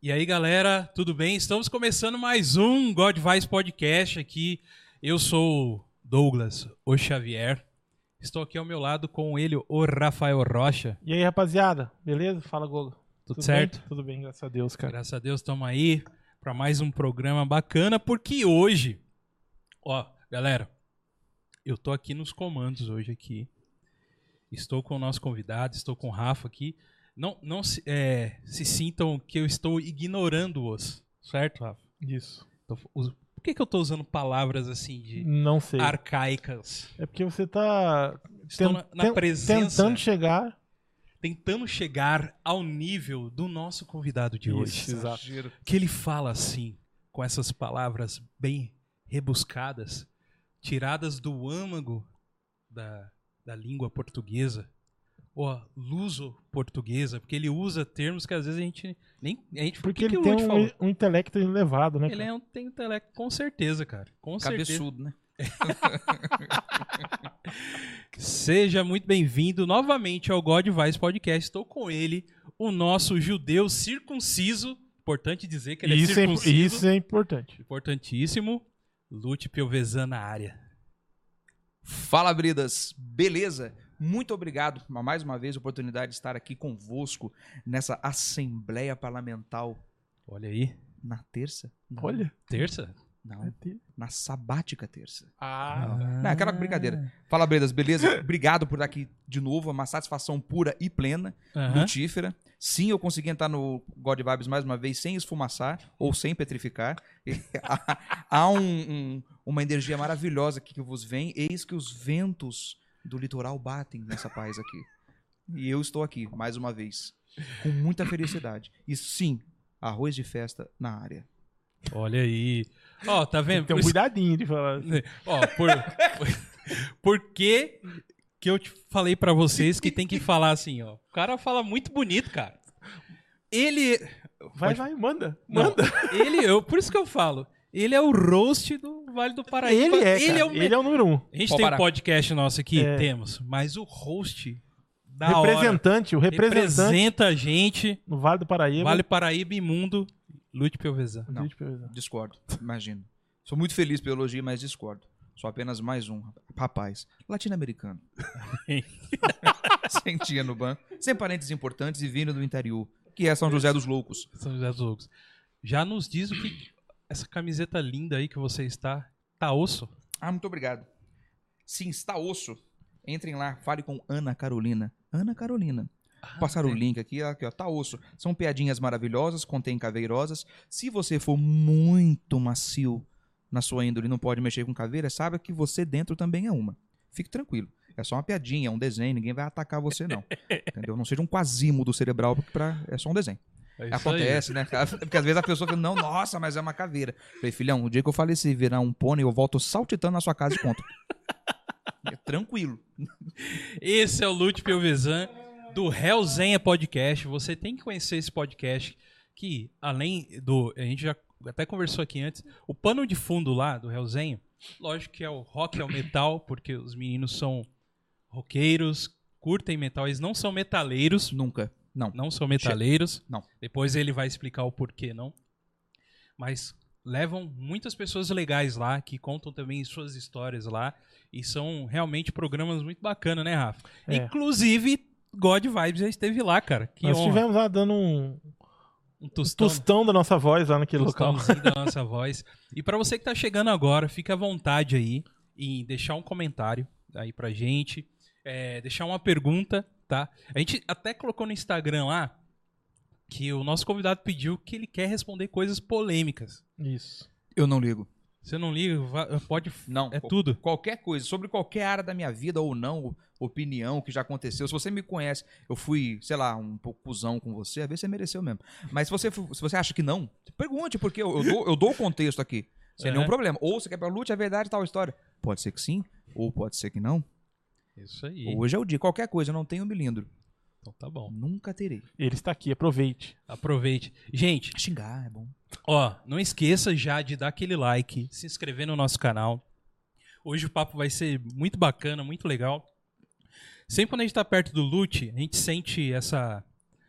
E aí, galera, tudo bem? Estamos começando mais um God Vice Podcast aqui. Eu sou o Douglas O Xavier. Estou aqui ao meu lado com ele, o Rafael Rocha. E aí, rapaziada, beleza? Fala, Gogo. Tudo, certo? Bem? Tudo bem, graças a Deus, cara. Graças a Deus estamos aí para mais um programa bacana, porque hoje, ó, galera, eu tô aqui nos comandos hoje aqui. Estou com o nosso convidado, estou com o Rafa aqui. Não, não se, é, se sintam que eu estou ignorando-os, certo, Rafa? Isso. Tô f- us- Por que, que eu estou usando palavras assim de Não sei. arcaicas? É porque você tá Estou ten- na, na ten- presença, tentando tentando... chegar. chegar ao nível do nosso convidado de hoje. Isso, exato. Que ele fala assim, com essas palavras bem rebuscadas, tiradas do âmago da, da língua portuguesa, ou luso-portuguesa, porque ele usa termos que às vezes a gente nem. A gente Porque que ele que o tem Lute um, falou? um intelecto elevado, né? Ele cara? é um, tem intelecto, com certeza, cara. Com certeza. Cabeçudo, né? Seja muito bem-vindo novamente ao God Vice Podcast. Estou com ele, o nosso judeu circunciso. Importante dizer que ele é isso, é, circunciso. isso é importante. Importantíssimo. Lute Piovesan na área. Fala, Bridas. Beleza? Muito obrigado por mais uma vez a oportunidade de estar aqui convosco nessa Assembleia Parlamentar Olha aí. na terça? Não, Olha. Terça? Não, na sabática terça. Ah, Não, aquela brincadeira. Fala, Bridas, beleza? Obrigado por estar aqui de novo. É uma satisfação pura e plena, Aham. frutífera. Sim, eu consegui entrar no God Vibes mais uma vez sem esfumaçar ou sem petrificar. há há um- um- uma energia maravilhosa aqui que vos vem. Eis que os ventos do litoral batem nessa paz aqui. E eu estou aqui, mais uma vez, com muita felicidade. E sim, arroz de festa na área. Olha aí. Ó, tá tem vendo? que ter um Por isso- cuidadinho de falar. Ó, por... por que que eu te falei pra vocês que tem que falar assim, ó? O cara fala muito bonito, cara. Ele... Vai, Pode- vai, manda. Não, Manda. ele, eu, por isso que eu falo. Ele é o roast do Vale do Paraíba. ele é, Ele cara. é o me- ele é o número um. A gente Pode tem um parar. podcast nosso aqui, É. temos, mas o host da hora representante, o representante representa a gente, no Vale do Paraíba. Vale Paraíba e Mundo, Lute Piovesan. Não. Vídeo pra- Discordo, imagino. Sou muito feliz pelo elogio, mas discordo. Sou apenas mais um rapaz latino-americano. Sem tia no banco, sem parentes importantes e vindo do interior, que é São José dos Loucos. São José dos Loucos. Já nos diz o que essa camiseta linda aí que você está, tá osso? Ah, muito obrigado. Sim, está osso. Entrem lá, fale com Ana Carolina. Ana Carolina. Passaram o link aqui, aqui, ó, tá osso. São piadinhas maravilhosas, contém caveirosas. Se você for muito macio na sua índole e não pode mexer com caveira, saiba que você dentro também é uma. Fique tranquilo. É só uma piadinha, é um desenho, ninguém vai atacar você, não. Entendeu? Não seja um quasímodo cerebral, porque pra- é só um desenho. É isso aí. Acontece, né? Porque às vezes a pessoa fala, não, nossa, mas é uma caveira. Eu Falei, filhão, o dia que eu falecer e virar um pônei, eu volto saltitando na sua casa e conto. É tranquilo. Esse é o Lute Piovesan do Hellzenha Podcast. Você tem que conhecer esse podcast que, além do... A gente já até conversou aqui antes. O pano de fundo lá do Hellzenha, lógico que é o rock, é o metal, porque os meninos são roqueiros, curtem metal. Eles não são metaleiros, Nunca. Não. não são metaleiros. Não. Depois ele vai explicar o porquê não. Mas levam muitas pessoas legais lá que contam também suas histórias lá e são realmente programas muito bacanas, né, Rafa? É. Inclusive God Vibes já esteve lá, cara. Que Nós honra. estivemos lá dando um um tostão, tostão da nossa voz lá naquele local. tostãozinho da nossa voz. E pra você que tá chegando agora, fica à vontade aí em deixar um comentário aí pra gente, é, deixar uma pergunta, tá? A gente até colocou no Instagram lá que o nosso convidado pediu que ele quer responder coisas polêmicas. Isso. Eu não ligo. Você não liga, va- pode. f- Não. É tudo. Qualquer coisa, sobre qualquer área da minha vida ou não, opinião que já aconteceu. Se você me conhece, eu fui, sei lá, um pouco cuzão com você, às vezes você mereceu mesmo. Mas se você, fu- se você acha que não, pergunte, porque eu, eu dou, eu dou o contexto aqui. Sem É. nenhum problema. Ou você quer pra Lute, é verdade tal história. Pode ser que sim, ou pode ser que não. Isso aí. Hoje é o dia. Qualquer coisa, eu não tenho milindro. Então tá bom. Nunca terei. Ele está aqui, aproveite. Aproveite. Gente, Xingar é bom. Ó, não esqueça já de dar aquele like, se inscrever no nosso canal. Hoje o papo vai ser muito bacana, muito legal. Sempre quando a gente tá perto do Lute, a gente sente essa,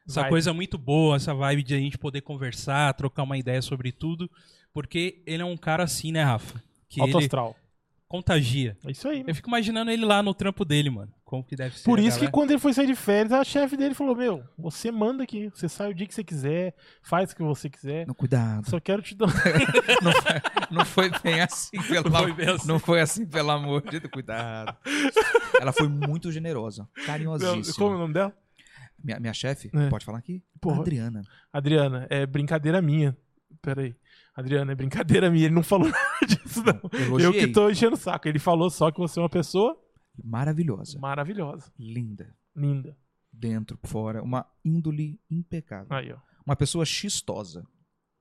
Essa Vibe. coisa muito boa, essa vibe de a gente poder conversar, trocar uma ideia sobre tudo. Porque ele é um cara assim, né, Rafa? Que Alto ele astral. contagia. É isso aí. Eu fico imaginando ele lá no trampo dele, mano. Como que deve ser. Por a isso que galera. quando ele foi sair de férias, a chefe dele falou: Meu, você manda aqui, você sai o dia que você quiser, faz o que você quiser. Não, cuidado. Só quero te dar. um Não foi, não foi bem assim, pelo Não foi amor. bem assim. Não foi assim, pelo amor de Deus. Cuidado. Ela foi muito generosa, carinhosíssima. Como é o nome dela? Minha, minha chefe, É. pode falar aqui? Porra. Adriana. Adriana, é brincadeira minha. Pera aí. Adriana, é brincadeira minha. Ele não falou nada disso, não. Eu Elogiei. que tô enchendo o saco. Ele falou só que você é uma pessoa Maravilhosa. maravilhosa, Linda. linda. Dentro, fora. Uma índole impecável. Aí, ó. Uma pessoa xistosa.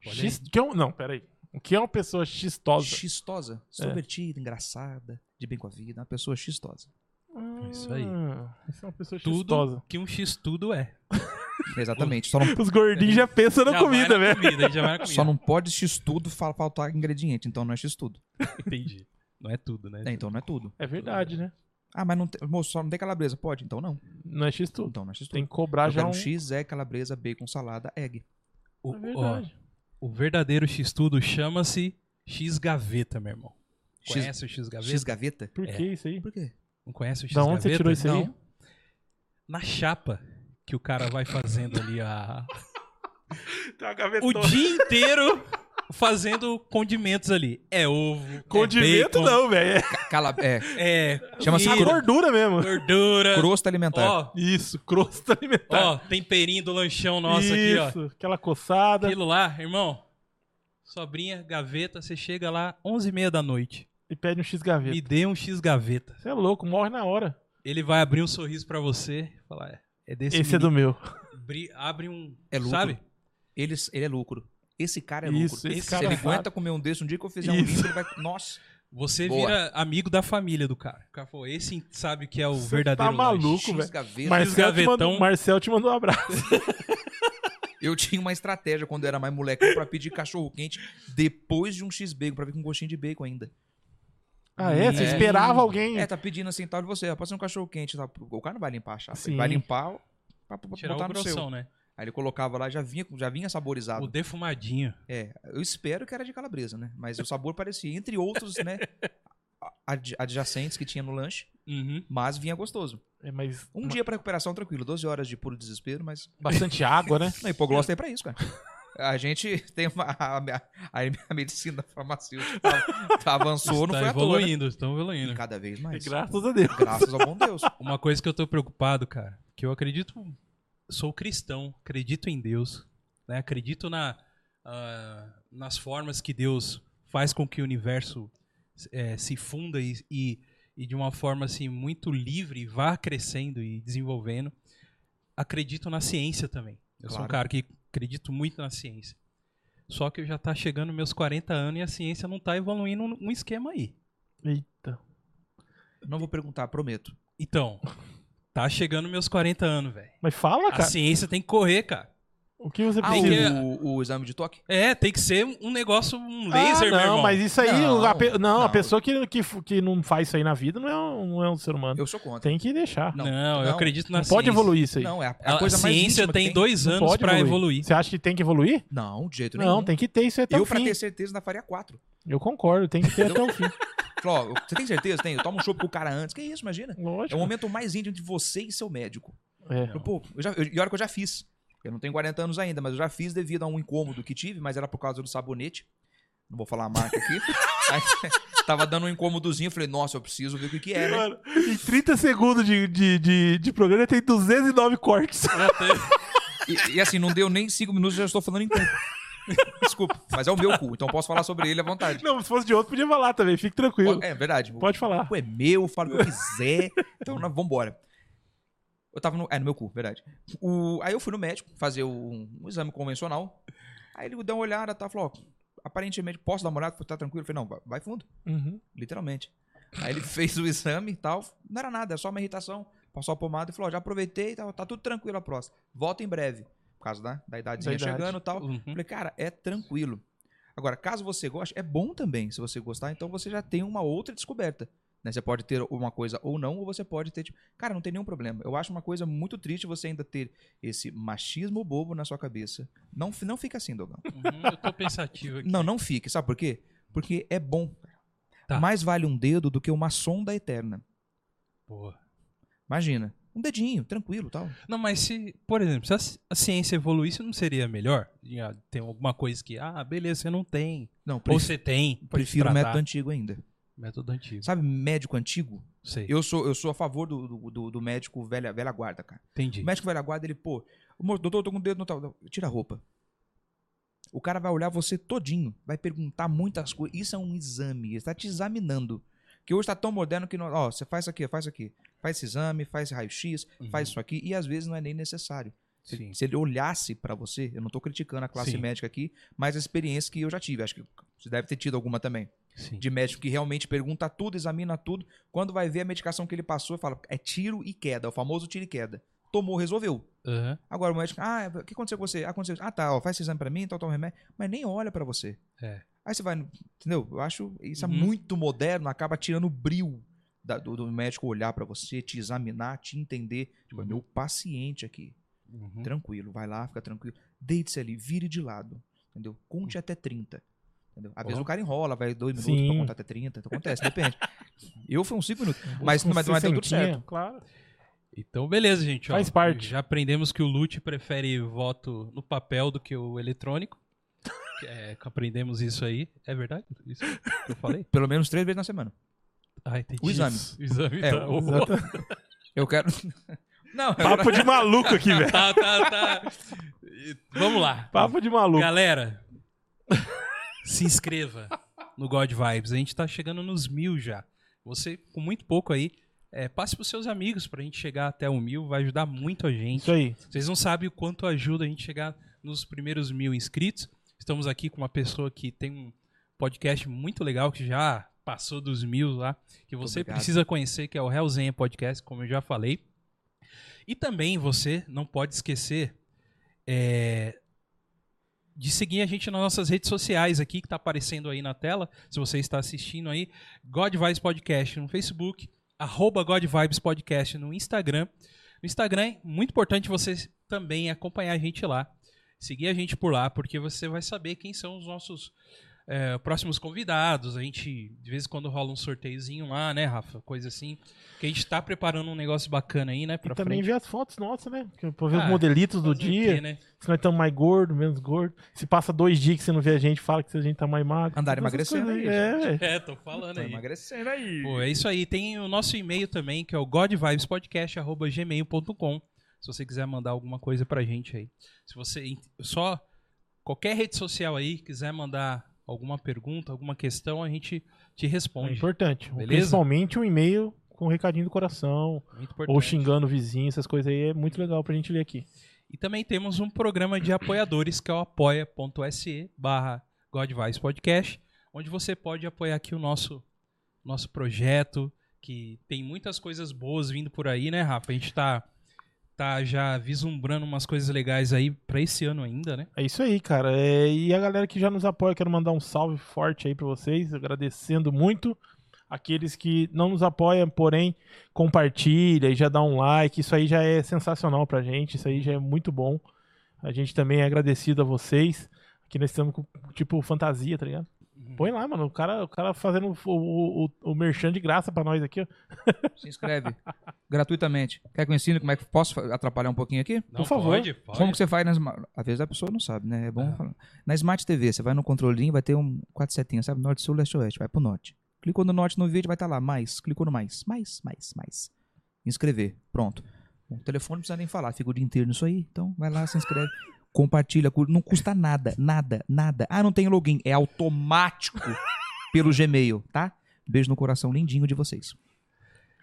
Olha X... Que é um... Não, pera aí. O que é uma pessoa xistosa? É. Xistosa. Extrovertida, engraçada, de bem com a vida. Uma pessoa xistosa. É isso aí. Isso é uma pessoa Tudo xistosa. que um X tudo é. Exatamente. Só não, Os gordinhos já pensam na Já vai é comida, né? velho. Comida, já vai na comida. só não pode x-tudo fal- faltar ingrediente. Então não é x-tudo. Entendi. Não é tudo, né? É, então não é tudo. É verdade, né? Ah, mas não tem, moço, só não tem calabresa. Pode? Então não. Não é x tudo. Então não é x-tudo. Tem que cobrar Eu já quero um... X, é calabresa, bacon, salada, egg. O, É ó, verdade. o verdadeiro X tudo chama-se X gaveta, meu irmão. X- Conhece o X gaveta? X gaveta? Por que isso aí? Por quê? Não conhece o X Da gaveta? onde você tirou isso aí? Não. Na chapa que o cara vai fazendo ali a Tá o dia inteiro fazendo condimentos ali. É ovo, Condimento é bacon, não, velho. Ca- Cala... É, é Chama-se É comida, gordura mesmo. gordura. crosta alimentar. tá. Ó, Isso, crosta alimentar. ó, temperinho do lanchão nosso aqui, ó. Tá. Isso, aquela coçada. Aquilo lá, irmão. Sobrinha, gaveta, você chega lá 11h30 da noite. E pede um X gaveta. Me dê um X gaveta. Você é louco, morre na hora. Ele vai abrir um sorriso pra você, falar, é, é desse Esse, é do meu. menino. Bri- abre um, É lucro. sabe? Ele, ele é lucro. Esse cara é Isso, lucro. esse Se cara ele é aguenta comer um desse, um dia que eu fizer um Isso. limpo, ele vai... Nossa. Você Boa. vira amigo da família do cara. O cara falou, esse sabe que é o Você verdadeiro tá lanche." maluco, X velho. gaveta. Marcel te, mandou, gavetão. Marcel te mandou um abraço. Eu tinha uma estratégia quando eu era mais moleque pra pedir cachorro quente depois de um X bacon, pra ver com gostinho de bacon ainda. Ah, é? Você É. esperava alguém. É, tá pedindo assim, tal de você, ó, pode ser um cachorro quente. Tal. O cara não vai limpar a chapa. Sim. Ele vai limpar o- pra, pra Tirar botar o no seu. grossão, né? Aí ele colocava lá, já vinha, já vinha saborizado. O defumadinho. É, eu espero que era de calabresa, né? Mas o sabor parecia, entre outros, né? ad- adjacentes que tinha no lanche, Uhum. mas vinha gostoso. É, mas Um dia pra recuperação, tranquilo. 12 horas de puro desespero, mas. bastante água, né? Não, hipoglossa é pra isso, cara. A gente tem uma. A, a- a medicina farmacêutica tá- tá avançou, não Tá foi à toa. né? evoluindo, estão evoluindo. E cada vez mais. Graças a Deus. Graças ao bom Deus. Uma coisa que eu tô preocupado, cara, que eu acredito, sou cristão, acredito em Deus, né? Acredito na, ah, nas formas que Deus faz com que o universo eh, se funda e, e, e de uma forma assim muito livre vá crescendo e desenvolvendo. Acredito na ciência também. Eu sou um Claro. cara que acredito muito na ciência. Só que eu já tá chegando meus 40 anos e a ciência não tá evoluindo um- um esquema aí. Eita. Não vou perguntar, prometo. Então, tá chegando meus 40 anos, velho. Mas fala, A Ah, cara. ciência tem que correr, cara. O que você Ah, Tem precisa? que- o, o exame de toque? É, tem que ser um negócio, um laser, meu ah, não, irmão. mas isso aí, Não, o- a pe- não, a não. pessoa que, que, f- que não faz isso aí na vida não é um, não é um ser humano. Eu sou contra. Tem que deixar. Não, Não, eu não. acredito na Não ciência. pode evoluir isso aí. Não, é a, é A, a coisa mais ciência íntima que tem, dois Não anos pode pra evoluir. Você acha que tem que evoluir? Não, de jeito nenhum. Não, tem que ter isso aí até Eu, o pra fim. ter certeza, na faria quatro. Eu concordo, tem que ter até o fim. Falou, ó, você tem certeza? Tem. Toma um chopp com o cara antes. Que isso, imagina. É o Lógico. momento mais íntimo entre você e seu médico. É. Eu, pô, eu já, eu, e olha que eu já fiz. Eu não tenho 40 anos ainda, mas eu já fiz devido a um incômodo que tive, mas era por causa do sabonete. Não vou falar a marca aqui. Aí, tava dando um incômodozinho. Falei, nossa, eu preciso ver o que, que é, né? Mano, em 30 segundos de, de, de, de programa tem 209 cortes. E, e assim, não deu nem 5 minutos eu já estou falando em cu. Desculpa, mas é o meu cu, então posso falar sobre ele à vontade. Não, se fosse de outro, podia falar também, fique tranquilo. É verdade. O Pode falar. cu é meu, eu falo o que eu quiser. Então, nós- vambora. Eu tava no. É, no meu cu, verdade. O, aí eu fui no médico fazer um, um exame convencional. Aí ele deu uma olhada, tá? Falou, ó, aparentemente, posso dar uma olhada? Tá tranquilo? Eu falei, não, vai- vai fundo, Uhum. literalmente. Aí ele fez o exame e tal. Não era nada, é só uma irritação. Passou a pomada e falou, ó, já aproveitei, tá, tá tudo tranquilo a próxima. Volta em breve. Por causa da, da Da idadezinha idade. chegando e tal. Eu Uhum. Falei, cara, é tranquilo. Agora, caso você goste, é bom também. Se você gostar, então você já tem uma outra descoberta. Né? Você pode ter uma coisa ou não, ou você pode ter, tipo, cara, não tem nenhum problema. Eu acho uma coisa muito triste você ainda ter esse machismo bobo na sua cabeça. Não, fi- não fica assim, Dogão. Uhum, eu tô pensativo aqui. Não, não fique. Sabe por quê? Porque é bom. Tá. Mais vale um dedo do que uma sonda eterna. Pô. Imagina. Um dedinho, tranquilo tal. Não, mas se, por exemplo, se a ci- a ciência evoluísse, não seria melhor? Já Tem alguma coisa que, ah, beleza, você não tem. Não, Ou prefiro, você tem. pode prefiro o tratar. método antigo ainda. Método antigo. Sabe, médico antigo? Sei. Eu sou, eu sou a favor do, do- do, do médico velha, velha guarda, cara. Entendi. O médico velha guarda, ele, pô, "Moço, doutor, eu tô com o dedo no tal. não, Tira a roupa. O cara vai olhar você todinho, vai perguntar muitas coisas. Isso é um exame, ele está te examinando. Que hoje tá tão moderno que, não- ó, você faz isso aqui, faz isso aqui. Faz esse exame, faz raio-x, Uhum. faz isso aqui, e às vezes não é nem necessário. Se- Sim. Se ele olhasse pra você, eu não tô criticando a classe Sim. médica aqui, mas a experiência que eu já tive, acho que você deve ter tido alguma também Sim. de médico que realmente pergunta tudo, examina tudo. Quando vai ver a medicação que ele passou, fala, é tiro e queda, o famoso tiro e queda. Tomou, resolveu. Aham, Agora o médico, ah, o que aconteceu com você? Ah, aconteceu. Ah, tá, ó, faz esse exame pra mim, tal, toma remédio. Mas nem olha pra você. É. Aí você vai, no- entendeu? Eu acho isso Uhum. é muito moderno, acaba tirando o brilho da- do, do médico olhar pra você, te examinar, te entender. Tipo, é meu paciente aqui. uhum. Tranquilo, vai lá, fica tranquilo. Deite-se ali, vire de lado. Entendeu? Conte até 30. Entendeu? Às vezes Uhum. Ó. o cara enrola, vai dois minutos pra Sim. contar até 30. Então acontece, depende. Eu fui uns 5 minutos. Mas- mas- mas deu tudo Sessentinha, certo. Claro. Então, beleza, gente. ó. Faz parte. Já aprendemos que o Lute prefere voto no papel do que o eletrônico. É, que aprendemos isso aí. É verdade? Isso que eu falei? Pelo menos três vezes na semana. Ah, entendi. O exame. Isso. O exame. É, tá. o- Exato. Eu quero. Não, Papo de maluco aqui, velho. Tá, tá, tá. E- Vamos lá. Papo de maluco. Galera, se inscreva no God Vibes. A gente tá chegando nos mil já. Você, com muito pouco aí, é, passe pros seus amigos pra gente chegar até o mil. Vai ajudar muito a gente. Isso aí. Vocês não sabem o quanto ajuda a gente chegar nos primeiros mil inscritos. Estamos aqui com uma pessoa que tem um podcast muito legal que já passou dos mil lá, que você Obrigado. precisa conhecer, que é o Hellzenha Podcast, como eu já falei. E também você não pode esquecer é, de seguir a gente nas nossas redes sociais aqui, que está aparecendo aí na tela, se você está assistindo aí, God Vibes Podcast no Facebook, arroba God Vibes Podcast no Instagram. No Instagram, é muito importante você também acompanhar a gente lá, seguir a gente por lá, porque você vai saber quem são os nossos é, próximos convidados. A gente, de vez em quando, rola um sorteiozinho lá, né, Rafa? Coisa assim. Que a gente tá preparando um negócio bacana aí, né, E pra também frente. ver as fotos nossas, né? Que- Pra ver Ah, os modelitos do Fazer o dia. quê, né? Se nós estamos mais gordo, menos gordo. Se passa dois dias que você não vê a gente, fala que a gente tá mais magro. Andar Todas essas emagrecendo coisas aí, É, velho. É, tô falando Tô aí. emagrecendo aí. Pô, é isso aí. Tem o nosso e-mail também, que é o godvibespodcast.gmail.com. Se você quiser mandar alguma coisa pra gente aí. Se você. ent- Só qualquer rede social aí quiser mandar alguma pergunta, alguma questão, a gente te É responde. importante. Beleza? Principalmente um e-mail com um recadinho do coração. Muito Ou importante. xingando o vizinho, essas coisas aí é muito legal pra gente ler aqui. E também temos um programa de apoiadores que é o apoia.se barra Godvice Podcast, onde você pode apoiar aqui o nosso, nosso projeto, que tem muitas coisas boas vindo por aí, né, Rafa? A gente tá, tá já vislumbrando umas coisas legais aí pra esse ano ainda, né? É isso aí, cara. É, e a galera que já nos apoia, quero mandar um salve forte aí pra vocês, agradecendo muito. Aqueles que não nos apoiam, porém, compartilha e já dá um like. Isso aí já é sensacional pra gente, isso aí já é muito bom. A gente também é agradecido a vocês. Aqui nós estamos com, tipo, fantasia, tá ligado? Uhum. Põe lá, mano. O cara, o cara fazendo o, o, o- o merchan de graça pra nós aqui, ó. Se inscreve gratuitamente. Quer que eu ensine como é que posso fa- atrapalhar um pouquinho aqui? Não, favor. Pode, pode. Como que você faz nas. ma- Às vezes a pessoa não sabe, né? É bom Ah. falar. Na Smart TV, você vai no controlinho, vai ter um quatro setinhas, sabe? Norte, sul, leste, oeste. Vai pro norte. Clicou no norte no vídeo, vai estar lá. Mais. Clicou no mais. Mais, mais, mais. Inscrever. Pronto. O telefone não precisa nem falar, fica o dia inteiro nisso aí. Então vai lá, se inscreve. Compartilha, curte. não custa nada, nada, nada. Ah, não tem login. É automático pelo Gmail, tá? Beijo no coração lindinho de vocês.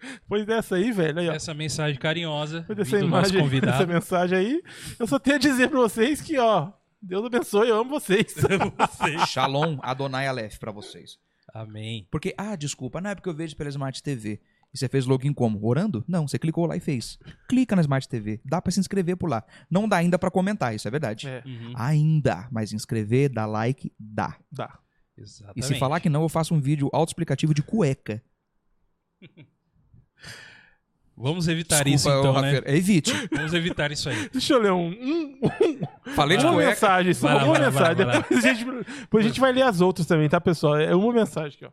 Depois dessa aí, velho. Aí, ó. Essa mensagem carinhosa Depois vindo dessa do nosso imagem, aí, dessa convidado. mensagem aí, eu só tenho a dizer pra vocês que, ó, Deus abençoe, eu amo vocês. Shalom Adonai Aleph pra vocês. Amém. Porque, ah, desculpa, não é porque eu vejo pela Smart TV. E você fez login como? Orando? Não, você clicou lá e fez. Clica na Smart TV. Dá pra se inscrever por lá. Não dá ainda pra comentar, isso é verdade. É, Uhum. Ainda, mas inscrever, dar like, dá. dá. Exatamente. E se falar que não, eu faço um vídeo autoexplicativo de cueca. Vamos evitar isso Desculpa, então, ô, né? Rafael. Evite. Vamos evitar isso aí. Deixa eu ler um, um, Falei de Ah, uma cueca. mensagem, só Vai lá, uma vai lá, vai lá, mensagem. vai lá. Depois, a gente, depois a gente vai ler as outras também, tá, pessoal? É uma mensagem aqui, ó.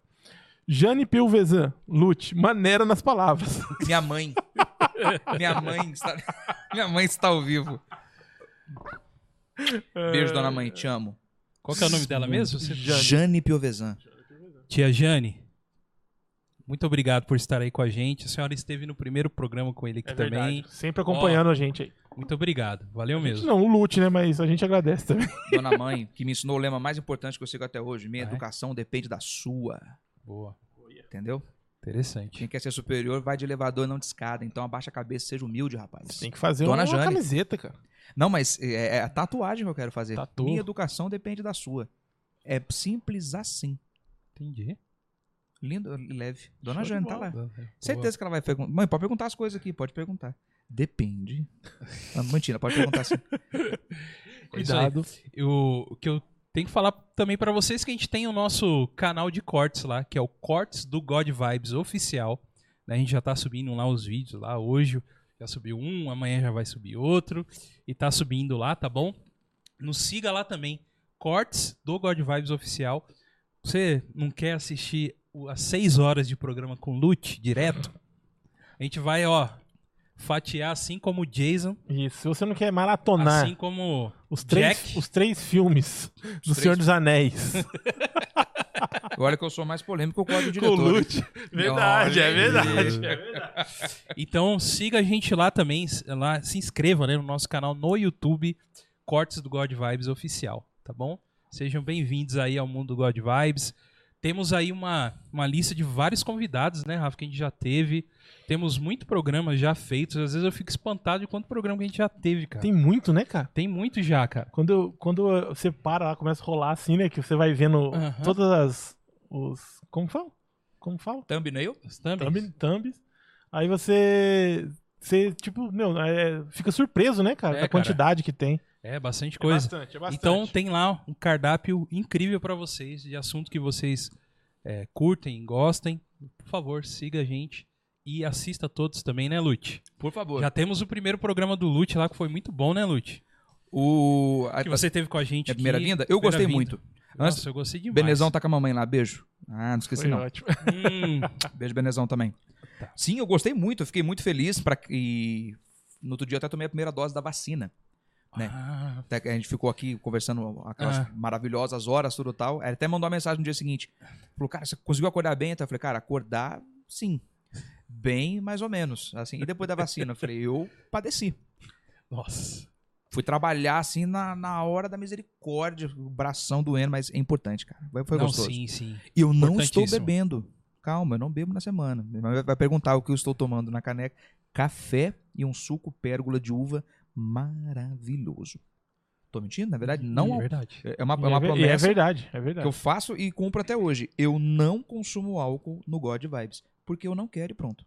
Jane Pilvezan, Lute, maneira nas palavras. Minha mãe. Minha mãe está, minha mãe está ao vivo. Beijo, dona mãe. Te amo. Qual que é o nome dela mesmo? Você- Jane Piovesan. Tia Jane, muito obrigado por estar aí com a gente. A senhora esteve no primeiro programa com ele aqui É também. verdade. Sempre acompanhando a gente aí. Muito obrigado. Valeu mesmo. Não, o Lute, né? Mas a gente agradece também. Dona mãe, que me ensinou o lema mais importante que eu sigo até hoje. Minha Ah, é? educação depende da sua. Boa. Entendeu? Quem Interessante. quer ser superior vai de elevador e não de escada. Então abaixa a cabeça, seja humilde, rapaz. Tem que fazer Dona uma Jane. camiseta, cara. Não, mas é, é a tatuagem que eu quero fazer. Tatu. Minha educação depende da sua. É simples assim. Entendi. Lindo e leve. Show Dona de Jane tá bola. lá. Boa. Certeza que ela vai perguntar. Mãe, pode perguntar as coisas aqui, pode perguntar. Depende. Ah, Mentira, pode perguntar sim. É isso aí. Cuidado. Eu- o que eu tenho que falar também pra vocês é que a gente tem o nosso canal de cortes lá, que é o Cortes do God Vibes oficial. né? A gente já tá subindo lá os vídeos lá hoje. Já subiu um, amanhã já vai subir outro. E tá subindo lá, tá bom? Nos siga lá também. Cortes do God Vibes oficial. Você não quer assistir o- as seis horas de programa com Lute direto? A gente vai, ó, fatiar assim como o Jason, Isso. Se você não quer maratonar assim como os, três, Jack. os três filmes do três- Senhor dos Anéis. Olha que eu sou mais polêmico que o código Com o diretor. Lute. Verdade, é Olha verdade. é Então siga a gente lá também, s- lá se inscreva né, no nosso canal no YouTube, Cortes do God Vibes oficial, tá bom? Sejam bem-vindos aí ao mundo do God Vibes. Temos aí uma, uma lista de vários convidados, né, Rafa, que a gente já teve. Temos muito programa já feitos. Às vezes eu fico espantado de quanto programa que a gente já teve, cara. Tem, Tem muito, né, cara? muito já, cara. Quando, eu- quando eu- você para lá, começa a rolar assim, né? Que você vai vendo Aham. todas as. Os, como fala? Como fala? Thumbnail? Os thumbs. Thumb, thumbs. Aí você. Você, tipo, meu, é, fica surpreso, né, cara? É, da quantidade que tem. É, bastante coisa. bastante, é Então tem lá um cardápio incrível pra vocês, de assunto que vocês é, curtem, gostem. Por favor, siga a gente e assista a todos também, né, Lute? Por favor. Já temos o primeiro programa do Lute lá, que foi muito bom, né, Lute? O... A, Que você teve com a gente. a Ah, é primeira aqui. vinda? Eu Primeira gostei vinda. muito. Nossa, Antes- eu gostei demais. Benezão tá com a mamãe lá, beijo. Ah, não esqueci Foi não. ótimo. Hum, Beijo, Benezão também. Tá. Sim, eu gostei muito, eu fiquei muito feliz. Pra... E no outro dia eu até tomei a primeira dose da vacina. Né? ah, Até que a gente ficou aqui conversando aquelas Ah. maravilhosas horas, tudo tal. Ele até mandou uma mensagem no dia seguinte. Falou, cara, você conseguiu acordar bem? Então eu falei, cara, acordar, sim. Bem, mais ou menos. Assim, e depois da vacina, eu falei, eu padeci. nossa. Fui trabalhar, assim, na, na hora da misericórdia, o bração doendo, mas é importante, cara. Foi foi não, gostoso. sim, sim. E eu não estou Importantíssimo. bebendo. Calma, eu não bebo na semana. Mas Vai perguntar o que eu estou tomando na caneca. Café e um suco pérgola de uva maravilhoso. Tô mentindo? Na verdade, É não. verdade. É uma, é E uma é, ver- e é promessa verdade, é que verdade. eu faço e cumpro até hoje. Eu não consumo álcool no God Vibes. Porque eu não quero e pronto.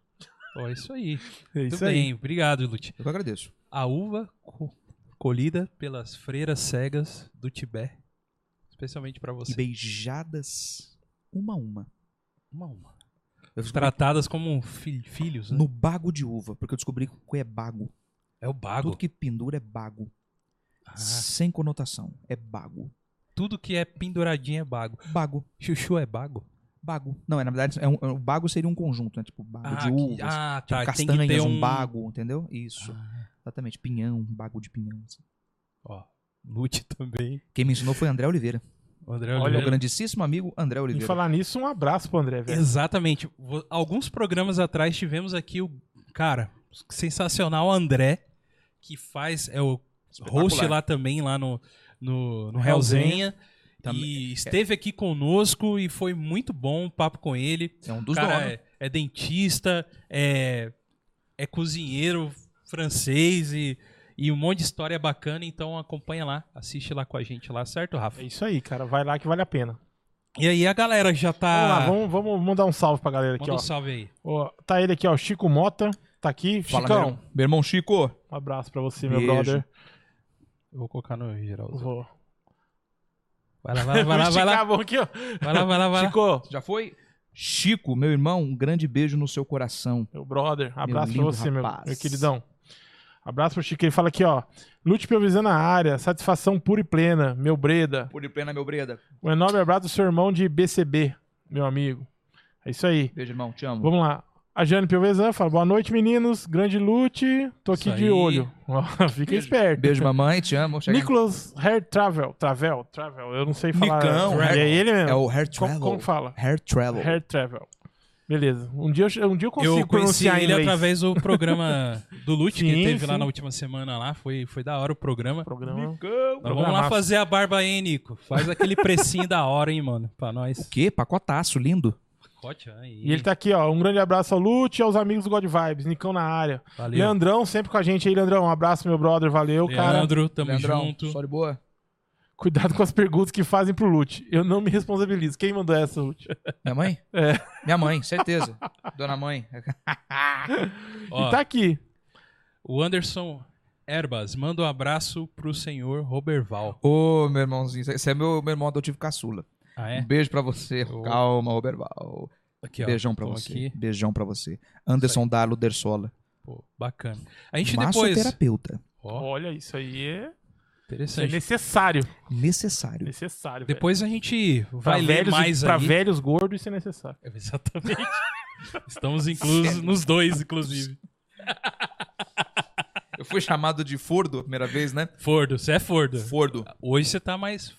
Ó, isso aí. É Muito isso aí. bem, obrigado, Lute. Eu que agradeço. A uva co- colhida pelas freiras cegas do Tibete. Especialmente pra você. E beijadas uma a uma. Uma a uma. Eu descobri Tratadas como fil- filhos, né? no bago de uva, porque eu descobri que é bago. É o bago. Tudo que pendura é bago. Ah, Sem conotação. É bago. tudo que é penduradinho é bago. Bago. Chuchu é bago? Bago. Não, é, na verdade, é um- é um- o bago seria um conjunto, né? Tipo, bago de que- uvas, ah, tipo, tá. castanhas, tem que ter um... um, bago, entendeu? Isso, Ah, exatamente. Pinhão, um bago de pinhão. assim. ó, Lute também. Quem me ensinou foi André Oliveira. O André Olha, Oliveira. Meu grandíssimo amigo André E Oliveira. falar nisso, um abraço pro André, velho. Exatamente. Vo- Alguns programas atrás tivemos aqui o cara sensacional André, que faz é o host lá também lá no no, no Hellzenha. Hellzenha. Tá, é, E esteve aqui conosco e foi muito bom o papo com ele. É um O dos cara donos. é, é dentista, é, é cozinheiro francês e, e um monte de história bacana. Então acompanha lá, assiste lá com a gente lá, certo, Ah. Rafa? É isso aí, cara. Vai lá que vale a pena. E aí a galera já Ah. Vamos tá. lá, vamos, vamos mandar um salve pra galera aqui, Manda ó. um salve aí. Ó, Tá ele aqui, ó. Chico Mota. Tá aqui. Fala, meu Chicão, irmão. Meu irmão Chico. um abraço pra você, meu Beijo. brother. Eu vou colocar no geral. Vou. Vai lá, vai lá, vai lá, vai lá. Esticar a mão aqui, ó. Vai lá, vai lá, vai lá. Chico, Já foi? Chico, meu irmão, um grande beijo no seu coração. Meu brother, abraço pra lindo você, meu, rapaz. meu queridão. Abraço pro Chico. Ele fala aqui, ó. Lute Pelvisan na área, satisfação pura e plena, meu Breda. Por de plena, meu Breda. Um enorme abraço do seu irmão de BCB, meu amigo. É isso aí. Beijo, irmão. Te amo. Vamos lá. A Jane Pelvezan fala, boa noite, meninos. Grande lute. Tô aqui Isso de aí. olho. Ó, Fica esperto. Beijo, mamãe. Te amo. Chega- Nicholas Hair Travel. Travel, Travel. Eu não sei falar. Nicão, é Hair- ele mesmo. É o Hair como, Travel. como fala? Hair Travel. Hair Travel. Beleza. Um dia eu, um dia eu consigo Eu conheci pronunciar em ele inglês. através do programa do Lute que Sim, teve lá sim. na última semana lá. Foi, foi da hora o programa. Programa. Nicão. Nós vamos lá Programaço. fazer a barba aí, Nico. Faz aquele precinho da hora, hein, mano. Pra O nós. quê? Pacotaço, lindo. Pacote aí. E ele tá aqui, ó. Um grande abraço ao Lute e aos amigos do God Vibes. Nicão na área. Valeu. Leandrão, sempre com a gente aí, Leandrão. Um abraço, meu brother. Valeu, cara. Leandro, tamo Leandrão, junto. só de boa. Cuidado com as perguntas que fazem pro Lute. Eu não me responsabilizo. Quem mandou essa, Lute? Minha mãe? É. Minha mãe, certeza. Dona mãe. Ó, E tá aqui. O Anderson Erbas manda um abraço pro senhor Roberval. Ô, meu irmãozinho, você é meu, meu irmão adotivo caçula. Ah, Um é? beijo pra você. Ô. Calma, Roberval. Aqui, ó. Beijão pra Tô você. aqui. Beijão pra você. Anderson Darlo Dersola. Pô, bacana. A gente depois. Massoterapeuta. Ó, Olha, isso aí é, isso é interessante. necessário. Necessário. Necessário. velho. Depois a gente Pra vai ler velhos e- mais pra aí. velhos gordos, isso é necessário. Exatamente. Estamos inclusos nos dois, inclusive. Eu fui chamado de Fordo a primeira vez, né? Fordo, você é Fordo. Fordo. Hoje você tá mais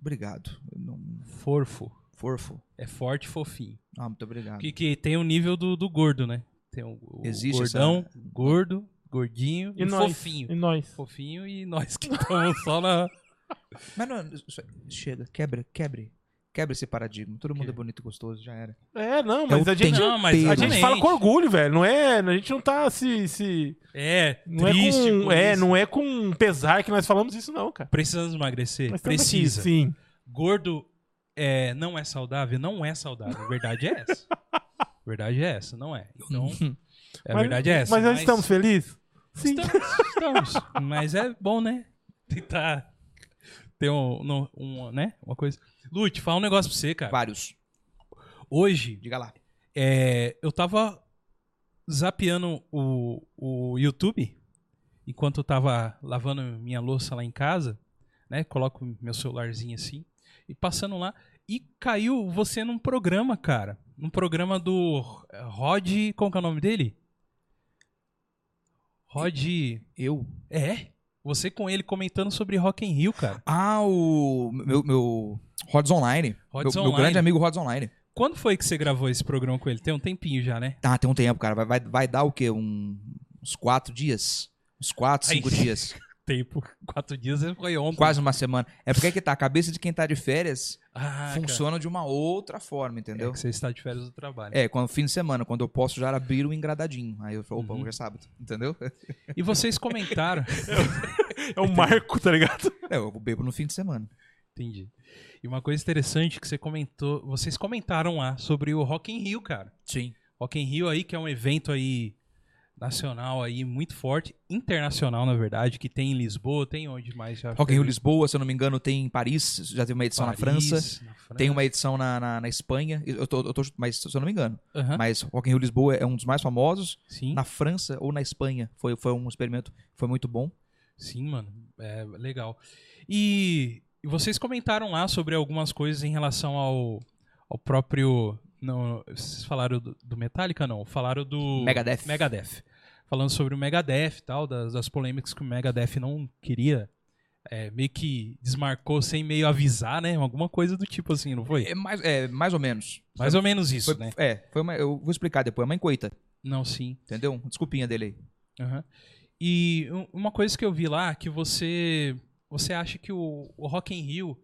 Obrigado. Eu não- forfo. Forfo. É forte e fofinho. Ah, muito obrigado. Que, que tem o nível do, do gordo, né? Tem o, o Existe gordão, gordo, gordinho e, E nós? Um fofinho. E nós? Fofinho e nós que estamos só na. Mas não, isso- é- chega, quebra, quebre. Quebra esse paradigma. Todo mundo é bonito e gostoso, já era. É, não, mas É o a gente, Não, mas né? a também. gente fala com orgulho, velho. Não é, a gente não tá se... se É, não triste. é com, com é, isso. não é com pesar que nós falamos isso não, cara. Precisamos emagrecer? Nós estamos aqui, Precisa. sim. Gordo é, não é saudável? Não é saudável. A verdade é essa. A verdade é essa, não é. Então, a Uhum. Mas- verdade é essa. Mas nós estamos felizes? Sim. Estamos, estamos. Mas é bom, né? Tentar ter um, no- um, né? uma coisa. Lute, fala um negócio pra você, cara. Vários. Hoje, Diga lá. é, eu tava zapeando o, o YouTube enquanto eu tava lavando minha louça lá em casa, né? Coloco meu celularzinho assim e passando lá e caiu você num programa, cara, num programa do eh, Rod, como que é o nome dele? Rod, Eu? é? Você com ele comentando sobre Rock in Rio, cara. Ah, o meu, meu Rods Online. Rods meu, meu Online. grande amigo Rods Online. Quando foi que você gravou esse programa com ele? Tem um tempinho já, né? Ah, tem um tempo, cara. Vai, vai, vai dar o quê? Um- uns quatro dias? Uns quatro, Ai. cinco dias. Tempo, quatro dias né? foi ontem. Quase uma semana. É porque é que tá. A cabeça de quem tá de férias Ah, cara. funciona de uma outra forma, É entendeu? que você está de férias do trabalho. É, quando fim de semana, quando eu posso já abrir um engradadinho. Aí eu falo, opa, Uhum. hoje é sábado, entendeu? E vocês comentaram. É o marco, tá ligado? É, eu bebo no fim de semana. Entendi. E uma coisa interessante que você comentou, vocês comentaram lá sobre o Rock in Rio, cara. Sim. Rock in Rio aí que é um evento aí nacional aí muito forte, internacional na verdade, que tem em Lisboa, tem onde mais já. Rock in Rio Lisboa, se eu não me engano, tem em Paris, já teve uma edição na França. né? Tem uma edição na, na, na Espanha, eu tô, eu tô, mas se eu não me engano. Aham, Mas Rock in Rio Lisboa é um dos mais famosos. Sim. Na França ou na Espanha, foi, foi um experimento, foi muito bom. Sim, mano. É legal. E e vocês comentaram lá sobre algumas coisas em relação ao, ao próprio. Não, vocês falaram do, do Metallica, não? Falaram do. Megadeth. Megadeth. Falando sobre o Megadeth e tal, das, das polêmicas que o Megadeth não queria. é, meio que desmarcou sem meio avisar, né? Alguma coisa do tipo assim, não foi? É mais, é, mais ou menos. Mais ou menos isso, foi, né? É, foi uma, eu vou explicar depois, é uma encoita, Não, sim. entendeu? Uma Desculpinha dele aí. Aham. E um- uma coisa que eu vi lá, que você você acha que o, o Rock in Rio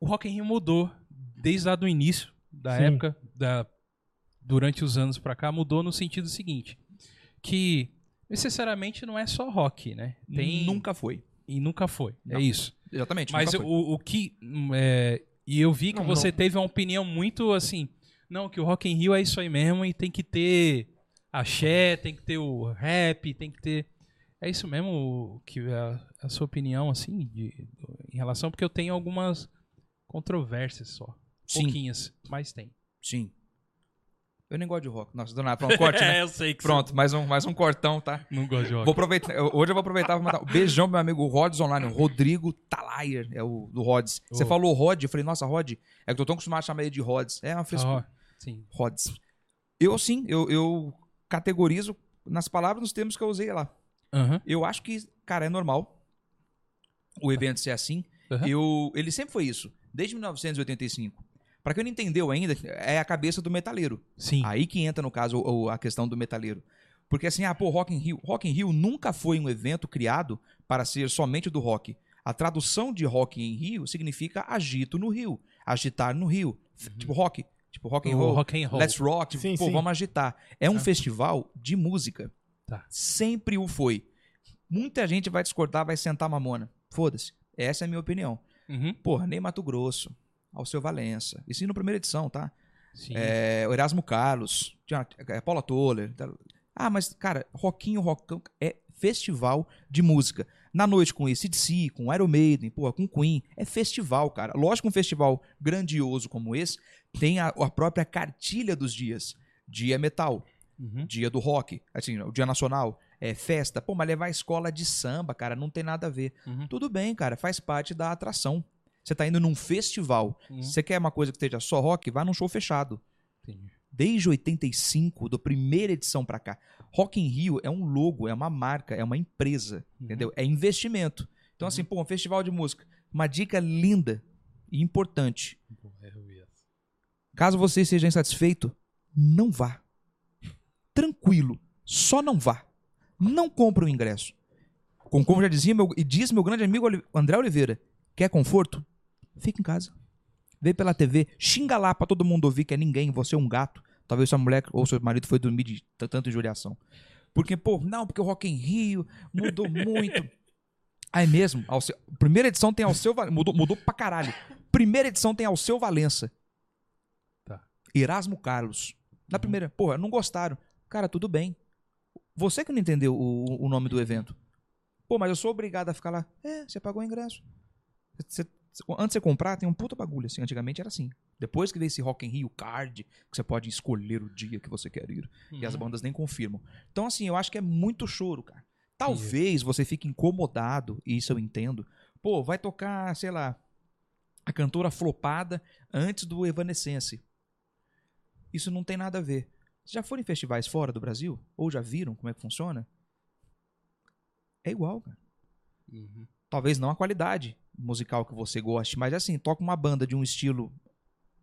o Rock in Rio mudou desde lá do início da Sim. época da durante os anos pra cá mudou no sentido seguinte, que necessariamente não é só rock, né? Tem Nunca foi. e nunca foi. Não. É isso. Exatamente. Mas Tipo, nunca foi. o, o que hum, é, e eu vi que Não, você não. teve uma opinião muito assim, não, que o Rock in Rio é isso aí mesmo e tem que ter axé, tem que ter o rap, tem que ter. É isso mesmo que é a, a sua opinião assim de- em relação porque eu tenho algumas controvérsias só, Sim. pouquinhas, mas tem. Sim. Eu nem gosto de rock. Nossa, Donato, um corte, né? é, eu sei que você Pronto, mais um, mais um cortão, tá? não gosta de rock. Vou aproveitar, eu- hoje eu vou aproveitar e mandar um beijão pro meu amigo Rods Online, o Rodrigo Talayer, é o do Rods. Você Oh. falou Rod, eu falei, nossa, Rod, é que eu tô tão acostumado a chamar ele de Rods. É uma frescura. Ah, sim. Rods. Eu sim, eu, eu categorizo nas palavras, nos termos que eu usei lá. Aham. Eu acho que, cara, é normal o evento ser assim. Aham. Eu, ele sempre foi isso, desde 1985. Pra quem não entendeu ainda, é a cabeça do metaleiro. Sim. Aí que entra, no caso, o- o- a questão do metaleiro. Porque assim, ah, pô, Rock in Rio. Rock in Rio nunca foi um evento criado para ser somente do rock. A tradução de Rock in Rio significa agito no Rio, agitar no Rio. F- Tipo rock, tipo rock and Uhum. O roll, rock and roll. let's rock, tipo, Sim, pô, sim. vamos agitar. É um Tá. festival de música. Tá. Sempre o foi. Muita gente vai discordar, vai sentar mamona. Foda-se. Essa é a minha opinião. Uhum. Porra, nem Mato Grosso, Alceu Valença. Isso na primeira edição, tá? Sim. É, o Erasmo Carlos, tinha, é, Paula Toller. tal. Ah, mas, cara, Roquinho Rocão é festival de música. Na noite com ACDC, com Iron Maiden, porra, com Queen. É festival, cara. Lógico que um festival grandioso como esse tem a, a própria cartilha dos dias. Dia é metal, Uhum. dia do rock, assim, o dia nacional, é festa. Pô, mas levar a escola de samba, cara, não tem nada a ver. Uhum. Tudo bem, cara, faz parte da atração. Você tá indo num festival. Uhum. Você quer uma coisa que esteja só rock? Vá num show fechado Entendi. desde 85, da primeira edição pra cá. Rock in Rio é um logo, é uma marca, é uma empresa, Uhum. entendeu? É investimento. Então, assim, pô, um festival de música. Uma dica linda e importante. uhum. Caso você esteja insatisfeito, não vá. Tranquilo, só não vá. Não compre o ingresso. Com- Como já dizia meu, e diz meu grande amigo Oli- André Oliveira, quer conforto? Fica em casa. Vê pela TV, xinga lá pra todo mundo ouvir que é ninguém, você é um gato. Talvez sua mulher ou seu marido foi dormir de t- tanta injuriação. Porque, pô, não, porque o Rock em Rio mudou muito. Aí mesmo, Alceu- primeira edição tem Alceu Valença, mudou, mudou pra caralho. Primeira edição tem Alceu Valença. Erasmo Carlos. Na Uhum. primeira, porra, não gostaram. Cara, tudo bem. Você que não entendeu o, o nome do evento. Pô, mas eu sou obrigado a ficar lá. É, você pagou o ingresso. Você- você- antes de você comprar, tem um puta bagulho, assim. Antigamente era assim. Depois que veio esse Rock in Rio Card, que você pode escolher o dia que você quer ir. E as Uhum. bandas nem confirmam. Então, assim, eu acho que é muito choro, cara. Talvez você fique incomodado, e isso eu entendo. Pô, vai tocar, sei lá, a cantora flopada antes do Evanescence. Isso não tem nada a ver. Vocês já foram em festivais fora do Brasil? Ou já viram como é que funciona? É igual, cara. Uhum. Talvez não a qualidade musical que você goste, mas assim, toca uma banda de um estilo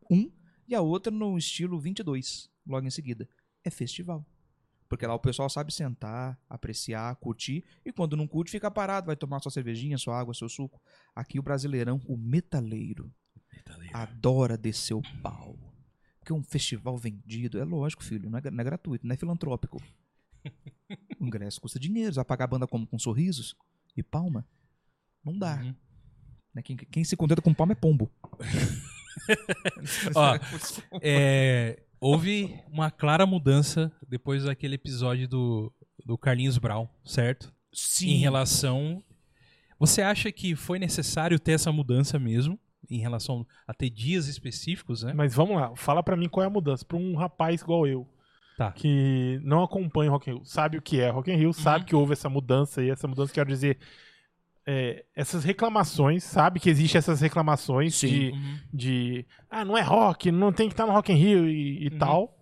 1 e a outra no estilo 22, logo em seguida. É festival. Porque lá o pessoal sabe sentar, apreciar, curtir, e quando não curte, fica parado, vai tomar sua cervejinha, sua água, seu suco. Aqui o brasileirão, o metaleiro, Eita, Leila. adora descer o pau. Porque um festival vendido, é lógico, filho, não é, gra- não é gratuito, não é filantrópico. O ingresso custa dinheiro, você vai pagar a banda como? Com sorrisos e palma? Não dá. Uhum. né? Quem, quem se contenta com palma é pombo. Ó, É, houve uma clara mudança depois daquele episódio do, do Carlinhos Brown, certo? Sim. Em relação. Você acha que foi necessário ter essa mudança mesmo? Em relação a ter dias específicos, né? Mas vamos lá, fala pra mim qual é a mudança. Pra um rapaz igual eu, Tá. que não acompanha o Rock in Rio, sabe o que é Rock in Uhum. Rio, sabe que houve essa mudança e essa mudança, quero dizer, é, essas reclamações, sabe que existe essas reclamações Sim. de, Uhum. de, ah, não é rock, não tem que estar no Rock in Rio e, e Uhum. tal.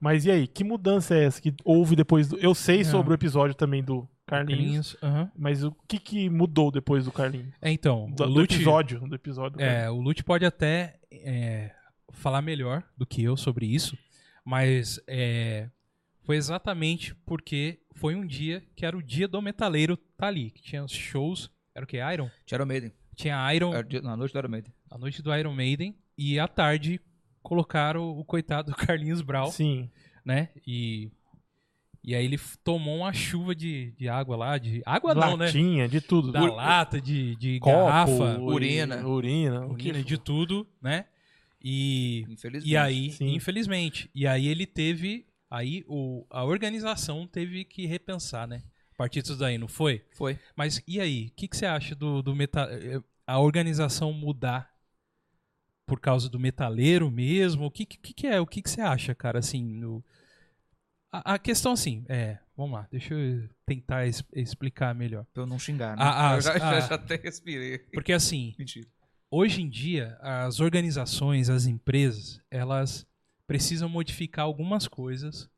Mas e aí, que mudança é essa que houve depois do... Eu sei É. sobre o episódio também do Carlinhos, Carlinhos. aham. mas o que, que mudou depois do Carlinhos? É, então, Do, o do Lute, episódio, do episódio do Carlinhos. é, o Lute pode até é, falar melhor do que eu sobre isso, mas é, foi exatamente porque foi um dia que era o dia do metaleiro tá ali, que tinha os shows. Era o que? Iron? Iron Maiden. Tinha Iron. É. Era dia- Na noite do Iron Maiden. a noite do Iron Maiden e à tarde colocaram o coitado do Carlinhos Brau, Sim, né? E e aí ele f- tomou uma chuva de, de água lá, de água não, né? latinha, de tudo. Da O- lata, de, de copo, garrafa, urina. Urina. o que urina, de for. tudo, né? E Infelizmente. e aí, Sim. infelizmente, e aí ele teve aí o, a organização teve que repensar, né? A partir disso daí, não foi? Foi. Mas e aí, o que, que você acha do, do meta- eh, a organização mudar por causa do metaleiro mesmo? O que, que, que é? O que, que você acha, cara? Assim, no- a, a questão assim, é, vamos lá, deixa eu tentar es- explicar melhor. Pra eu não xingar, né? Ah, ah, eu já, ah. já, já até respirei. Porque assim, Mentira. hoje em dia, as organizações, as empresas, elas precisam modificar algumas coisas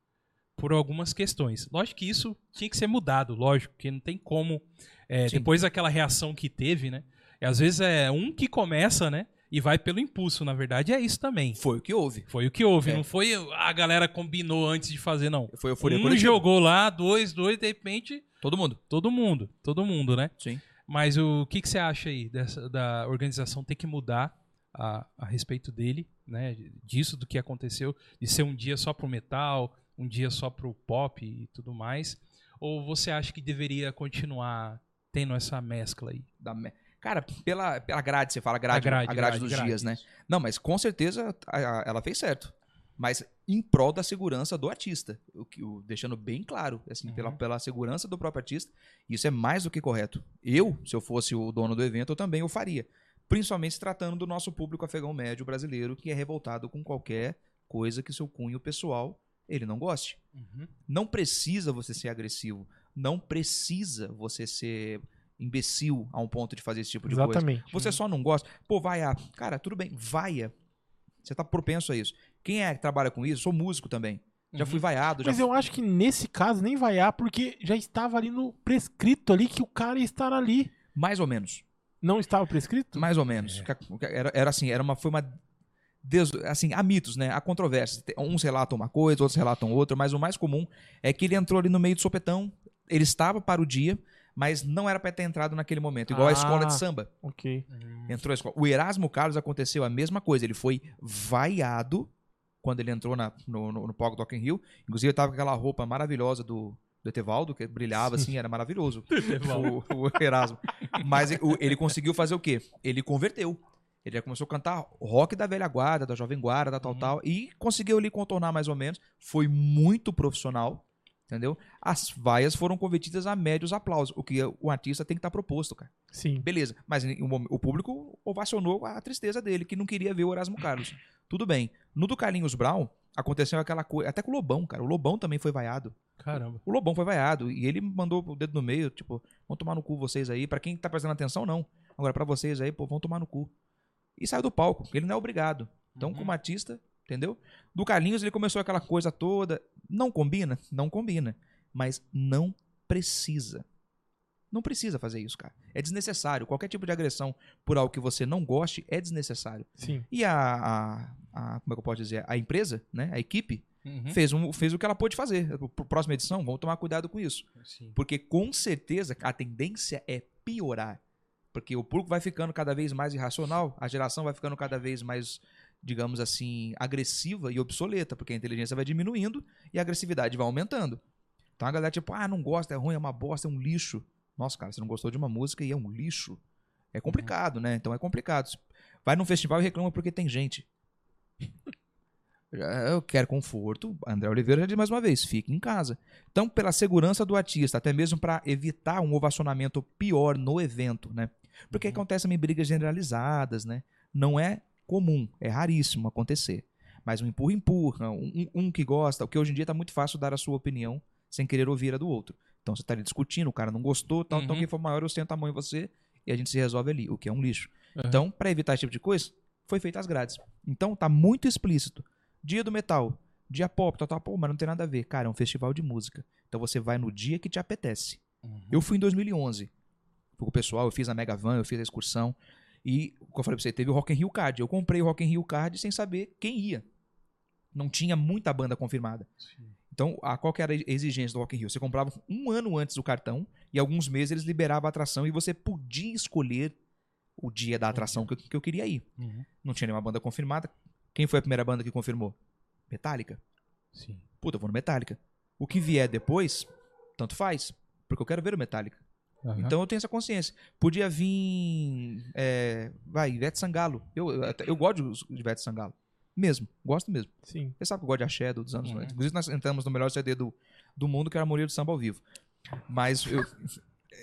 por algumas questões. Lógico que isso tinha que ser mudado, lógico, porque não tem como. é, Sim. depois daquela reação que teve, né? E às vezes é um que começa, né? E vai pelo impulso, na verdade, é isso também. Foi o que houve. Foi o que houve, É. não foi a galera combinou antes de fazer, não. Foi a euforia um coletiva. jogou lá, dois, dois, de repente, Todo mundo. todo mundo, todo mundo, né? Sim. Mas o que, que você acha aí dessa, da organização ter que mudar a, a respeito dele, né? Disso, do que aconteceu, de ser um dia só pro metal, um dia só pro pop e tudo mais. Ou você acha que deveria continuar tendo essa mescla aí? Da me- Cara, pela, pela grade, você fala grade, a grade, dos dias, né? Não, mas com certeza a- a- ela fez certo. Mas em prol da segurança do artista. O que, o- deixando bem claro, assim, Uhum. pela, pela segurança do próprio artista, isso é mais do que correto. Eu, se eu fosse o dono do evento, eu também o faria. Principalmente se tratando do nosso público afegão médio brasileiro, que é revoltado com qualquer coisa que seu cunho pessoal ele não goste. Uhum. Não precisa você ser agressivo. Não precisa você ser imbecil a um ponto de fazer esse tipo de coisa. Exatamente. né? Você só não gosta. Pô, vaiar. Cara, tudo bem, vaia. Você tá propenso a isso. Quem é que trabalha com isso? Sou músico também. Já Uhum. fui vaiado. Mas já... eu acho que nesse caso nem vaiar, porque já estava ali no prescrito ali que o cara ia estar ali. Mais ou menos. Não estava prescrito? Mais ou É. menos. Era, era assim, era uma, foi uma. des- Assim, há mitos, né? Há controvérsias. Tem- Uns relatam uma coisa, outros relatam outra, mas o mais comum é que ele entrou ali no meio do sopetão. Ele estava para o dia, mas não era para ter entrado naquele momento. Igual a escola Ah. de samba. Ok. Entrou a escola. O Erasmo Carlos aconteceu a mesma coisa. Ele foi vaiado quando ele entrou na- no, no, no palco do Rock in Rio. Inclusive, eu tava com aquela roupa maravilhosa do, do Etevaldo, que brilhava assim, era maravilhoso. o, o Erasmo. Mas e- o- ele conseguiu fazer o quê? Ele converteu. Ele já começou a cantar rock da velha guarda, da jovem guarda, da tal, Uhum. tal. E conseguiu ali contornar mais ou menos. Foi muito profissional, entendeu? As vaias foram convertidas a médios aplausos, o que o artista tem que estar proposto, cara. Sim. Beleza, mas em um mom- o público ovacionou a tristeza dele, que não queria ver o Erasmo Carlos. Tudo bem. No do Carlinhos Brown, aconteceu aquela coisa. Até com o Lobão, cara. O Lobão também foi vaiado. Caramba. O Lobão foi vaiado. E ele mandou o dedo no meio, tipo, vão tomar no cu vocês aí. Pra quem tá prestando atenção, não. Agora, pra vocês aí, pô, vão tomar no cu. E saiu do palco. Ele não é obrigado. Então, Uhum. como artista, entendeu? Do Carlinhos, ele começou aquela coisa toda. Não combina? Não combina. Mas não precisa. Não precisa fazer isso, cara. É desnecessário. Qualquer tipo de agressão por algo que você não goste é desnecessário. Sim. E a. a- a- como é que eu posso dizer? A empresa, né? A equipe, Uhum. fez, um, fez o que ela pôde fazer. Pro- Próxima edição, vamos tomar cuidado com isso. Sim. Porque com certeza a tendência é piorar. Porque o público vai ficando cada vez mais irracional, a geração vai ficando cada vez mais, digamos assim, agressiva e obsoleta, porque a inteligência vai diminuindo e a agressividade vai aumentando. Então a galera, tipo, ah, não gosta, é ruim, é uma bosta, é um lixo. Nossa, cara, você não gostou de uma música e é um lixo. É complicado, né? Então é complicado. Vai num festival e reclama porque tem gente. Eu quero conforto. André Oliveira já diz mais uma vez: fique em casa. Então, pela segurança do artista, até mesmo para evitar um ovacionamento pior no evento, né? Porque Uhum. acontecem também brigas generalizadas, né? Não é comum, é raríssimo acontecer. Mas um empurra, empurra, um, um- um que gosta, porque hoje em dia tá muito fácil dar a sua opinião sem querer ouvir a do outro. Então você tá ali discutindo, o cara não gostou, tal, então Uhum. quem for maior eu sento a mão em você e a gente se resolve ali, o que é um lixo. Uhum. Então, para evitar esse tipo de coisa, foi feita as grades. Então tá muito explícito. Dia do metal, dia pop, tal, tal, pô, mas não tem nada a ver. Cara, é um festival de música. Então você vai no dia que te apetece. Uhum. Eu fui em 2011. Fui com o pessoal, eu fiz a Mega Van, eu fiz a excursão. E, como eu falei pra você, teve o Rock in Rio Card. Eu comprei o Rock in Rio Card sem saber quem ia. Não tinha muita banda confirmada. Sim. Então, a, qual que era a exigência do Rock in Rio? Você comprava um ano antes o cartão e alguns meses eles liberavam a atração e você podia escolher o dia da atração que, eu- que eu queria ir. Uhum. Não tinha nenhuma banda confirmada. Quem foi a primeira banda que confirmou? Metallica. Sim. Puta, eu vou no Metallica. O que vier depois, tanto faz, porque eu quero ver o Metallica. Aham. Então eu tenho essa consciência. Podia vir. é, vai, Ivete Sangalo. Eu, eu, até- eu gosto de de Ivete Sangalo. Mesmo, gosto mesmo. Sim. Você sabe que eu gosto de axé do- dos anos Uhum. 90. Inclusive, nós entramos no melhor CD do, do mundo, que era Harmonia do Samba ao vivo. Mas eu.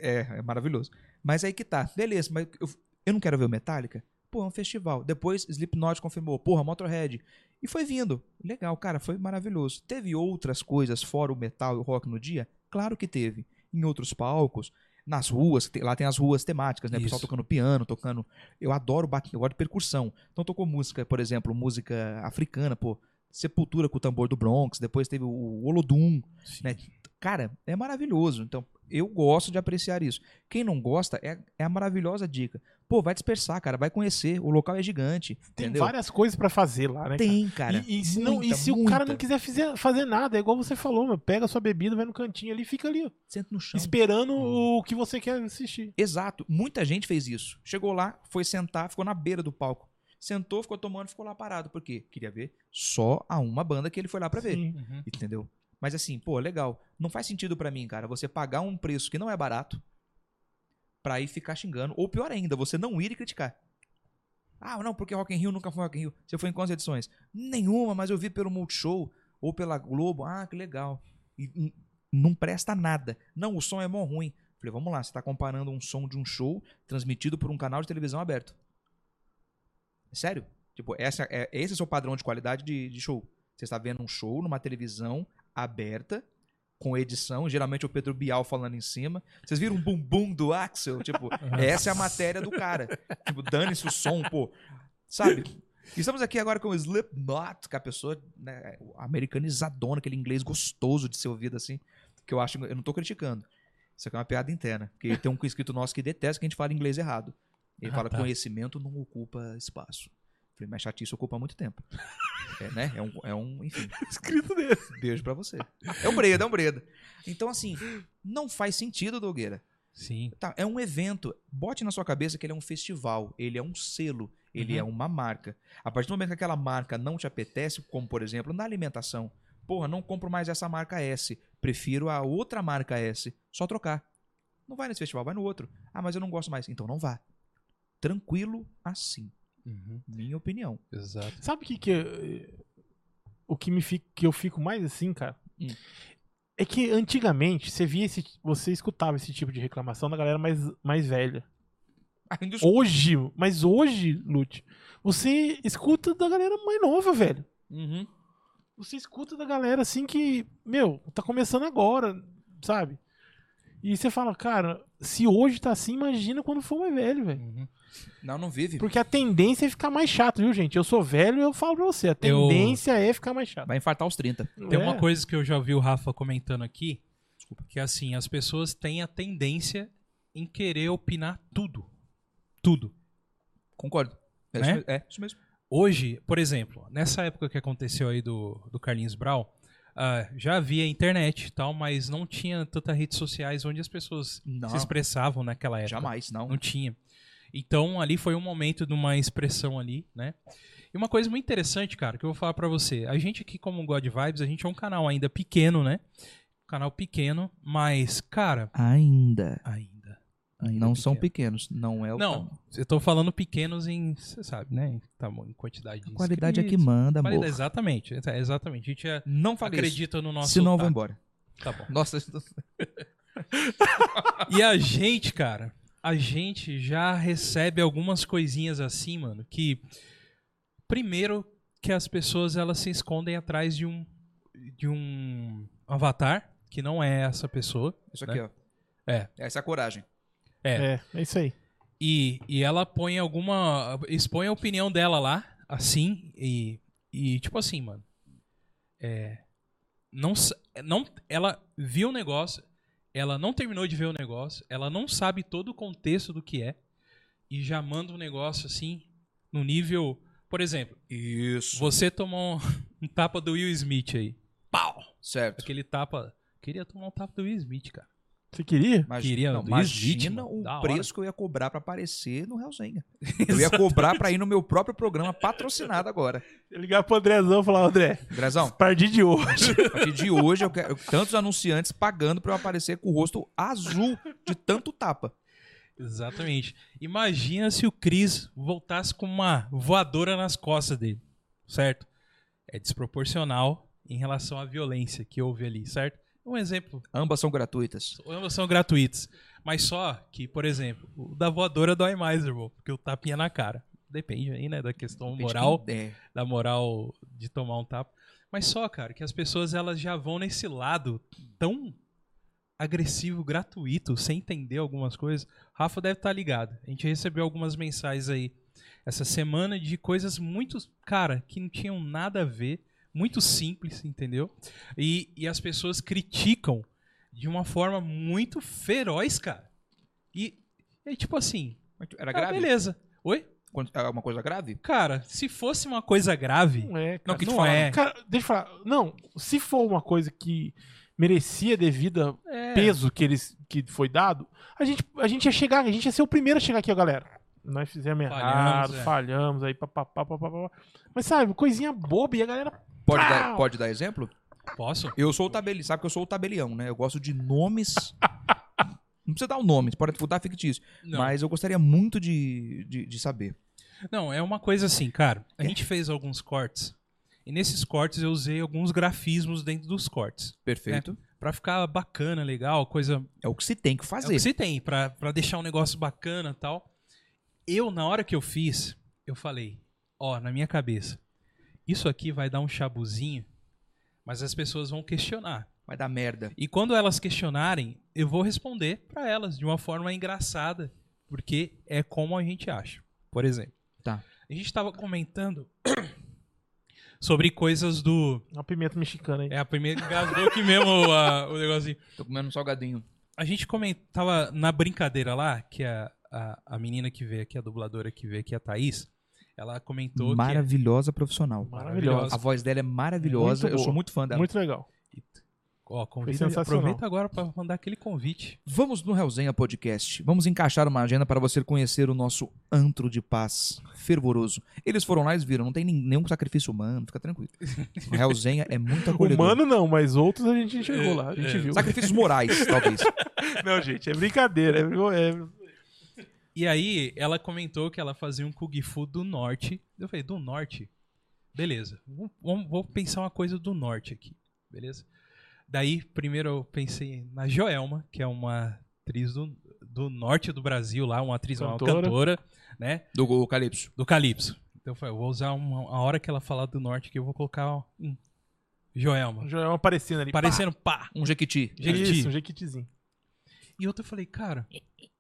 é, é maravilhoso. Mas aí que tá. Beleza, mas eu, eu não quero ver o Metallica, Pô, é um festival. Depois Slipknot confirmou, porra, Motorhead. E foi vindo. Legal, cara, foi maravilhoso. Teve outras coisas fora o metal e o rock no dia? Claro que teve. Em outros palcos, nas ruas, te- lá tem as ruas temáticas, né? O pessoal Isso. tocando piano, tocando. Eu adoro baque, eu gosto de percussão. Então tocou música, por exemplo, música africana, pô. Sepultura com o tambor do Bronx, depois teve o Olodum, né? Cara, é maravilhoso. Então, eu gosto de apreciar isso. Quem não gosta, é, é a maravilhosa dica. Pô, vai dispersar, cara, vai conhecer. O local é gigante. Tem entendeu? várias coisas pra fazer lá, né? Tem, cara. E, e se, não- e muita, se o cara muita. não quiser fizer- fazer nada, é igual você falou, meu. Pega sua bebida, vai no cantinho ali e fica ali, ó, Senta no chão. esperando Hum. o que você quer assistir. Exato. Muita gente fez isso. Chegou lá, foi sentar, ficou na beira do palco. Sentou, ficou tomando, ficou lá parado. Por quê? Queria ver só a uma banda que ele foi lá pra ver. Sim. Uhum. Entendeu? Mas assim, pô, legal. Não faz sentido pra mim, cara, você pagar um preço que não é barato pra ir ficar xingando. Ou pior ainda, você não ir e criticar. Ah, não, porque Rock in Rio nunca foi Rock in Rio. Você foi em quantas edições? Nenhuma, mas eu vi pelo Multishow ou pela Globo. Ah, que legal. E n- não presta nada. Não, o som é mó ruim. Falei, vamos lá, você tá comparando um som de um show transmitido por um canal de televisão aberto. Sério? Tipo, essa, é, esse é o seu padrão de qualidade de, de show. Você está vendo um show numa televisão aberta, com edição, geralmente o Pedro Bial falando em cima. Vocês viram um bumbum do Axel? Tipo, essa é a matéria do cara. Tipo, dane-se o som, pô. Sabe? Estamos aqui agora com o Slipknot, que é a pessoa né, americanizadona, aquele inglês gostoso de ser ouvido assim, que eu acho, eu não tô criticando. Isso aqui é uma piada interna, porque tem um inscrito nosso que detesta que a gente fala inglês errado. Ele Ah, fala tá. conhecimento não ocupa espaço. Falei, mas chatice ocupa muito tempo. É, né? É um, é um enfim. Escrito desse. Beijo pra você. É um Breda, é um Breda. Então, assim, não faz sentido, Dogueira. Sim. Tá, é um evento. Bote na sua cabeça que ele é um festival, ele é um selo, ele Uhum. é uma marca. A partir do momento que aquela marca não te apetece, como por exemplo na alimentação, porra, não compro mais essa marca S, prefiro a outra marca S, só trocar. Não vai nesse festival, vai no outro. Ah, mas eu não gosto mais, então não vá. Tranquilo assim, Uhum. minha opinião. Exato. Sabe o que que eh, o que me fica, que eu fico mais assim, cara? Hum. É que antigamente você via esse, você escutava esse tipo de reclamação da galera mais, mais velha. Ainda os- Hoje, mas hoje, Lute, você escuta da galera mais nova, velho. Uhum. Você escuta da galera assim que, meu, tá começando agora, sabe? E você fala, cara, se hoje tá assim, imagina quando for mais velho, velho. Uhum. Não, não vive. Porque a tendência é ficar mais chato, viu, gente? Eu sou velho e eu falo pra você, a Eu- tendência é ficar mais chato. Vai infartar os 30. Tem uma É. coisa que eu já vi o Rafa comentando aqui, Desculpa. que assim, as pessoas têm a tendência em querer opinar tudo. Tudo. Concordo. É, Né? isso, me- é isso mesmo. Hoje, por exemplo, nessa época que aconteceu aí do, do Carlinhos Brau, ah, já havia internet e tal, mas não tinha tantas redes sociais onde as pessoas Não, se expressavam naquela época. jamais, não. Não tinha. Então, ali foi um momento de uma expressão ali, né? E uma coisa muito interessante, cara, que eu vou falar pra você. A gente aqui, como God Vibes, a gente é um canal ainda pequeno, né? Canal pequeno, mas, cara, Ainda. ainda. ainda Não são pequeno. pequenos, não é o Não, eu tô falando pequenos em, você sabe, né? Tá bom, em quantidade de A qualidade é que inscritos. manda, amor. Qualidade- Exatamente, exa- exatamente. A gente é- Não falei isso. acredita no nosso. Senão eu vou tato. embora. Tá bom. Nossa, E a gente, cara, a gente já recebe algumas coisinhas assim, mano, que primeiro que as pessoas elas se escondem atrás de um de um avatar que não é essa pessoa isso aqui, ó. É. Essa é a coragem. É, é isso aí. e, e ela põe alguma expõe a opinião dela lá assim e e tipo assim, mano, é não sa- não ela viu o negócio, ela não terminou de ver o negócio, ela não sabe todo o contexto do que é e já manda um negócio assim no nível, por exemplo, Isso. Você tomou um, um tapa do Will Smith aí. Pau! Certo. Aquele tapa. Queria tomar um tapa do Will Smith, cara. Você queria? Imagina, Queria não, do Smith, imagina mano. o Da hora. preço que eu ia cobrar pra aparecer no Hellzenga. Eu ia cobrar pra ir no meu próprio programa patrocinado agora. Eu ligar pro Andrezão e falar, André, Grezão, partir de hoje. a partir de hoje eu quero tantos anunciantes pagando pra eu aparecer com o rosto azul de tanto tapa. Exatamente. Imagina se o Chris voltasse com uma voadora nas costas dele, certo? É desproporcional em relação à violência que houve ali, certo? Um exemplo. Ambas são gratuitas. Ambas são gratuitas. Mas só que, por exemplo, o da voadora dói mais, irmão, porque o tapinha na cara. Depende aí, né, da questão Depende moral, quem der. da moral de tomar um tapa. Mas só, cara, que as pessoas elas já vão nesse lado tão agressivo, gratuito, sem entender algumas coisas. Rafa deve estar ligado. A gente recebeu algumas mensagens aí essa semana de coisas muito, cara, que não tinham nada a ver, muito simples, entendeu? E, e as pessoas criticam de uma forma muito feroz, cara. E é tipo assim, Mas Era ah, Tá grave? beleza. Oi? Quando- Era uma coisa grave? Cara, se fosse uma coisa grave, Não é, cara. Não, que te não falar, é. Cara, deixa eu falar. Não, se for uma coisa que merecia devido ao é, peso que eles que foi dado, a gente, a gente ia chegar, a gente ia ser o primeiro a chegar aqui, ó, galera. Nós fizemos Falhamos, errado, é. falhamos, aí papapá, papapá. Mas sabe, coisinha boba e a galera. Pode, Pau! dar, pode dar exemplo? posso? Eu sou o tabelião, sabe que eu sou o tabelião, né? Eu gosto de nomes. Não precisa dar o nome, pode botar fictício. Não. Mas eu gostaria muito de, de, de saber. Não, é uma coisa assim, cara. A gente fez alguns cortes. E nesses cortes eu usei alguns grafismos dentro dos cortes. Perfeito. Pra ficar bacana, legal, coisa. É, o que se tem que É o fazer. que se tem, pra, pra deixar um negócio bacana e tal. Eu, na hora que eu fiz, eu falei: Ó, na minha cabeça, isso aqui vai dar um chabuzinho, mas as pessoas vão questionar. Vai dar merda. E quando elas questionarem, eu vou responder pra elas de uma forma engraçada, porque é como a gente acha. Por exemplo, Tá. a gente tava comentando sobre coisas do. Uma pimenta mexicana aí. É a primeira gasgou aqui mesmo a- o negocinho. Tô comendo um salgadinho. A gente comentava na brincadeira lá, que a, a, a menina que veio aqui, a dubladora que veio aqui, a Thaís, ela comentou que. Maravilhosa profissional. Maravilhosa. Maravilhosa. A voz dela é maravilhosa. Muito eu boa. sou muito fã dela. Muito legal. é, Ó, convida, sensacional. aproveita agora pra mandar aquele convite. Vamos no Hellzenha Podcast. Vamos encaixar uma agenda para você conhecer o nosso antro de paz fervoroso. Eles foram lá e viram, não tem nin- nenhum sacrifício humano, fica tranquilo. O Hellzenha é muito acolhedor. Humano não, mas outros a gente enxergou lá, a gente É, viu. Sacrifícios morais, talvez. Não, gente, é brincadeira. É, brinco- é- E aí, ela comentou que ela fazia um Kung Fu do norte. Eu falei, do norte? Beleza. Vamos, vamos- vou pensar uma coisa do norte aqui. Beleza? Daí, primeiro eu pensei na Joelma, que é uma atriz do, do norte do Brasil lá, uma atriz, uma Cantora. cantora, né? Do Calypso. Do Calypso. Então eu falei, eu vou usar uma, a hora que ela falar do norte que eu vou colocar um Joelma. já é uma aparecendo ali. Parecendo pá. Um Jequiti. Pá! Isso, Jequiti. um jequitizinho. E outra eu falei, cara,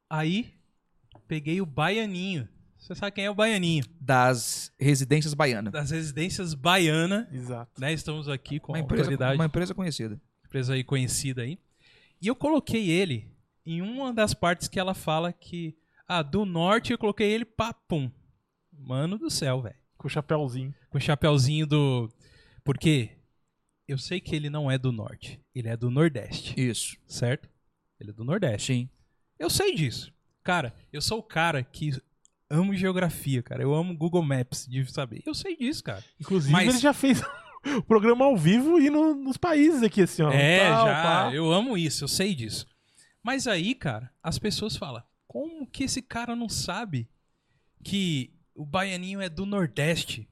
aí peguei o Baianinho. Você sabe quem é o Baianinho? Das residências baianas. das residências baiana, Exato. né? Estamos aqui com Uma uma empresa, autoridade, uma uma empresa conhecida. empresa aí conhecida aí. E eu coloquei ele em uma das partes que ela fala que ah, do norte eu coloquei ele papum. Mano do céu, velho. Com o chapéuzinho. Com o chapéuzinho do Porque eu sei que ele não é do norte, ele é do nordeste, Isso. certo? Ele é do nordeste. Sim. Eu sei disso. Cara, eu sou o cara que amo geografia, cara. Eu amo Google Maps, de saber. Eu sei disso, cara. Inclusive, Mas- ele já fez o programa ao vivo e no- nos países aqui, assim, ó. É, Tal, já. pá. Eu amo isso, eu sei disso. Mas aí, cara, as pessoas falam: como que esse cara não sabe que o baianinho é do Nordeste?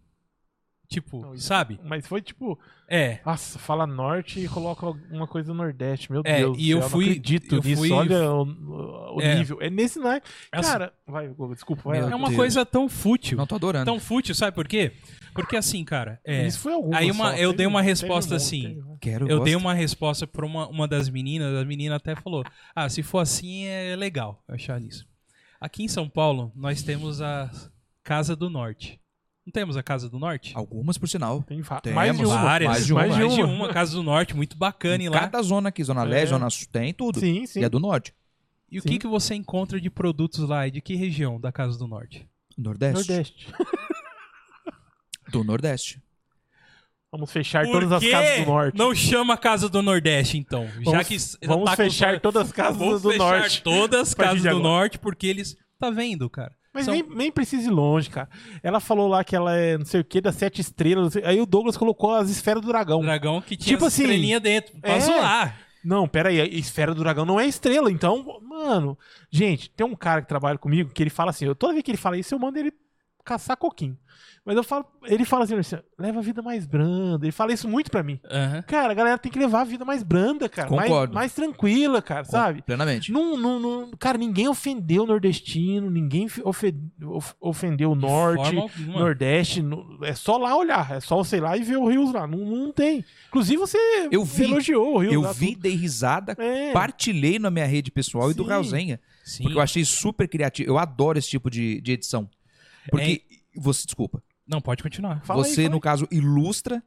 Tipo, Não, isso- sabe? Mas foi tipo, É. nossa, fala norte e coloca alguma coisa do Nordeste. Meu É, Deus. do e eu céu, fui- Não acredito eu nisso. fui- Olha o, o É. nível. É nesse naipe. assim, Cara, vai, Gogo, desculpa. Vai Meu é lá. uma Deus. coisa tão fútil. Não, tô adorando. Tão fútil, sabe por quê? Porque assim, cara, é, Isso foi alguma Aí uma- só, eu teve- dei uma teve resposta um monte, assim. teve um- Quero, eu gosto. dei uma resposta pra uma, uma das meninas, a menina até falou: Ah, se for assim é legal eu achar isso. Aqui em São Paulo, nós temos a Casa do Norte. Não temos a Casa do Norte? Algumas, por sinal. Tem va- Temos mais de uma. Várias, mais de uma, mais de mais de uma. Casa do Norte, muito bacana e Em lá. Cada zona aqui, Zona Leste, É. Zona Sul, tem tudo. Sim, sim. E é do Norte. E o Sim. que, que você encontra de produtos lá? E de que região da Casa do Norte? Nordeste. Nordeste. Do Nordeste. Vamos fechar Por todas as que casas do Norte. Não chama a Casa do Nordeste, então. já Vamos- que Vamos atacam os- fechar todas as casas Vamos do fechar Norte. todas as A partir casas de do agora. Norte, porque eles. Tá vendo, cara? Mas São- nem, nem precisa ir longe, cara. Ela falou lá que ela é não sei o que, das sete estrelas. não sei- Aí o Douglas colocou as esferas do dragão. O dragão que tinha Tipo as assim, estrelinha dentro. Pra é. zoar. Não, pera aí, a esfera do dragão não é estrela, então, mano. Gente, tem um cara que trabalha comigo que ele fala assim, eu, toda vez que ele fala isso, eu mando ele caçar coquinho. Mas eu falo, ele fala assim, Marcelo, leva a vida mais branda. Ele fala isso muito pra mim. Aham. Cara, a galera tem que levar a vida mais branda, cara. mais- Concordo. Mais, tranquila, cara, sabe? Plenamente. Não, não, não- cara, ninguém ofendeu o nordestino, ninguém fe- ofe- of- ofendeu o norte, Forma alguma. nordeste. no- é só lá olhar, é só você ir lá e ver o Rios lá. Não, não tem. Inclusive, você Eu vi, elogiou o Rios Eu lá, vi, tudo. dei risada, É, partilhei na minha rede pessoal e do Sim. Raulzenha. Sim. Porque eu achei super criativo. Eu adoro esse tipo de, de edição. Porque você, desculpa, Não, pode continuar. Fala aí, você, fala no aí. caso, ilustra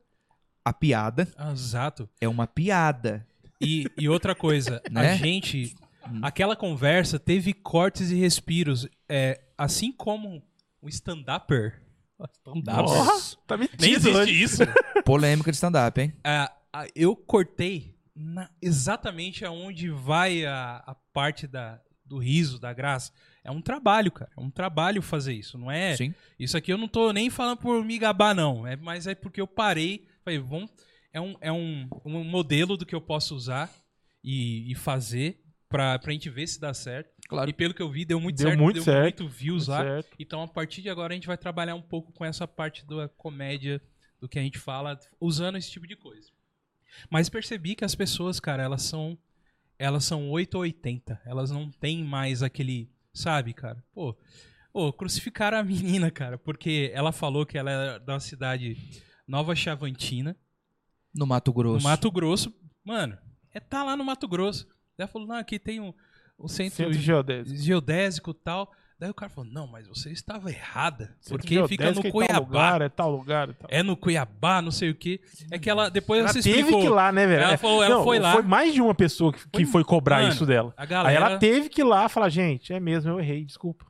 a piada. Ah, Exato. É uma piada. E, e outra coisa, a Né? gente. Hum. Aquela conversa teve cortes e respiros. É, assim como um stand-upper. Stand-upper. Nossa, tá metido. Nem hoje. existe isso. Polêmica de stand-up, hein? Ah, ah, eu cortei na- exatamente aonde vai a, a parte da, do riso, da graça. É um trabalho, cara. É um trabalho fazer isso. Não é. Sim. Isso aqui eu não tô nem falando por me gabar, não. É, mas é porque eu parei. Falei, vamos. É um, é um, um modelo do que eu posso usar e, e fazer pra, pra gente ver se dá certo. Claro. E pelo que eu vi, deu muito Deu certo. muito deu certo. muito views lá. Tá Certo. Então, a partir de agora, a gente vai trabalhar um pouco com essa parte da comédia, do que a gente fala, usando esse tipo de coisa. Mas percebi que as pessoas, cara, elas são elas são 8 ou 80. Elas não têm mais aquele, sabe, cara? Pô, ô, crucificaram a menina, cara, porque ela falou que ela é da cidade Nova Chavantina, No Mato Grosso. no Mato Grosso. Mano, é tá lá no Mato Grosso. Ela falou, não, aqui tem um, um centro, Centro geodésico. geodésico e tal. Daí o cara falou, não, mas você estava errada, Centro porque fica geodésico no em Tal Cuiabá. lugar, é tal lugar, é tal. É no Cuiabá, não sei o quê. É que ela, depois Ela ela se teve explicou. que ir lá, né, velho? Ela É, falou, ela não, foi lá. Foi mais de uma pessoa que, que foi cobrar Mano, isso dela. A galera, Aí ela teve que ir lá falar, gente, é mesmo, eu errei, desculpa.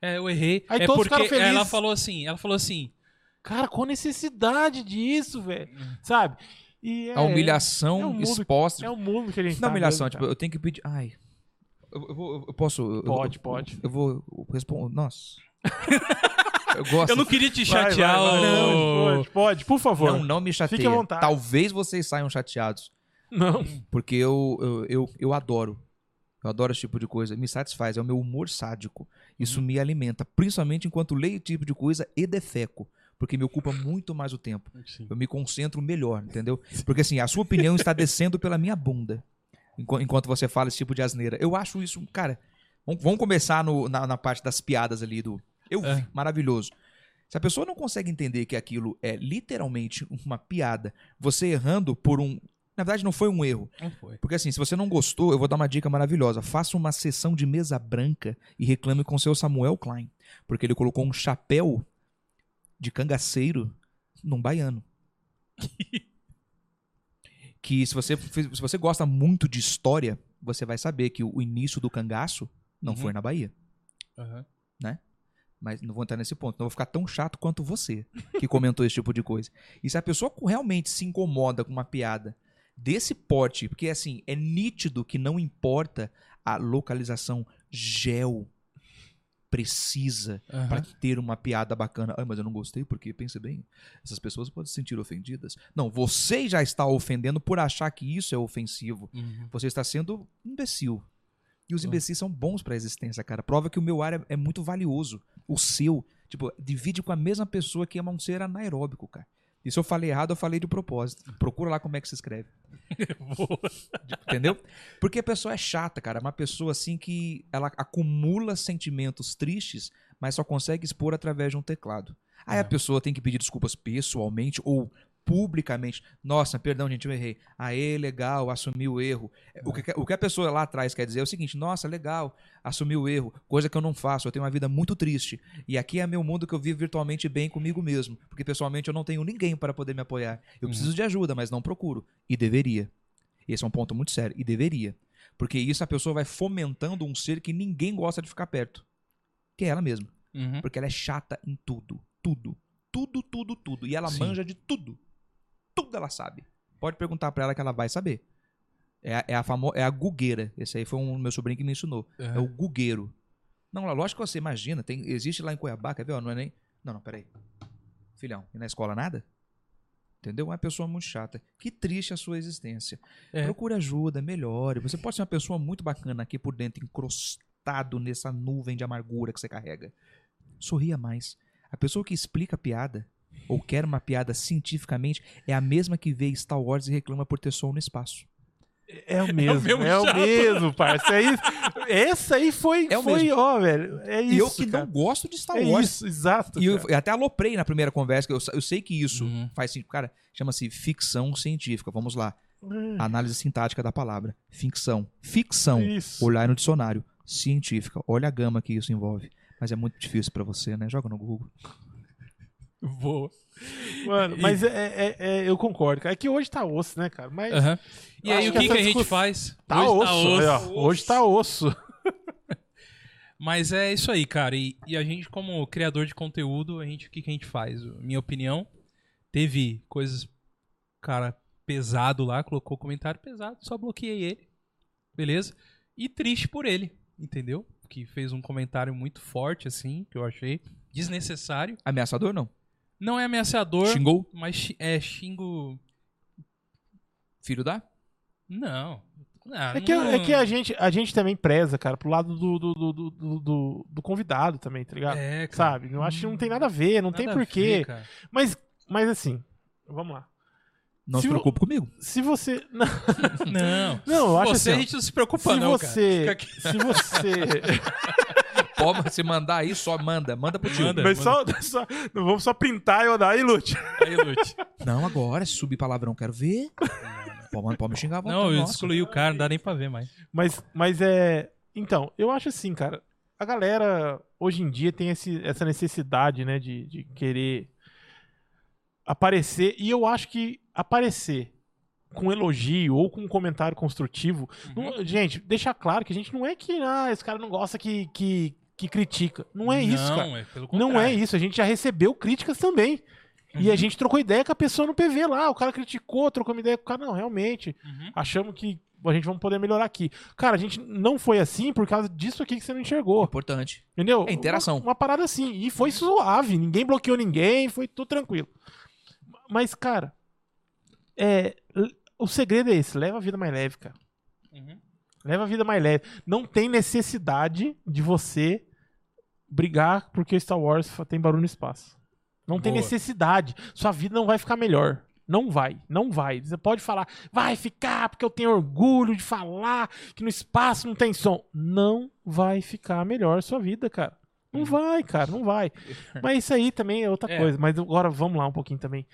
é, eu errei. Aí é todos porque ficaram felizes. ela falou assim, ela falou assim, Cara, qual a necessidade disso, velho? Sabe? E é, A humilhação é um mundo- exposta. É o mundo que a gente Não, tá humilhação, mesmo, tipo, eu tenho que pedir. Ai. Eu, eu vou- eu posso. eu- eu- Pode, pode. Eu vou. Eu respondo. Nossa. eu gosto. eu não queria te cara. Vai, vai, chatear, vai, ô- não, pode, pode, por favor. Não, não me chateia. Fique à vontade. Talvez vocês saiam chateados. Não. Porque eu, eu, eu, eu adoro. Eu adoro esse tipo de coisa. Me satisfaz. É o meu humor sádico. Isso Uhum. me alimenta. Principalmente enquanto leio esse tipo de coisa e defeco. Porque me ocupa muito mais o tempo. Eu me concentro melhor, entendeu? Porque assim, a sua opinião está descendo pela minha bunda. enqu- Enquanto você fala esse tipo de asneira. Eu acho isso, cara. vamos- Vamos começar no- na, na parte das piadas ali do. Eu vi, É. maravilhoso. Se a pessoa não consegue entender que aquilo é literalmente uma piada, você errando por um. Na verdade, não foi um erro. Não foi. Porque assim, se você não gostou, eu vou dar uma dica maravilhosa. Faça uma sessão de mesa branca e reclame com seu Samuel Klein. Porque ele colocou um chapéu de cangaceiro num baiano. que se você, fez- se você gosta muito de história, você vai saber que o início do cangaço não Uhum. foi na Bahia. Aham. Mas não vou entrar nesse ponto. Não vou ficar tão chato quanto você que comentou esse tipo de coisa. E se a pessoa co- realmente se incomoda com uma piada desse porte, porque assim, é nítido que não importa a localização gel precisa Aham. para ter uma piada bacana. Ah, mas eu não gostei porque, pense bem, essas pessoas podem se sentir ofendidas. Não, você já está ofendendo por achar que isso é ofensivo. Uhum. Você está sendo um imbecil. E os Ah. imbecis são bons para a existência, cara. Prova que o meu ar é, é muito valioso. O seu. Tipo, divide com a mesma pessoa que ama um ser anaeróbico, cara. E se eu falei errado, eu falei de propósito. Procura lá como é que se escreve. Entendeu? Porque a pessoa é chata, cara. É uma pessoa assim que ela acumula sentimentos tristes, mas só consegue expor através de um teclado. Aí É. a pessoa tem que pedir desculpas pessoalmente ou publicamente. Nossa, perdão, gente, eu errei. Aê, legal, assumi o erro. É, É. O, que, o que a pessoa lá atrás quer dizer é o seguinte: nossa, legal, assumi o erro, coisa que eu não faço, eu tenho uma vida muito triste. E aqui é meu mundo que eu vivo virtualmente bem comigo mesmo, porque pessoalmente eu não tenho ninguém para poder me apoiar. Eu Uhum. preciso de ajuda, mas não procuro. E deveria. Esse é um ponto muito sério. E deveria. Porque isso a pessoa vai fomentando um ser que ninguém gosta de ficar perto. Que é ela mesma. Uhum. Porque ela é chata em tudo. Tudo. Tudo, tudo, tudo. E ela Sim. manja de tudo. Tudo ela sabe. Pode perguntar pra ela que ela vai saber. É a, é a, famo- é a gugueira. Esse aí foi um meu sobrinho que me ensinou. É o gugueiro. Não, lá, lógico que você imagina. Tem, existe lá em Cuiabá, quer ver? ó, Não é nem... Não, não, peraí. Filhão, e na escola nada? Entendeu? É Uma pessoa muito chata. Que triste a sua existência. É. Procure ajuda, melhore. Você pode ser uma pessoa muito bacana aqui por dentro, encrostado nessa nuvem de amargura que você carrega. Sorria mais. A pessoa que explica a piada ou quer uma piada cientificamente é a mesma que vê Star Wars e reclama por ter som no espaço. É o mesmo, é mesmo o, chato. mesmo, parça. É isso. Essa aí foi, É o foi mesmo. ó, velho. É isso, e eu que cara. não gosto de Star É Wars. isso, exato. E eu, cara. eu até aloprei na primeira conversa, que eu, sa- eu sei que isso Uhum. faz sentido. Cara, chama-se ficção científica. Vamos lá. É, Análise sintática da palavra. Ficção. Ficção. isso. Olhar no dicionário. Científica. Olha a gama que isso envolve. Mas é muito difícil pra você, né? Joga no Google. Boa. Mano, mas é, é- é- eu concordo, cara. É que hoje tá osso, né, cara? Mas Aham. E Eu aí, acho o que que, que essa a gente discuss- faz? tá Hoje osso. Hoje tá osso. Hoje tá osso. Mas é isso aí, cara. E, e a gente, como criador de conteúdo, a gente, o que, que a gente faz? Minha opinião, teve coisas, cara, pesado lá, colocou comentário pesado, só bloqueei ele. Beleza? E triste por ele, entendeu? Que fez um comentário muito forte, assim, que eu achei desnecessário. Ameaçador, não. Não é ameaçador, Xingou? mas xi- é xingo. Filho da? Não. Ah, É que, não- é que a, gente, a gente também preza, cara, pro lado do, do, do, do- do- do- do convidado também, tá ligado? É, cara. Sabe? Eu acho que não tem nada a ver, não tem Nada a ver, porquê. cara. Mas, mas assim, vamos lá. Não Se se o- preocupe comigo. Se você. Não, Não. eu acho você, a assim. ó, gente não se preocupa, Se não, você. cara. Fica Se você. Pode se mandar aí, só manda. Manda pro tio. Manda. Mas só, só- não vamos só pintar e olhar aí, Lute. aqui. Aí, Lute. Não, agora, se subir palavrão, quero ver. Pode, pode me xingar à vontade. Não, eu nossa. excluí o cara, não dá nem pra ver mais. Mas, mas é. Então, eu acho assim, cara. A galera hoje em dia tem esse- essa necessidade, né, de, de querer aparecer. E eu acho que aparecer com elogio ou com um comentário construtivo. não- gente, deixar claro que a gente não é que. Ah, esse cara não gosta que, que, que critica. Não é isso, cara. Não, é pelo contrário. Não é isso, a gente já recebeu críticas também. E Uhum. a gente trocou ideia com a pessoa no PV lá. O cara criticou, trocou uma ideia com o cara. Não, realmente, Uhum. achamos que a gente vamos poder melhorar aqui. Cara, a gente não foi assim por causa disso aqui que você não enxergou. Importante. Entendeu? É interação. Uma, uma parada assim. E foi suave, ninguém bloqueou ninguém, foi tudo tranquilo. Mas, cara, é, l- o segredo é esse: leva a vida mais leve, cara. Uhum. Leva a vida mais leve. Não tem necessidade de você brigar porque Star Wars fa- tem barulho no espaço. Não tem Boa. necessidade. Sua vida não vai ficar melhor. Não vai, não vai. Você pode falar, vai ficar porque eu tenho orgulho de falar que no espaço não tem som. Não vai ficar melhor a sua vida, cara. Não vai, cara, não vai. Mas isso aí também é outra Uhum. É. coisa. Mas agora vamos lá um pouquinho também.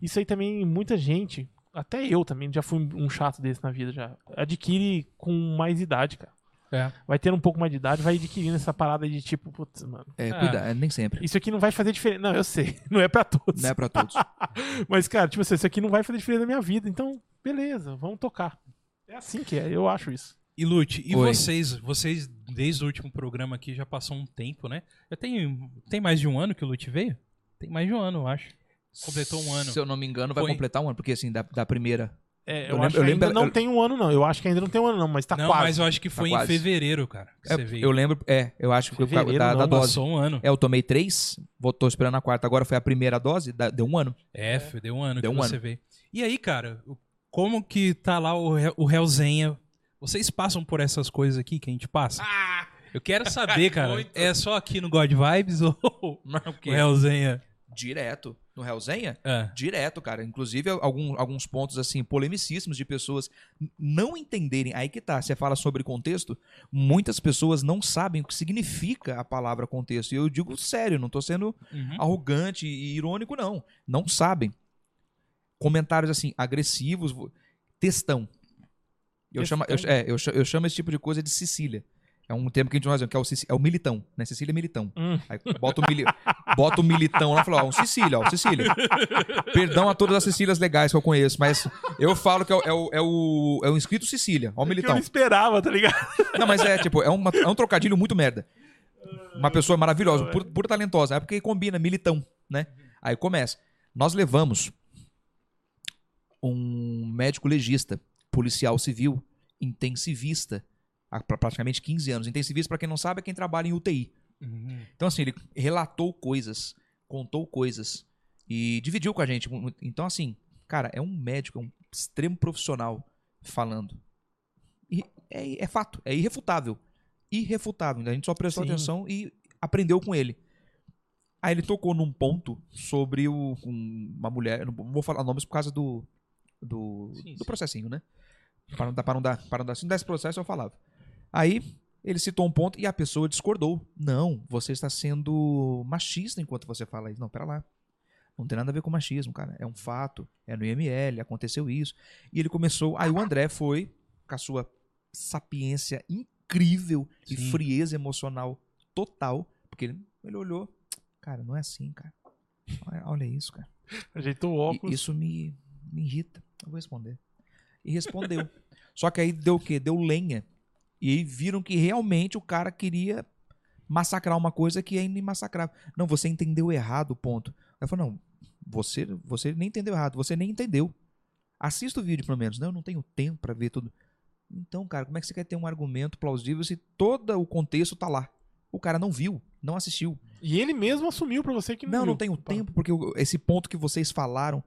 Isso aí também, muita gente, até eu também, já fui um chato desse na vida já. Adquire com mais idade, cara. É. Vai tendo um pouco mais de idade, vai adquirindo essa parada de tipo, putz, mano, É, Ah. cuida, é, nem sempre. isso aqui não vai fazer diferença. Não, eu sei, não é pra todos. Né? Não é pra todos. Mas, cara, tipo assim, isso aqui não vai fazer diferença na minha vida, então, beleza, vamos tocar. É assim que é, eu acho isso. E Lute, e Oi. vocês? Vocês, desde o último programa aqui, já passou um tempo, né? Já tem, tem mais de um ano que o Lute veio? Tem mais de um ano, eu acho. Completou um ano. Se eu não me engano, vai Foi. completar um ano, porque assim, da, da primeira. É, eu, Eu lembro- acho eu que lembro- ainda não eu- tem um ano, não. Eu acho que ainda não tem um ano, não, mas tá não, quase. mas eu acho que foi em quase. fevereiro, cara, que É, você veio. eu lembro, é, eu acho que eu- Fevereiro, da, da não, dose. Passou um ano. É, eu tomei três, vou, tô esperando a quarta, agora foi a primeira dose, da- deu um ano. É, foi, deu um ano Deu que um você veio. E aí, cara, o- como que tá lá o, Hel- o Helzenha? Vocês passam por essas coisas aqui que a gente passa? Ah! Eu quero saber, cara, é só aqui no God Vibes ou o Helzenha? Direto. No Hellzenha? É. Direto, cara. Inclusive, algum, alguns pontos, assim, polemicíssimos de pessoas n- não entenderem. Aí que tá, você fala sobre contexto, muitas pessoas não sabem o que significa a palavra contexto. E eu digo sério, não tô sendo Uhum. arrogante e irônico, não. Não sabem. Comentários assim, agressivos, vo- textão. Eu Textão? chamo, eu, ch- é, eu, ch- eu chamo esse tipo de coisa de Sicília. É um termo que a gente usa, que é o, Sici- é o militão, né? Sicília é militão. Hum. Aí bota o, mili, bota o militão lá e fala, ó, um Sicília, ó, um Sicília. Perdão a todas as Sicílias legais que eu conheço, mas eu falo que é o, é o, é o, é o inscrito Sicília, ó o Que eu militão. não esperava, tá ligado? Não, mas é tipo, é, uma- é um trocadilho muito merda. Uma pessoa maravilhosa, pura, pura talentosa. É porque combina, militão, né? Aí começa. Nós levamos um médico legista, policial civil, intensivista, há pra- praticamente 15 anos. Intensivista, pra quem não sabe, é quem trabalha em UTI. Uhum. Então, assim, ele relatou coisas, contou coisas e dividiu com a gente. Mu- mu- Então, assim, cara, é um médico, é um extremo profissional falando. E é, é fato, é irrefutável. Irrefutável. A gente só prestou Sim. atenção e aprendeu com ele. Aí ele tocou num ponto sobre o- um- uma mulher. eu Não vou falar nomes por causa do. Do, Sim, do sim. processinho, né? Para não, dar, para, não dar, para não dar. Se não desse processo, eu falava. Aí ele citou um ponto e a pessoa discordou. Não, você está sendo machista enquanto você fala isso. Não, pera lá. Não tem nada a ver com machismo, cara. É um fato. É no IML, aconteceu isso. E ele começou. Aí o André foi, com a sua sapiência incrível e Sim. frieza emocional total, porque ele, ele olhou. Cara, não é assim, cara. Olha, olha isso, cara. Ajeitou o E óculos. isso me, me irrita. Eu vou responder. E respondeu. Só que aí deu o quê? Deu lenha. E aí viram que realmente o cara queria massacrar uma coisa que ainda massacrava. Não, você entendeu errado, ponto. Aí falou, não, você, você nem entendeu errado, você nem entendeu. Assista o vídeo, pelo menos. Não, eu não tenho tempo pra ver tudo. Então, cara, como é que você quer ter um argumento plausível se todo o contexto tá lá? O cara não viu, não assistiu. E ele mesmo assumiu pra você que não. Não, viu. não tenho tempo, porque eu- esse ponto que vocês falaram,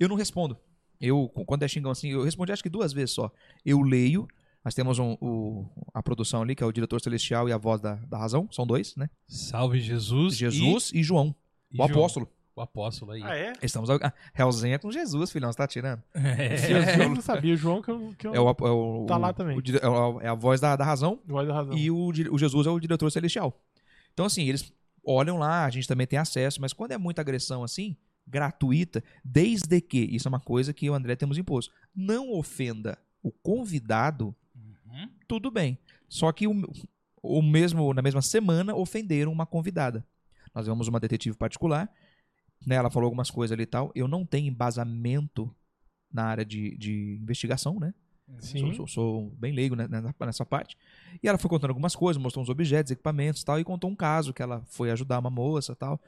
eu não respondo. Eu, qu- quando é xingão assim, eu respondi acho que duas vezes só. Eu leio, nós temos um- o- a produção ali, que é o diretor celestial e a voz da, da razão, são dois, né? Salve Jesus. e- Jesus e, João, e o João. apóstolo. O apóstolo aí. Ah, é? Estamos. Ah, Helzinha com Jesus, filhão, você tá tirando. É. Jesus, eu não sabia. O João que eu. Que eu... É o. ap- É o Tá lá o- também. o dire- é o- é a voz da, da razão Voz da razão. e o, di- o Jesus é o diretor celestial. Então, assim, eles olham lá, a gente também tem acesso, mas quando é muita agressão assim, gratuita, desde que, isso é uma coisa que eu e o André temos imposto, não ofenda o convidado, Uhum. tudo bem. Só que o, o mesmo na mesma semana ofenderam uma convidada. Nós vemos uma detetive particular, né, ela falou algumas coisas ali e tal, eu não tenho embasamento na área de, de investigação, né? Sou, Sim. sou- sou bem leigo né, né, nessa parte. E ela foi contando algumas coisas, mostrou uns objetos, equipamentos e tal, e contou um caso que ela foi ajudar uma moça e tal.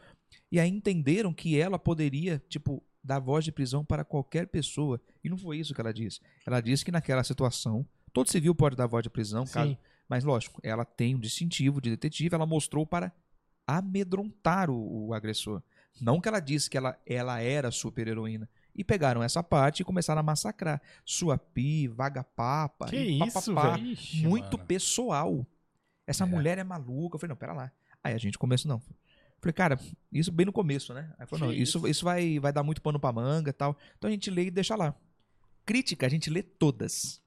E aí entenderam que ela poderia, tipo, dar voz de prisão para qualquer pessoa. E não foi isso que ela disse. Ela disse que naquela situação, todo civil pode dar voz de prisão, caso Sim. mas lógico, ela tem um distintivo de detetive, ela mostrou para amedrontar o, o agressor. Não que ela disse que ela, ela era super heroína. E pegaram essa parte e começaram a massacrar. Suapi, vaga-papa. Que e isso, papapá. velho. Ixi, Muito mano. pessoal. Essa É. mulher é maluca. Eu falei, não, pera lá. Aí a gente começou, não. Falei, cara, isso bem no começo, né? Aí falou, não, Que isso, isso vai, vai dar muito pano pra manga e tal. Então a gente lê e deixa lá. Crítica, a gente lê todas.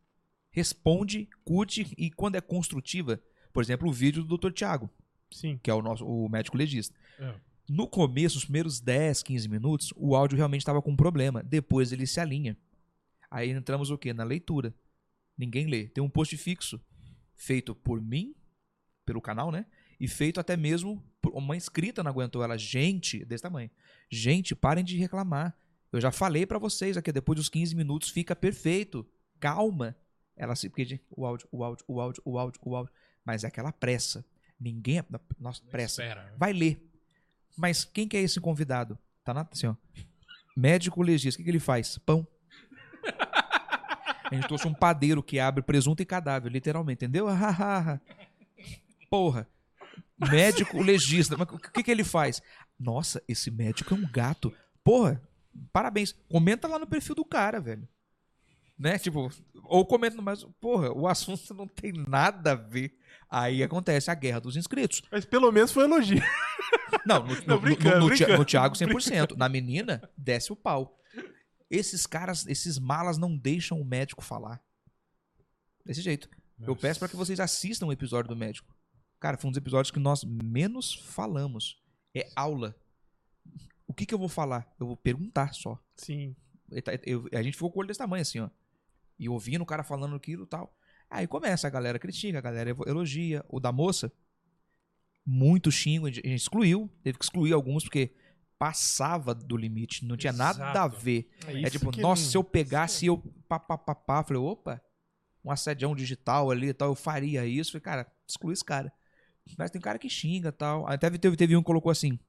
Responde, curte e quando é construtiva, por exemplo, o vídeo do Dr. Tiago, Sim. que é o nosso o médico legista. É. No começo, os primeiros 10, 15 minutos, o áudio realmente estava com um problema. Depois ele se alinha. Aí entramos o quê? Na leitura. Ninguém lê. Tem um post fixo feito por mim, pelo canal, né? E feito até mesmo por uma inscrita não aguentou ela. Gente, desse tamanho. Gente, parem de reclamar. Eu já falei pra vocês aqui, depois dos 15 minutos fica perfeito. Calma. Ela se porque gente, o áudio, o áudio, o áudio, o áudio, o áudio, mas é aquela pressa. Ninguém, nossa, pressa. Espera. Vai ler. Mas quem que é esse convidado? Tá na assim, ó. Médico legista, o que, que ele faz? Pão. A gente trouxe um padeiro que abre presunto e cadáver, literalmente, entendeu? Ah, ah, ah. Porra. Médico legista, mas o que, que ele faz? Nossa, esse médico é um gato. Porra, parabéns. Comenta lá no perfil do cara, velho. Né? Tipo, ou comenta, mas, porra, o assunto não tem nada a ver. Aí acontece a guerra dos inscritos. Mas pelo menos foi um elogio. Não, no, no, brincando, no- no Thi- brincando. no Thiago 100%. Na menina, desce o pau. Esses caras, esses malas não deixam o médico falar. Desse jeito. Eu peço pra que vocês assistam o episódio do médico. Cara, foi um dos episódios que nós menos falamos. É aula. O que, que eu vou falar? Eu vou perguntar só. Sim. Ele tá- eu- a gente ficou com o olho desse tamanho, assim, ó. E ouvindo o cara falando aquilo e tal. Aí começa, a galera critica, a galera evo- elogia. O da moça, muito xingo, a gente a gente excluiu. Teve que excluir alguns, porque passava do limite, não tinha nada a Exato. ver. é isso tipo, que nossa, não- se eu pegasse, eu pá, pá, pá, pá. Falei, opa, um assedião digital ali e tal, eu faria isso. Falei, cara, exclui esse cara. Mas tem cara que xinga e tal. Até teve, teve um que colocou assim,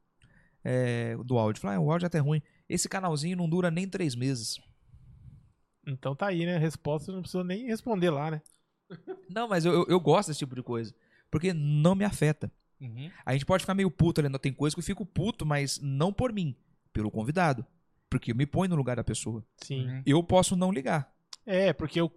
é, do áudio. Falei, ah, o áudio é até ruim. Esse canalzinho não dura nem três meses. Então tá aí, né? Resposta não precisa nem responder lá, né? Não, mas eu, eu, eu gosto desse tipo de coisa. Porque não me afeta. Uhum. A gente pode ficar meio puto ali, não tem coisa que eu fico puto, mas não por mim, pelo convidado. Porque eu me põe no lugar da pessoa. Sim. Uhum. Eu posso não ligar. É, porque eu.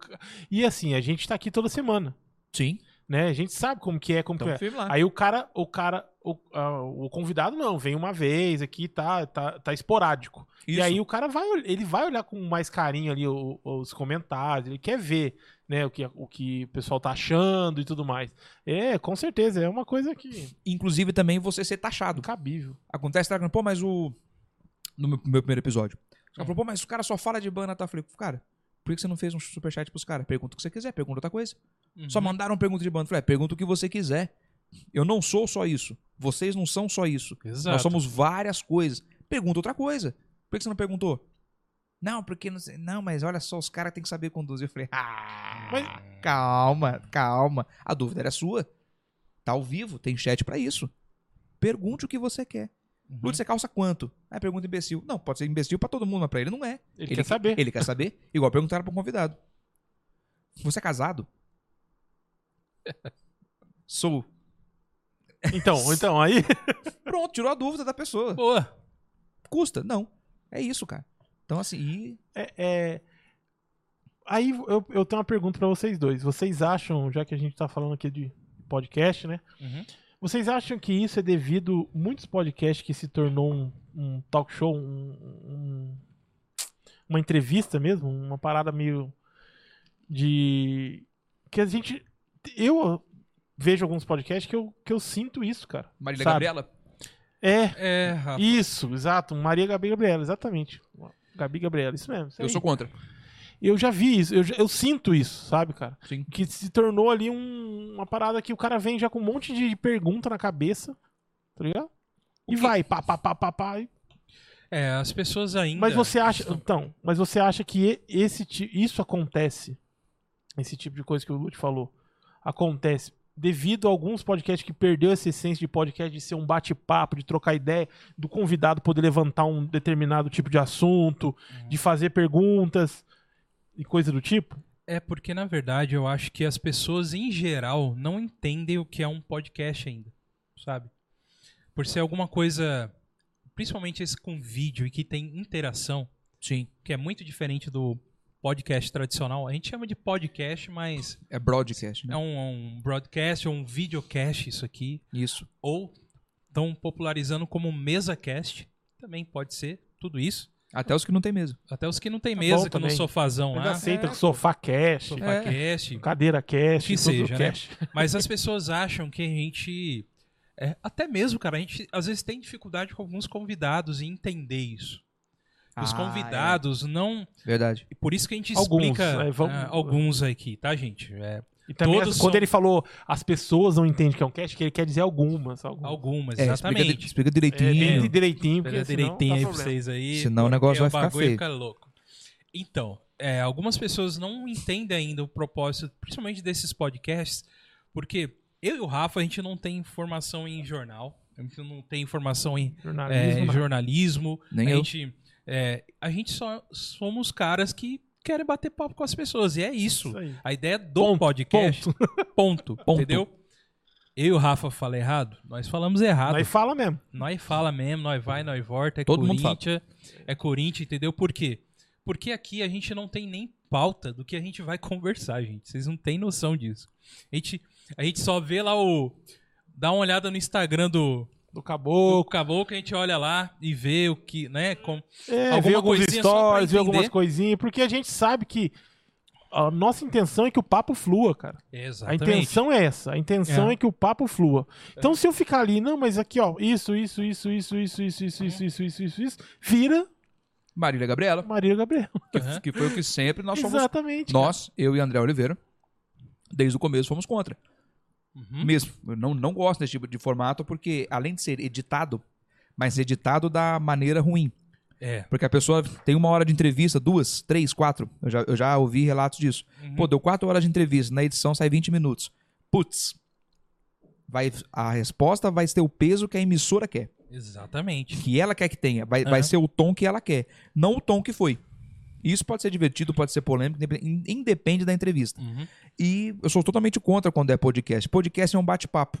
E assim, a gente tá aqui toda semana, Sim. né? A gente sabe como que é, como Então que é. firme lá. Aí o cara, o cara O, ah, o convidado não, vem uma vez aqui, tá, tá, tá esporádico. Isso. E aí o cara vai, ol- ele vai olhar com mais carinho ali o- os comentários, ele quer ver, né, o que, o que o pessoal tá achando e tudo mais. É, com certeza, é uma coisa que Inclusive também você ser taxado. cabível. Acontece, tá? Pô, mas o. No meu, meu primeiro episódio. O cara falou, pô, mas o cara só fala de banda, tá? Eu falei, cara, por que você não fez um superchat pros caras? Pergunta o que você quiser, pergunta outra coisa. Só mandaram pergunta de banda. Eu falei, é, pergunta o que você quiser. Eu não sou só isso. Vocês não são só isso. Exato. Nós somos várias coisas. Pergunta outra coisa. Por que você não perguntou? Não, porque não sei. Não, mas olha só, os caras têm que saber conduzir. Eu falei, ah, Mas- calma, calma. A dúvida era sua. Tá ao vivo, tem chat pra isso. Pergunte o que você quer. Uhum. Lúcio, você calça quanto? Aí pergunta imbecil. Não, pode ser imbecil pra todo mundo, mas pra ele não é. Ele, quer saber. Ele quer saber, igual perguntaram pro convidado. Você é casado? Sou. Então, então aí Pronto, tirou a dúvida da pessoa. Boa. Custa? Não. É isso, cara. Então, assim, e é, é- aí eu, eu tenho uma pergunta pra vocês dois. Vocês acham, já que a gente tá falando aqui de podcast, né? Uhum. Vocês acham que isso é devido muitos podcasts que se tornou um, um talk show, um- um- uma entrevista mesmo, uma parada meio de que a gente eu vejo alguns podcasts que eu, que eu sinto isso, cara. Marília sabe? Gabriela? É, É, rapaz. isso, exato. Maria Gabi Gabriela, exatamente. Gabi Gabriela, isso mesmo. isso Eu aí. sou contra. Eu já vi isso, eu, já- eu sinto isso, sabe, cara? Sim. Que se tornou ali um- uma parada que o cara vem já com um monte de pergunta na cabeça, tá ligado? E vai, pá, pá, pá, pá, pá. e- É, as pessoas ainda. Mas você acha. estão- Então, mas você acha que e- esse, ti- isso acontece? Esse tipo de coisa que o Lute falou. Acontece. Devido a alguns podcasts que perdeu essa essência de podcast, de ser um bate-papo, de trocar ideia, do convidado poder levantar um determinado tipo de assunto, de fazer perguntas e coisa do tipo? É porque, na verdade, eu acho que as pessoas, em geral, não entendem o que é um podcast ainda, sabe? Por ser alguma coisa, principalmente esse com vídeo e que tem interação, Sim. que é muito diferente do podcast tradicional. A gente chama de podcast, mas É broadcast, né? é um, um broadcast ou um videocast isso aqui. Isso. Ou estão popularizando como mesacast, também pode ser, tudo isso. Até os que não tem mesa. Até os que não tem Tá mesa, bom que também. no sofazão Ainda lá, É. aceita é. que sofá cash, sofacast, cadeira cash, Que tudo seja, né? cash. Mas as pessoas acham que a gente. é, até mesmo, cara, a gente às vezes tem dificuldade com alguns convidados em entender isso. Os Ah, convidados não. é. né, Verdade. e Por isso que a gente Alguns, explica é, vamos- ah, alguns aqui, tá, gente? É, E também Todos as- quando são- ele falou as pessoas não entendem que é um cash, que ele quer dizer algumas. algumas. algumas, É, Explica, di- exatamente. explica É, bem direitinho. direitinho, porque Pera senão é direitinho dá aí pra problema. vocês aí. Senão o porque negócio vai ficar é, bagulho feio. Fica louco. Então, é, algumas pessoas não entendem ainda o propósito, principalmente desses podcasts, porque eu e o Rafa, a gente não tem informação em jornal, a gente não tem informação em Jornalismo, é, né? jornalismo. Nem a, eu. Gente, é, a gente só somos caras que querem bater papo com as pessoas. E é isso. Isso aí. A ideia do Ponto, podcast. Ponto. ponto, Entendeu? Eu e o Rafa falei errado? Nós falamos errado. Aí Nós, fala mesmo. fala mesmo, nós vai, nós volta. É Todo mundo fala. Corinthians. É Corinthians, entendeu? Por quê? Porque aqui a gente não tem nem pauta do que a gente vai conversar, gente. Vocês não têm noção disso. A gente, a gente só vê lá o. Dá uma olhada no Instagram do, Do o caboclo. caboclo a gente olha lá e vê o que, né? Como... É, Alguma vê alguns coisinha só pra stories, vê algumas entender. coisinhas, porque a gente sabe que a nossa intenção é que o papo flua, cara. Exatamente. A intenção é essa. A intenção é. É. que o papo flua. Então, se eu ficar ali, não, mas aqui, ó, isso, isso, isso, isso, isso, isso, isso, isso, isso, isso, isso, isso, vira Marília Gabriela, Maria Gabriel. que, Aham. que foi o que sempre nós fomos. Exatamente. cara. Nós, eu e André Oliveira, desde o começo fomos contra. Uhum. Mesmo. Eu não, não gosto desse tipo de formato, porque além de ser editado, mas editado da maneira ruim. É. Porque a pessoa tem uma hora de entrevista, duas, três, quatro. Eu já, eu já ouvi relatos disso. Uhum. Pô, deu quatro horas de entrevista, na edição sai 20 minutos. Putz. Vai, a resposta vai ter o peso que a emissora quer, Exatamente. que ela quer que tenha. Vai, Aham. vai ser o tom que ela quer, não o tom que foi. Isso pode ser divertido, pode ser polêmico, independe- in- independe da entrevista. Uhum. E eu sou totalmente contra quando é podcast. Podcast é um bate-papo.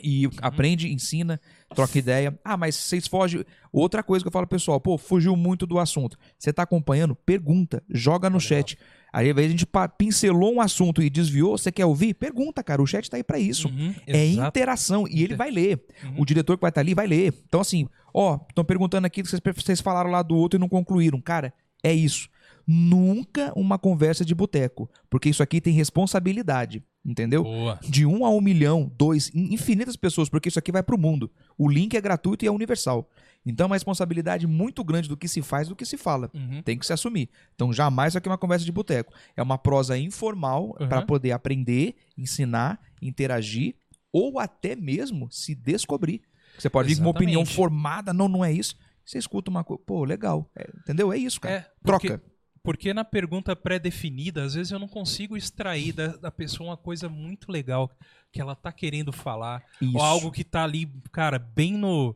E aprende, ensina, troca ideia. Ah, mas vocês fogem. É Outra coisa que eu falo, pessoal, pô, fugiu muito do assunto. Você tá acompanhando? Pergunta, joga no chat. Aí, às vezes, a gente pa- pincelou um assunto e desviou. Você quer ouvir? Pergunta, cara. O chat tá aí pra isso. Uhum, É exato. interação. E ele Inter- vai ler. Uhum. O diretor que vai estar ali vai ler. Então, assim, ó, estão perguntando aqui que vocês, vocês falaram lá do outro e não concluíram. Cara, é isso. Nunca uma conversa de boteco. Porque isso aqui tem responsabilidade. Entendeu? Boa. De um a um milhão, dois, in- infinitas pessoas, porque isso aqui vai pro mundo. O link é gratuito e é universal. Então é uma responsabilidade muito grande do que se faz e do que se fala. Uhum. Tem que se assumir. Então jamais isso aqui é uma conversa de boteco. É uma prosa informal Uhum. pra para poder aprender, ensinar, interagir ou até mesmo se descobrir. Você pode vir com uma Exatamente. opinião formada, não, não é isso. Você escuta uma coisa, pô, legal. É, entendeu? É isso, cara. É, porque- Troca. Porque na pergunta pré-definida, às vezes eu não consigo extrair da, da pessoa uma coisa muito legal que ela tá querendo falar. Isso. Ou algo que tá ali, cara, bem no.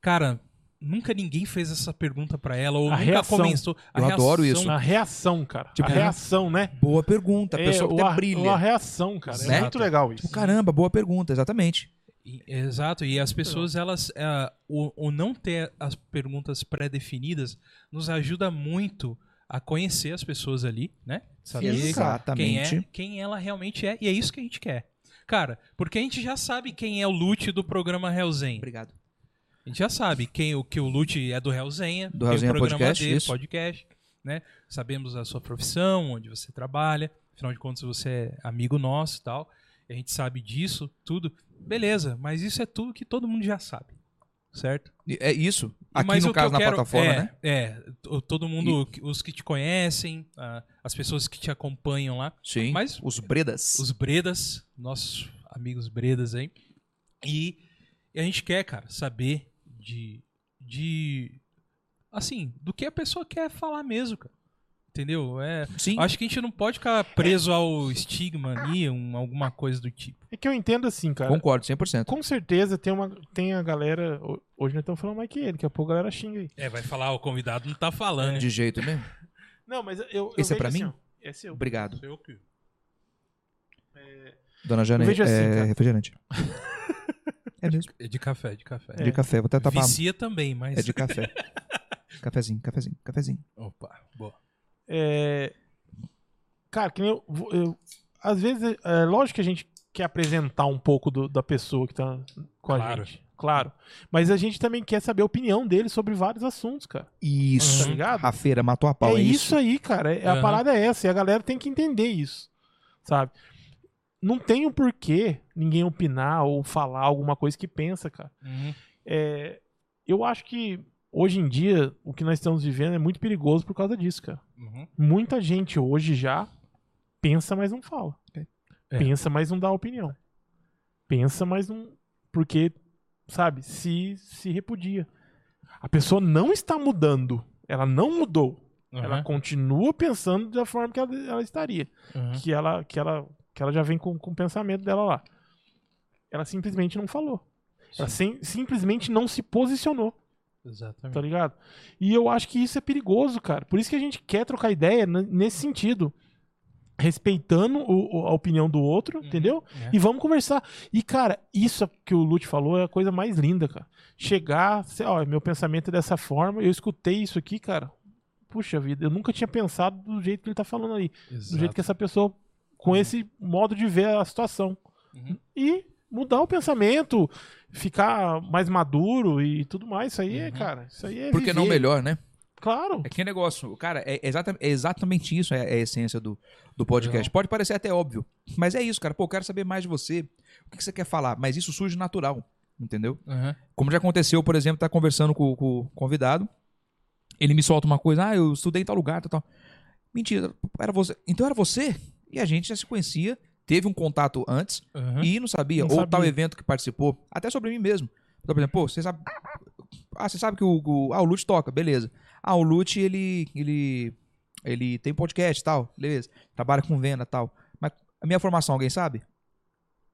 Cara, nunca ninguém fez essa pergunta pra ela, ou A nunca reação. começou. Eu adoro A reação, cara. Tipo, a reação, né? Boa pergunta. A É, pessoa o até a, brilha. Tipo, a reação, cara. É Né? muito legal isso. Caramba, boa pergunta, exatamente. E- exato, e as pessoas, elas. é, o, o não ter as perguntas pré-definidas nos ajuda muito a conhecer as pessoas ali, né? Saber quem, Exatamente. é, quem ela realmente é, e é isso que a gente quer. Cara, porque a gente já sabe quem é o Lute do programa Hellzen. Obrigado. A gente já sabe quem o que o Lute é do Hellzenha, Do tem o Hellzenha programa Podcast, dele, isso. podcast, né? Sabemos a sua profissão, onde você trabalha, afinal de contas você é amigo nosso, e tal. E a gente sabe disso, tudo. Beleza, mas isso é tudo que todo mundo já sabe. Certo? E- É isso. Aqui Mas no o que caso eu na quero- plataforma, é, né? É, t- todo mundo, que- os que te conhecem, ah, as pessoas que te acompanham lá, Sim. Mas- os bredas. os Bredas, nossos amigos Bredas aí. E a gente quer, cara, saber de. de assim, do que a pessoa quer falar mesmo, cara. Entendeu? É, Sim. acho que a gente não pode ficar preso ao estigma ali, um, alguma coisa do tipo. É que eu entendo assim, cara. Concordo, 100%. Com certeza tem, uma, tem a galera. ho- Hoje nós estamos falando mais que ele, daqui a pouco a galera xinga aí. É, vai falar, o convidado não tá falando. De jeito mesmo. Não, mas eu. eu Esse é vejo pra assim, mim? ó. É seu. Obrigado. Sei o que. Dona Jana, Eu vejo assim, é cara. refrigerante. é mesmo. É de café, de café. De café. Vou até tapar. Vicia também, mas. É de café. cafezinho, cafezinho, cafezinho. Opa, boa. É, Cara, que nem eu, eu- Às vezes, é lógico que a gente quer apresentar um pouco do- da pessoa que tá com Claro. a gente. Claro. Mas a gente também quer saber a opinião dele sobre vários assuntos, cara. Isso. Tá ligado? A feira matou a pau. é É, isso aí, cara. É, Aham. A parada é essa. E a galera tem que entender isso. Sabe? Não tem o um porquê ninguém opinar ou falar alguma coisa que pensa, cara. Uhum. É, eu acho que hoje em dia o que nós estamos vivendo é muito perigoso por causa disso, cara. Uhum. Muita gente hoje já pensa, mas não fala. É. Pensa, mas não dá opinião. Pensa, mas não. Porque, sabe, se, se repudia. A pessoa não está mudando. Ela não mudou. Ela Uhum. continua pensando da forma que ela, ela estaria. Uhum. Que, ela, que, ela, que ela já vem com, com o pensamento dela lá. Ela simplesmente não falou. Ela sem- simplesmente não se posicionou tá Exatamente. ligado? E eu acho que isso é perigoso, cara. Por isso que a gente quer trocar ideia n- nesse sentido. Respeitando o- o- a opinião do outro, Uhum. entendeu? É. E vamos conversar. E, cara, isso que o Lute falou é a coisa mais linda, cara. Chegar, sei, ó, meu pensamento é dessa forma, eu escutei isso aqui, cara. Puxa vida, eu nunca tinha pensado do jeito que ele tá falando ali. Do Exato. jeito que essa pessoa, Uhum. com esse modo de ver a situação. Uhum. E mudar o pensamento, ficar mais maduro e tudo mais. Isso aí é, Uhum. cara, isso aí é. Porque não viver. melhor, né? Claro. É que negócio, cara, é exata- é exatamente isso é é a essência do, do podcast. Legal. Pode parecer até óbvio, mas é isso, cara. Pô, eu quero saber mais de você. O que que você quer falar? Mas isso surge natural, entendeu? Uhum. Como já aconteceu, por exemplo, tá conversando com, com o convidado, ele me solta uma coisa, ah, eu estudei em tal lugar, tal, tal. Mentira, era você. Então era você? E a gente já se conhecia, teve um contato antes Uhum. e não sabia. Não Ou sabia. tal evento que participou, até sobre mim mesmo. Então, por exemplo, pô, você sabe. Ah, você sabe que o, o- ah, o Lute toca, beleza. Ah, o Lute, ele. ele. ele tem podcast e tal, beleza. Trabalha com venda e tal. Mas a minha formação, alguém sabe?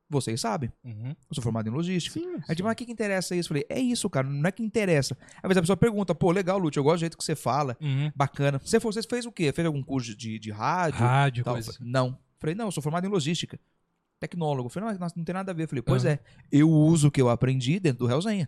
Vocês sabem? Uhum. Eu sou formado em logística. Sim. Aí, tipo, mas o que, que interessa isso? Eu falei, é isso, cara, não é que interessa. Às vezes a pessoa pergunta, pô, legal, Lute, eu gosto do jeito que você fala, Uhum. bacana. Você, foi- você fez o quê? Fez algum curso de, de rádio? Rádio, É tal? coisa. Eu falei, Não. Eu Falei, não, eu sou formado em logística. Tecnólogo. Eu Falei, não, mas não tem nada a ver. Eu Falei, pois Aham. é, eu uso o que eu aprendi dentro do Realzenha.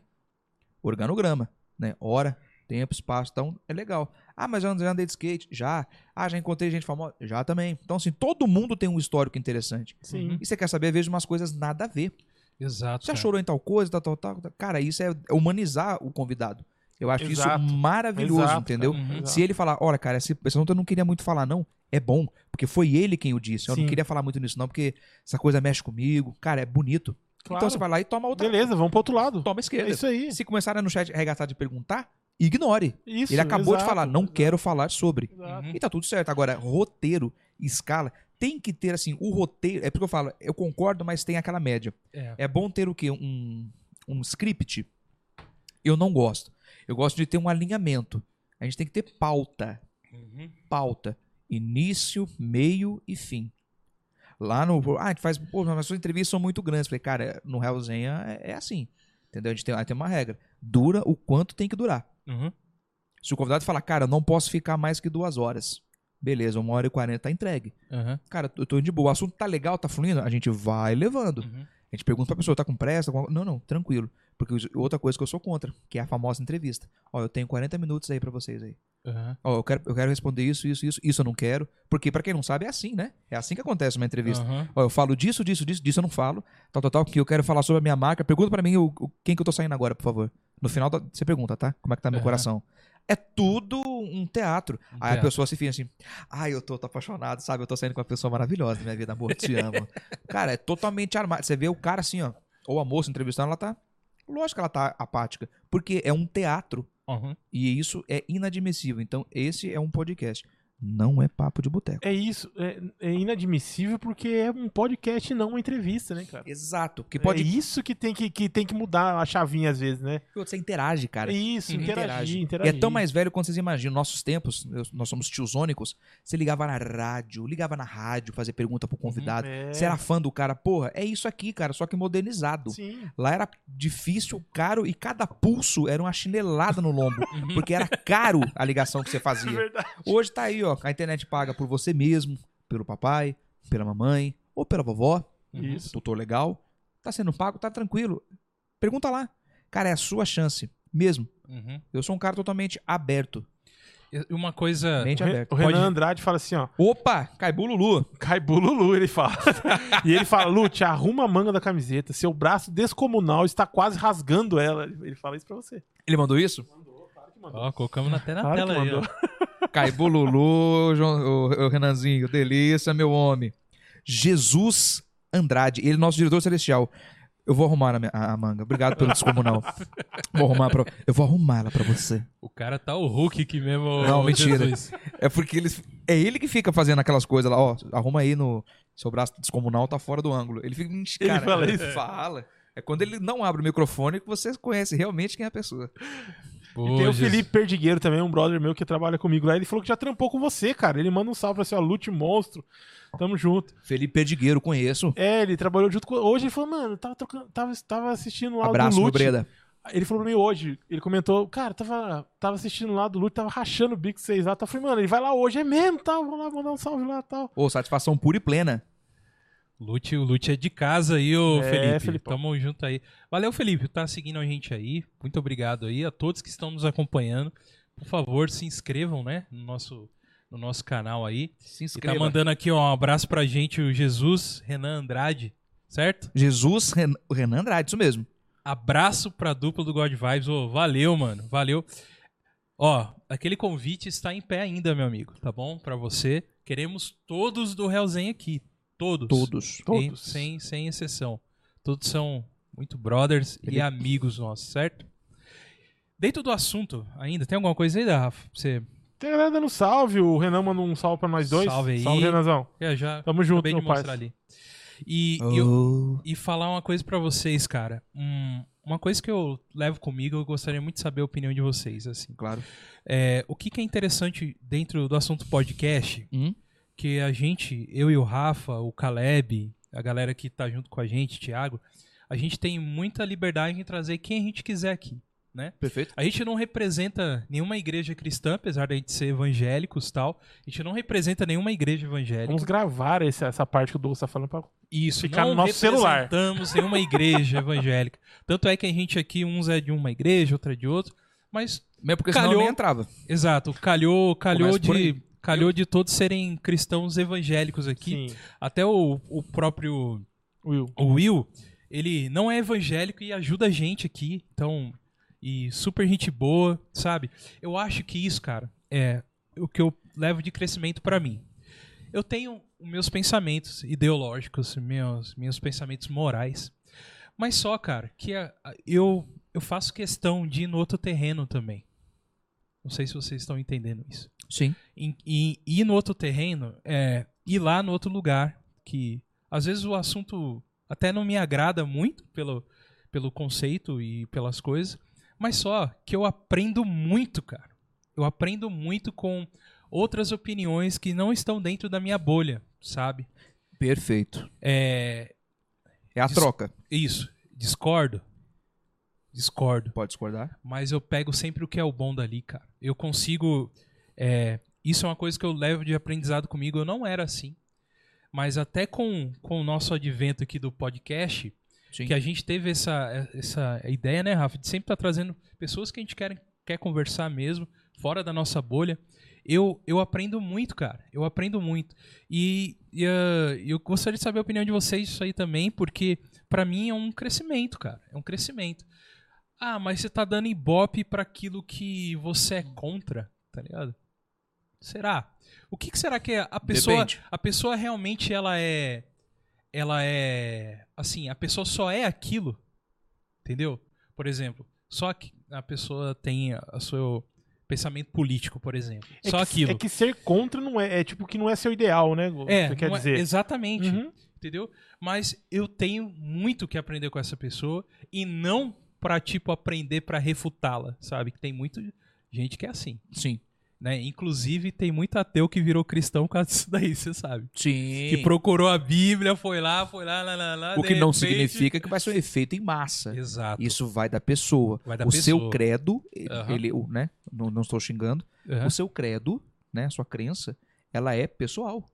Organograma, né? Hora, Tempo, espaço, então é legal. Ah, mas eu já andei de skate? Já. Ah, já encontrei gente famosa? Já também. Então, assim, todo mundo tem um histórico interessante. Sim. E você quer saber, às vezes, umas coisas nada a ver. Exato. Você cara. chorou em tal coisa, tal, tal, tal. tal. Cara, isso é é humanizar o convidado. Eu acho Exato. isso é maravilhoso, Exato, é, entendeu? cara. Uhum. Exato. Se ele falar, olha, cara, esse esse assunto eu não queria muito falar, não, é bom, porque foi ele quem o disse. Eu Sim. não queria falar muito nisso, não, porque essa coisa mexe comigo. Cara, é bonito. Claro. Então você vai lá e toma outra. Beleza, vamos pro outro lado. É Toma a esquerda. isso aí. Se começarem no chat a regaçar de perguntar, ignore. Isso, ele acabou de exato, falar, não exato, quero falar sobre. exato. Uhum. E tá tudo certo. Agora, roteiro, escala, tem que ter, assim, o roteiro. É porque eu falo, eu concordo, mas tem aquela média. É. É bom ter o quê? Um, um script? Eu não gosto. Eu gosto de ter um alinhamento. A gente tem que ter pauta. Uhum. Pauta. Início, meio e fim. Lá no. Ah, a gente faz. Pô, mas as suas entrevistas são muito grandes. Falei, cara, no Hellzinha é, é assim. Entendeu? A gente tem, aí tem uma regra. Dura o quanto tem que durar. Uhum. Se o convidado falar, cara, eu não posso ficar mais que duas horas. Beleza, uma hora e quarenta tá entregue. Uhum. Cara, eu tô indo de boa. O assunto tá legal, tá fluindo? A gente vai levando. Uhum. A gente pergunta pra pessoa, tá com pressa? Com- Não, não, tranquilo. Porque os- outra coisa que eu sou contra, que é a famosa entrevista. Ó, eu tenho 40 minutos aí pra vocês aí. Uhum. Ó, eu quero, eu quero responder isso, isso, isso, isso eu não quero. Porque pra quem não sabe é assim, né? É assim que acontece uma entrevista. Uhum. Ó, eu falo disso, disso, disso, disso eu não falo. Tal, tal, tal, que eu quero falar sobre a minha marca. Pergunta pra mim o, o- quem que eu tô saindo agora, por favor. No final da- você pergunta, tá? Como é que tá meu Aham. coração? É tudo um teatro. Um Aí teatro. a pessoa se fica assim, ai, eu tô, tô apaixonado, sabe? Eu tô saindo com uma pessoa maravilhosa na minha vida, amor, te amo. cara, é totalmente armado. Você vê o cara assim, ó, ou a moça entrevistando, ela tá. Lógico que ela tá apática, porque é um teatro. Uhum. E isso é inadmissível. Então, esse é um podcast. Não é papo de boteco. É isso, é, é inadmissível porque é um podcast e não uma entrevista, né, cara? Exato. Porque É pode. isso que tem que, que tem que mudar a chavinha às vezes, né? Você interage, cara. É isso, Uhum. interagir, E é interagir. tão mais velho quanto vocês imaginam. Nossos tempos, eu- nós somos tiozônicos. Você ligava na rádio, ligava na rádio, fazer pergunta pro convidado. É, Você era fã do cara, porra, é isso aqui, cara, só que um modernizado. Sim, Lá era difícil, caro e cada pulso era uma chinelada no lombo, Uhum. porque era caro a ligação que você é fazia. verdade. Hoje tá aí, ó, a internet paga por você mesmo, pelo papai, pela mamãe ou pela vovó Uhum. Isso. tutor legal, tá sendo pago, tá tranquilo. Pergunta lá. Cara, é a sua chance, mesmo. Uhum. Eu sou um cara totalmente aberto. E Uma coisa. Mente O Re- aberta. O Renan Pode- Andrade fala assim, ó. Opa, Caibu Lulu. Caibu Lulu, ele fala. e ele fala, Lute, arruma a manga da camiseta. Seu braço descomunal está quase rasgando ela. Ele fala isso pra você. Ele mandou isso? Ó, colocamos até na Claro que tela aí. ó. Caibu Lulu, João- o, o Renanzinho, delícia, meu homem. Jesus Andrade, ele é nosso diretor celestial. Eu vou arrumar a, minha- a- a manga. Obrigado pelo descomunal. Vou arrumar pra, eu vou arrumar ela pra você. O cara tá o Hulk aqui mesmo. Não, ô, mentira. Jesus. É porque eles. É ele que fica fazendo aquelas coisas lá, ó. Arruma aí no. Seu braço descomunal tá fora do ângulo. Ele fica. "Ixi, Ele Cara, fala isso? Fala. É quando ele não abre o microfone que você conhece realmente quem é a pessoa. Pô, E tem o Jesus. Felipe Perdigueiro também, um brother meu que trabalha comigo lá. Ele falou que já trampou com você, cara. Ele manda um salve pra você, ó, Lute Monstro. Tamo junto. Felipe Perdigueiro, conheço. É, ele trabalhou junto com. Hoje ele falou, mano, eu tava, trocando- tava, tava assistindo lá Abraço, do meu Lute. Breda. Ele falou pra mim hoje, ele comentou, cara, tava, tava assistindo lá do Lute, tava rachando o bico vocês lá. Tá, eu falei, mano, ele vai lá hoje, é mesmo, tal, vou lá mandar um salve lá tal. Ô, satisfação pura e plena. Lute, o Lute é de casa aí, ô É, Felipe. Felipão. Tamo junto aí. Valeu, Felipe, tá seguindo a gente aí. Muito obrigado aí a todos que estão nos acompanhando. Por favor, se inscrevam, né, no nosso, no nosso canal aí. Se E tá inscreva. mandando aqui, ó, um abraço pra gente, o Jesus Renan Andrade, certo? Jesus Ren- o Renan Andrade, isso mesmo. Abraço pra dupla do God Vibes. Ô, valeu, mano, valeu. Ó, aquele convite está em pé ainda, meu amigo, tá bom? Pra você. Queremos todos do Hellzen aqui. Todos. Todos. Sem- Todos. Sem, sem exceção. Todos são muito brothers e Ele- amigos nossos, certo? Dentro do assunto ainda, tem alguma coisa aí, Rafa? Você Tem a galera dando salve, o Renan mandou um salve pra nós dois. Salve aí. Salve, Renanzão. eu já Tamo junto, acabei de meu mostrar parceiro. Ah. ali. E, e eu- Oh. e falar uma coisa pra vocês, cara. Hum, uma coisa que eu levo comigo, eu gostaria muito de saber a opinião de vocês, assim. Claro. É, o que, que é interessante dentro do assunto podcast, Hum? que a gente, eu e o Rafa, o Caleb, a galera que tá junto com a gente, Thiago, a gente tem muita liberdade em trazer quem a gente quiser aqui. Perfeito. A gente não representa nenhuma igreja cristã, apesar de a gente ser evangélicos e tal. A gente não representa nenhuma igreja evangélica. Vamos gravar esse- essa parte que o Douglas tá falando pra. Isso, Ficar não no nosso celular. representamos nenhuma igreja evangélica. Tanto é que a gente aqui, uns é de uma igreja, outro é de outro, mas Mesmo porque senão eu Calhou. nem entrava. Exato, calhou, calhou Começa por de calhou de todos serem cristãos evangélicos aqui. Sim. Até o, o próprio Will. o Will, ele não é evangélico e ajuda a gente aqui, então e super gente boa, sabe? Eu acho que isso, cara, é o que eu levo de crescimento pra mim. Eu tenho os meus pensamentos ideológicos, meus meus pensamentos morais, mas só, cara, que a- a- eu eu faço questão de ir no outro terreno também. Não sei se vocês estão entendendo isso Sim. em- e ir no outro terreno, é, ir lá no outro lugar, que às vezes o assunto até não me agrada muito pelo, pelo conceito e pelas coisas, mas só que eu aprendo muito, cara. Eu aprendo muito com outras opiniões que não estão dentro da minha bolha, sabe? Perfeito. É, É a Dis- troca. isso, discordo. Discordo. Pode discordar? mas eu pego sempre o que é o bom dali, cara. Eu consigo. é, isso é uma coisa que eu levo de aprendizado comigo. Eu não era assim. Mas até com, com o nosso advento aqui do podcast, Sim. que a gente teve essa, essa ideia, né, Rafa, de sempre estar trazendo pessoas que a gente quer, quer conversar mesmo, fora da nossa bolha. Eu, eu aprendo muito, cara. Eu aprendo muito. E, e, ah, eu gostaria de saber a opinião de vocês disso aí também, porque pra mim é um crescimento, cara. É um crescimento. Ah, mas você tá dando ibope pra aquilo que você é contra, tá ligado? Será? O que, que será que é a pessoa Depende. a pessoa realmente ela é ela é assim a pessoa só é aquilo entendeu por exemplo só que a pessoa tem a- o seu pensamento político por exemplo É só que, aquilo É que ser contra não é, é tipo que não é seu ideal, né? É, você quer não é- dizer. exatamente Uhum. entendeu mas eu tenho muito que aprender com essa pessoa e não pra, tipo aprender pra refutá-la sabe que tem muito gente que é assim Sim. né inclusive tem muito ateu que virou cristão por causa disso daí você sabe Sim. que procurou a Bíblia, foi lá, foi lá, lá, lá, lá O que de não repente- significa que vai ser um efeito em massa. Exato. Isso vai da pessoa. Vai da o seu pessoa. credo, e- Aham. ele, o- né? Não, não estou xingando. Aham. O seu credo, né? A sua crença, ela é pessoal.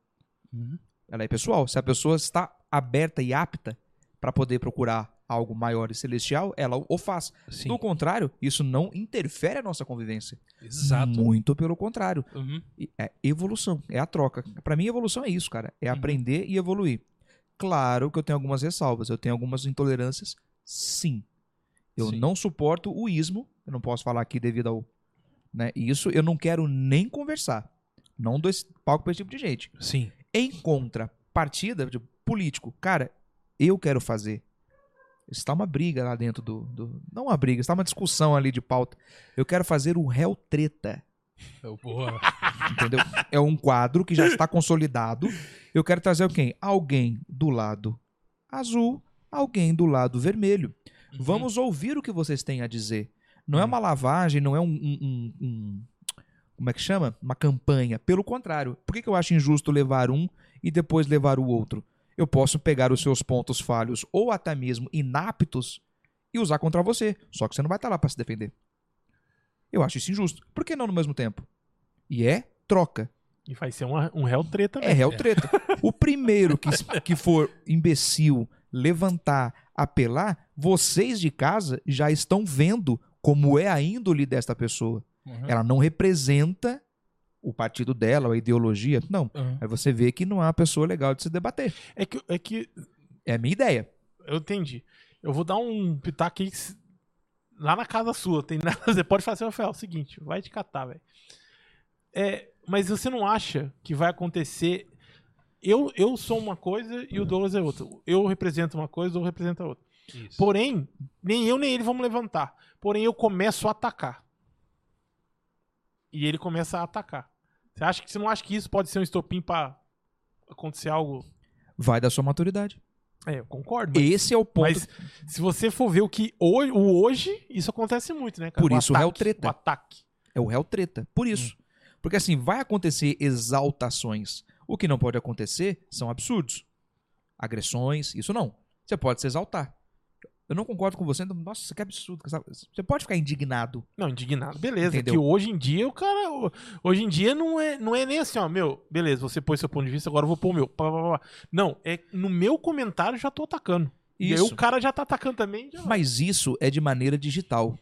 Uhum. Ela é pessoal. Se a pessoa está aberta e apta para poder procurar algo maior e celestial, ela o faz. Sim. Do contrário, isso não interfere a nossa convivência. Exato. Muito pelo contrário. Uhum. E É evolução, é a troca. Pra mim, evolução é isso, cara. É Uhum. aprender e evoluir. Claro que eu tenho algumas ressalvas, eu tenho algumas intolerâncias, sim. Eu Sim. não suporto o ismo, eu não posso falar aqui devido ao. Né? Isso eu não quero nem conversar. Não dou esse palco pra esse tipo de gente. Sim. Em contrapartida, de político, cara, eu quero fazer. Está uma briga lá dentro do, do- Não uma briga, está uma discussão ali de pauta. Eu quero fazer o réu treta. Eu- Boa. Entendeu? É um quadro que já está consolidado. Eu quero trazer quem? Alguém do lado azul, alguém do lado vermelho. Uhum. Vamos ouvir o que vocês têm a dizer. Não é Uhum. uma lavagem, não é um, um- um- um- Como é que chama? Uma campanha. Pelo contrário. Por que, que eu acho injusto levar um e depois levar o outro? Eu posso pegar os seus pontos falhos ou até mesmo inaptos e usar contra você. Só que você não vai estar lá para se defender. Eu acho isso injusto. Por que não no mesmo tempo? E é troca. E vai ser uma- um réu treta É mesmo. réu treta. O primeiro que, que for imbecil levantar, apelar, vocês de casa já estão vendo como é a índole desta pessoa. Hum. Uhum. Ela não representa o partido dela, a ideologia. Não. Uhum. Aí você vê que não é uma pessoa legal de se debater. É, que, é que. É a minha ideia. Eu entendi. Eu vou dar um pitaco aí que se- lá na casa sua. Tem nada. Você pode fazer, Rafael, é o seguinte, vai te catar, velho. É, mas você não acha que vai acontecer. Eu, eu sou uma coisa e o Douglas é outra. Eu represento uma coisa, o Douglas representa outra. Isso. Porém, nem eu nem ele vamos levantar. Porém, eu começo a atacar. E ele começa a atacar. Você acha que você não acha que isso pode ser um estopim pra acontecer algo? Vai da sua maturidade. É, eu concordo. Mas, Esse é o ponto. mas se você for ver o que hoje, o hoje, isso acontece muito, né, cara? Por isso é o réu ataque, treta. O ataque. É o réu treta. Por isso. Hum. Porque assim, vai acontecer exaltações. O que não pode acontecer são absurdos. Agressões, isso não. Você pode se exaltar. Eu não concordo com você. então, Nossa, que absurdo. sabe? Você pode ficar indignado. Não, indignado. Beleza, Entendeu? que hoje em dia o cara. o- Hoje em dia não é, não é nem assim, ó, meu, beleza, você pôs seu ponto de vista, agora eu vou pôr o meu. Pá, pá, pá, pá. Não, é no meu comentário eu já tô atacando. E aí Isso. o cara já tá atacando também. já- Mas isso é de maneira digital.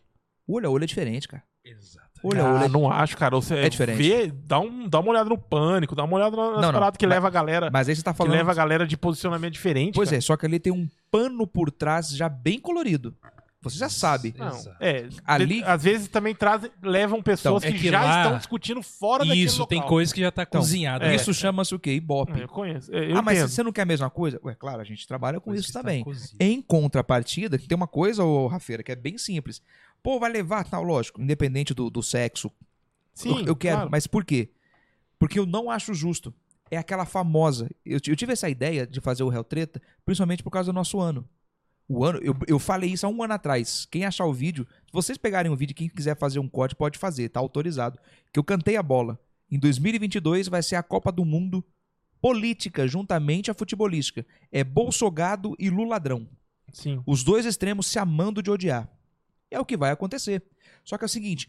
O olho a olho é diferente, cara. Exato. Olha, ah, olha. não acho, cara. Você É diferente. Vê, dá, um, dá uma olhada no pânico, dá uma olhada nas Não, não, paradas que mas- leva a galera. Mas aí você tá Que falando. leva a galera de posicionamento diferente. Pois cara. é, só que ali tem um pano por trás já bem colorido. Você já sabe. Não, Exato. é. Ali- de- às vezes também trazem, levam pessoas Então, é que, que já lá- estão discutindo fora daquele Isso, tem local. coisa que já tá Então, cozinhada. é. né? Isso chama-se o quê? Ibope. É, Eu conheço. Eu, eu ah, mas entendo. tá você não quer a mesma coisa? Ué, claro, a gente trabalha com Coisa isso que tá está também. cozida. Em contrapartida, que tem uma coisa, ô Rafeira, que é bem simples. Pô, vai levar tal, lógico, independente do, do sexo. Sim, eu, eu quero, claro. mas por quê? Porque eu não acho justo. É aquela famosa. Eu, ti- eu tive essa ideia de fazer o Hell Treta, principalmente por causa do nosso ano. O ano, eu, eu falei isso há um ano atrás. Quem achar o vídeo, se vocês pegarem o vídeo, quem quiser fazer um corte pode fazer, tá autorizado. Que eu cantei a bola. Em 2022 vai ser a Copa do Mundo política, juntamente à futebolística. É Bolsogado e Luladrão. Sim. Os dois extremos se amando de odiar. É o que vai acontecer. Só que é o seguinte,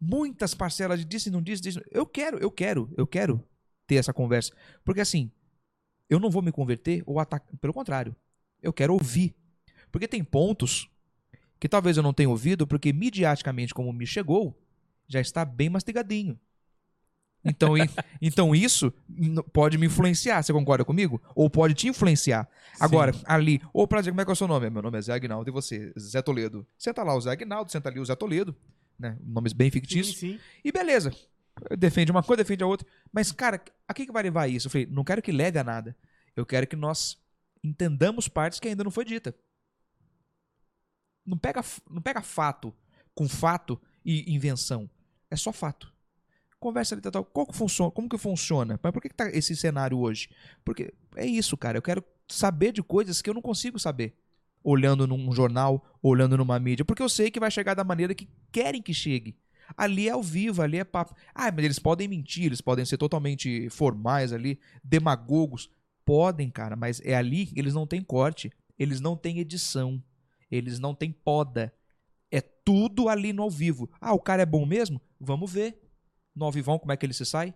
muitas parcelas de disse não disse, disse, eu quero, eu quero, eu quero ter essa conversa, porque assim, eu não vou me converter ou atacar, pelo contrário, eu quero ouvir. Porque tem pontos que talvez eu não tenha ouvido, porque midiaticamente como me chegou, já está bem mastigadinho. Então, e- então isso n- pode me influenciar, você concorda comigo? Ou pode te influenciar. Agora, ali, ô prazer, como é que é o seu nome? Meu nome é Zé Agnaldo e você, Zé Toledo. Senta lá o Zé Agnaldo, senta ali o Zé Toledo, né? Nomes bem fictícios. Sim, sim. E beleza. Defende uma coisa, defende a outra. Mas, cara, a que, que vai levar isso? Eu falei, não quero que leve a nada. Eu quero que nós entendamos partes que ainda não foi dita. Não pega, f- não pega fato com fato e invenção. É só fato. Conversa ali, tal, tal. Qual que funciona? Como que funciona? Mas por que, que tá esse cenário hoje? Porque é isso, cara. Eu quero saber de coisas que eu não consigo saber. Olhando num jornal, olhando numa mídia. Porque eu sei que vai chegar da maneira que querem que chegue. Ali é ao vivo, ali é papo. Ah, mas eles podem mentir, eles podem ser totalmente formais ali, demagogos. Podem, cara, mas é ali que eles não têm corte, eles não têm edição, eles não têm poda. É tudo ali no ao vivo. Ah, o cara é bom mesmo? Vamos ver. No ao vivão, como é que ele se sai?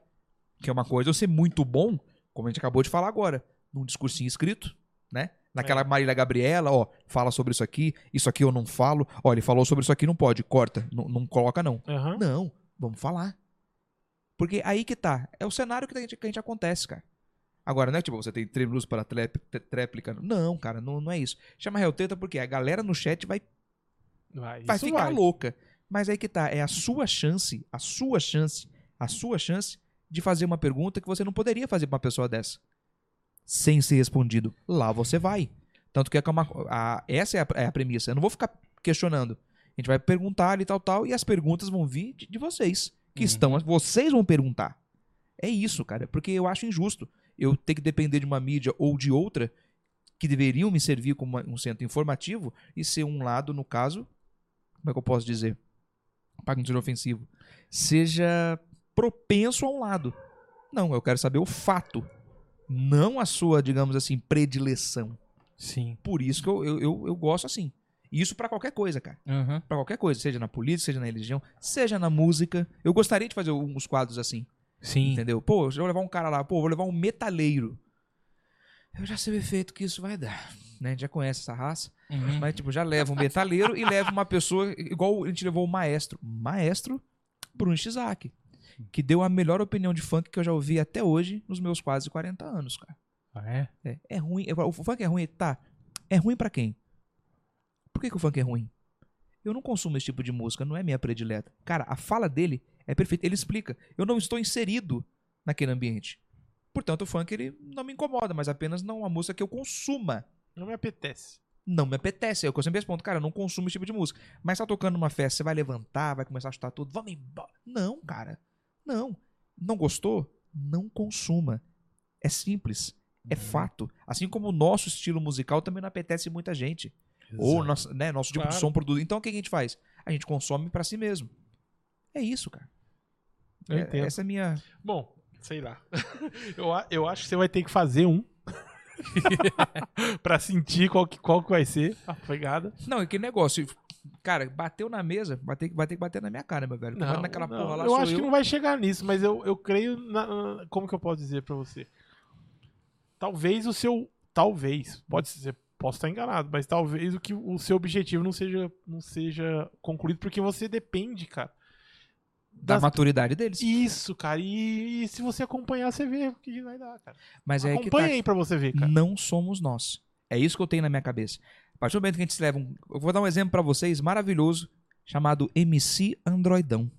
Que é uma coisa eu ser muito bom, como a gente acabou de falar agora, num discursinho escrito, né? Naquela Marília Gabriela, ó, fala sobre isso aqui, isso aqui eu não falo. Ó, ele falou sobre isso aqui, não pode, corta, não, não coloca não. Aham. Não, vamos falar. Porque aí que tá. É o cenário que a gente, que a gente acontece, cara. Agora, não é tipo, você tem três minutos para trép- tré- tréplica. Não, cara, não, não é isso. Chama Real Treta porque a galera no chat vai, Vai, vai Ah, isso ficar vai. louca. Mas aí que tá. É a sua chance, a sua chance, a sua chance de fazer uma pergunta que você não poderia fazer pra uma pessoa dessa. Sem ser respondido. Lá você vai. Tanto que é uma, a- essa é a, é a premissa. Eu não vou ficar questionando. A gente vai perguntar ali tal, tal, e as perguntas vão vir de, de vocês. Que Uhum. estão. Vocês vão perguntar. É isso, cara. Porque eu acho injusto eu ter que depender de uma mídia ou de outra que deveriam me servir como uma- um centro informativo e ser um lado, no caso, como é que eu posso dizer? Para que não seja ofensivo. Seja propenso a um lado. Não, eu quero saber o fato. Não a sua, digamos assim, predileção. Sim. Por isso que eu, eu, eu, eu gosto assim. E Isso pra qualquer coisa, cara. Aham. Pra qualquer coisa, seja na política, seja na religião, seja na música. Eu gostaria de fazer uns quadros assim, Sim. entendeu? Pô, eu vou levar um cara lá, pô, eu vou levar um metaleiro. Eu já sei o efeito que isso vai dar, né? A gente já conhece essa raça. Uhum. Mas, tipo, já leva um metaleiro e leva uma pessoa, igual a gente levou o maestro. Maestro Bruno Isaac, que deu a melhor opinião de funk que eu já ouvi até hoje nos meus quase 40 anos, cara. Ah, é? É, é ruim. Eu falo, O funk é ruim, tá? É ruim pra quem? Por que, que o funk é ruim? Eu não consumo esse tipo de música, não é minha predileta. Cara, a fala dele é perfeita. Ele explica. Eu não estou inserido naquele ambiente. Portanto, o funk ele não me incomoda, mas apenas não é uma música que eu consuma Não me apetece. não me apetece. É o que eu sempre respondo, cara, eu não consumo esse tipo de música. Mas tá tocando numa festa, você vai levantar, vai começar a chutar tudo, vamos embora. Não, cara. Não. Não gostou? Não consuma. É simples. É fato. Assim como o nosso estilo musical também não apetece muita gente. Ou Exato. nosso, né, nosso tipo de Claro. som produto. Então o que a gente faz? A gente consome pra si mesmo. É isso, cara. Eu É- entendo. essa é a minha. Bom, sei lá. eu, a- eu acho que você vai ter que fazer um. pra sentir qual que, qual que vai ser a pegada. Não, é que negócio. Cara, bateu na mesa, vai ter, que- vai ter que bater na minha cara, meu velho. Porque naquela não, porra lá eu sou acho eu. que não vai chegar nisso, mas eu, eu creio. na- na- como que eu posso dizer pra você? Talvez o seu. Talvez. Pode ser. Posso estar enganado, mas talvez o que o seu objetivo não seja, não seja concluído, porque você depende, cara, da Das- maturidade deles. Isso, cara. E, e se você acompanhar, você vê o que vai dar, cara. Mas é aí que tá. Acompanha aí pra você ver, cara. Não somos nós. É isso que eu tenho na minha cabeça. A partir do momento que a gente se leva um. Eu vou dar um exemplo pra vocês maravilhoso, chamado MC Androidão.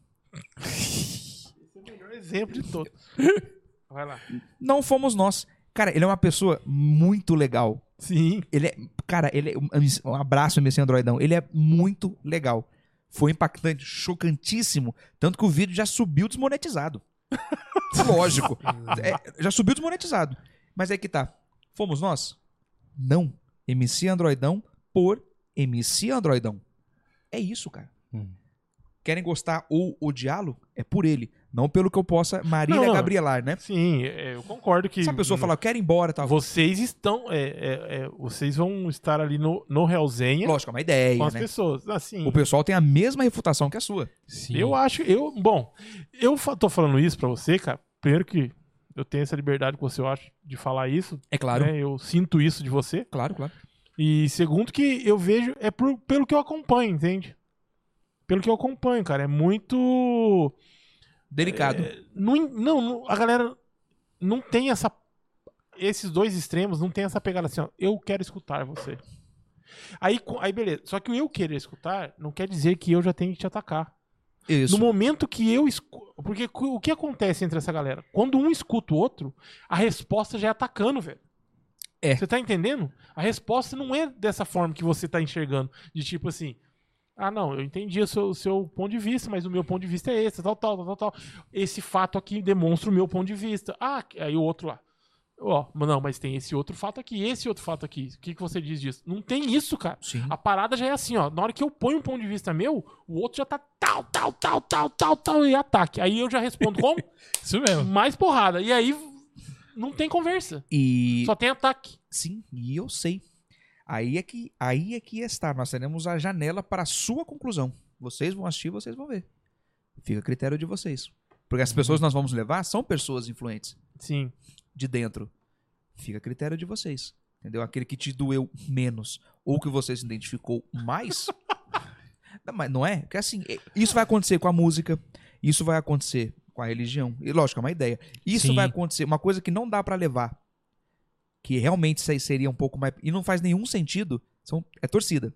O melhor exemplo de todos. Vai lá. Não fomos nós. Cara, ele é uma pessoa muito legal. Sim. Ele é. Cara, ele é. Um, um abraço, MC Androidão. Ele é muito legal. Foi impactante, chocantíssimo. Tanto que o vídeo já subiu desmonetizado. Lógico. É, já subiu desmonetizado. Mas aí que tá. Fomos nós? Não. MC Androidão por MC Androidão. É isso, cara. Hum. Querem gostar ou odiá-lo? É por ele. Não pelo que eu possa Marília Não, não. Gabrielar, né? Sim, é, eu concordo que. Se a pessoa não- falar, eu quero ir embora, tal. Vocês estão. é, é, é, vocês vão estar ali no, no Hellzenha Lógico, é uma ideia, com as né? pessoas. Assim. O pessoal tem a mesma refutação que a sua. Sim. Eu acho, eu, bom, eu fa- tô falando isso pra você, cara. Primeiro que eu tenho essa liberdade que você acha de falar isso, É claro. né? Eu sinto isso de você. Claro, claro. E segundo que eu vejo é por- pelo que eu acompanho, entende? Pelo que eu acompanho, cara, é muito Delicado. não, en- não, não- a galera não tem essa esses dois extremos não tem essa pegada assim, ó, eu quero escutar você. Aí, co- aí beleza. Só que o eu querer escutar não quer dizer que eu já tenho que te atacar. Isso. No momento que eu escuto. Porque cu- o que acontece entre essa galera? Quando um escuta o outro, a resposta já é atacando, velho. É. Você tá entendendo? A resposta não é dessa forma que você tá enxergando. De tipo assim. Ah, não, eu entendi o seu, o seu ponto de vista, mas o meu ponto de vista é esse, tal, tal, tal, tal, tal. Esse fato aqui demonstra o meu ponto de vista. Ah, aí o outro lá. Ó, não, mas tem esse outro fato aqui, esse outro fato aqui. O que, que você diz disso? Não tem isso, cara. Sim. A parada já é assim, ó. Na hora que eu ponho um ponto de vista meu, o outro já tá tal, tal, tal, tal, tal, tal e ataque. Aí eu já respondo com Isso mesmo. mais porrada. E aí não tem conversa. E Só tem ataque. sim, e eu sei. Aí é que aí é que está. Nós teremos a janela para a sua conclusão. Vocês vão assistir, vocês vão ver. Fica a critério de vocês. Porque as pessoas que nós vamos levar são pessoas influentes Sim. de dentro. Fica a critério de vocês. Entendeu? Aquele que te doeu menos ou que você se identificou mais. não, mas não é? Porque assim, é- isso vai acontecer com a música, isso vai acontecer com a religião. E lógico, é uma ideia. Isso Sim. vai acontecer. Uma coisa que não dá pra levar, que realmente isso aí seria um pouco mais. E não faz nenhum sentido. São, é torcida.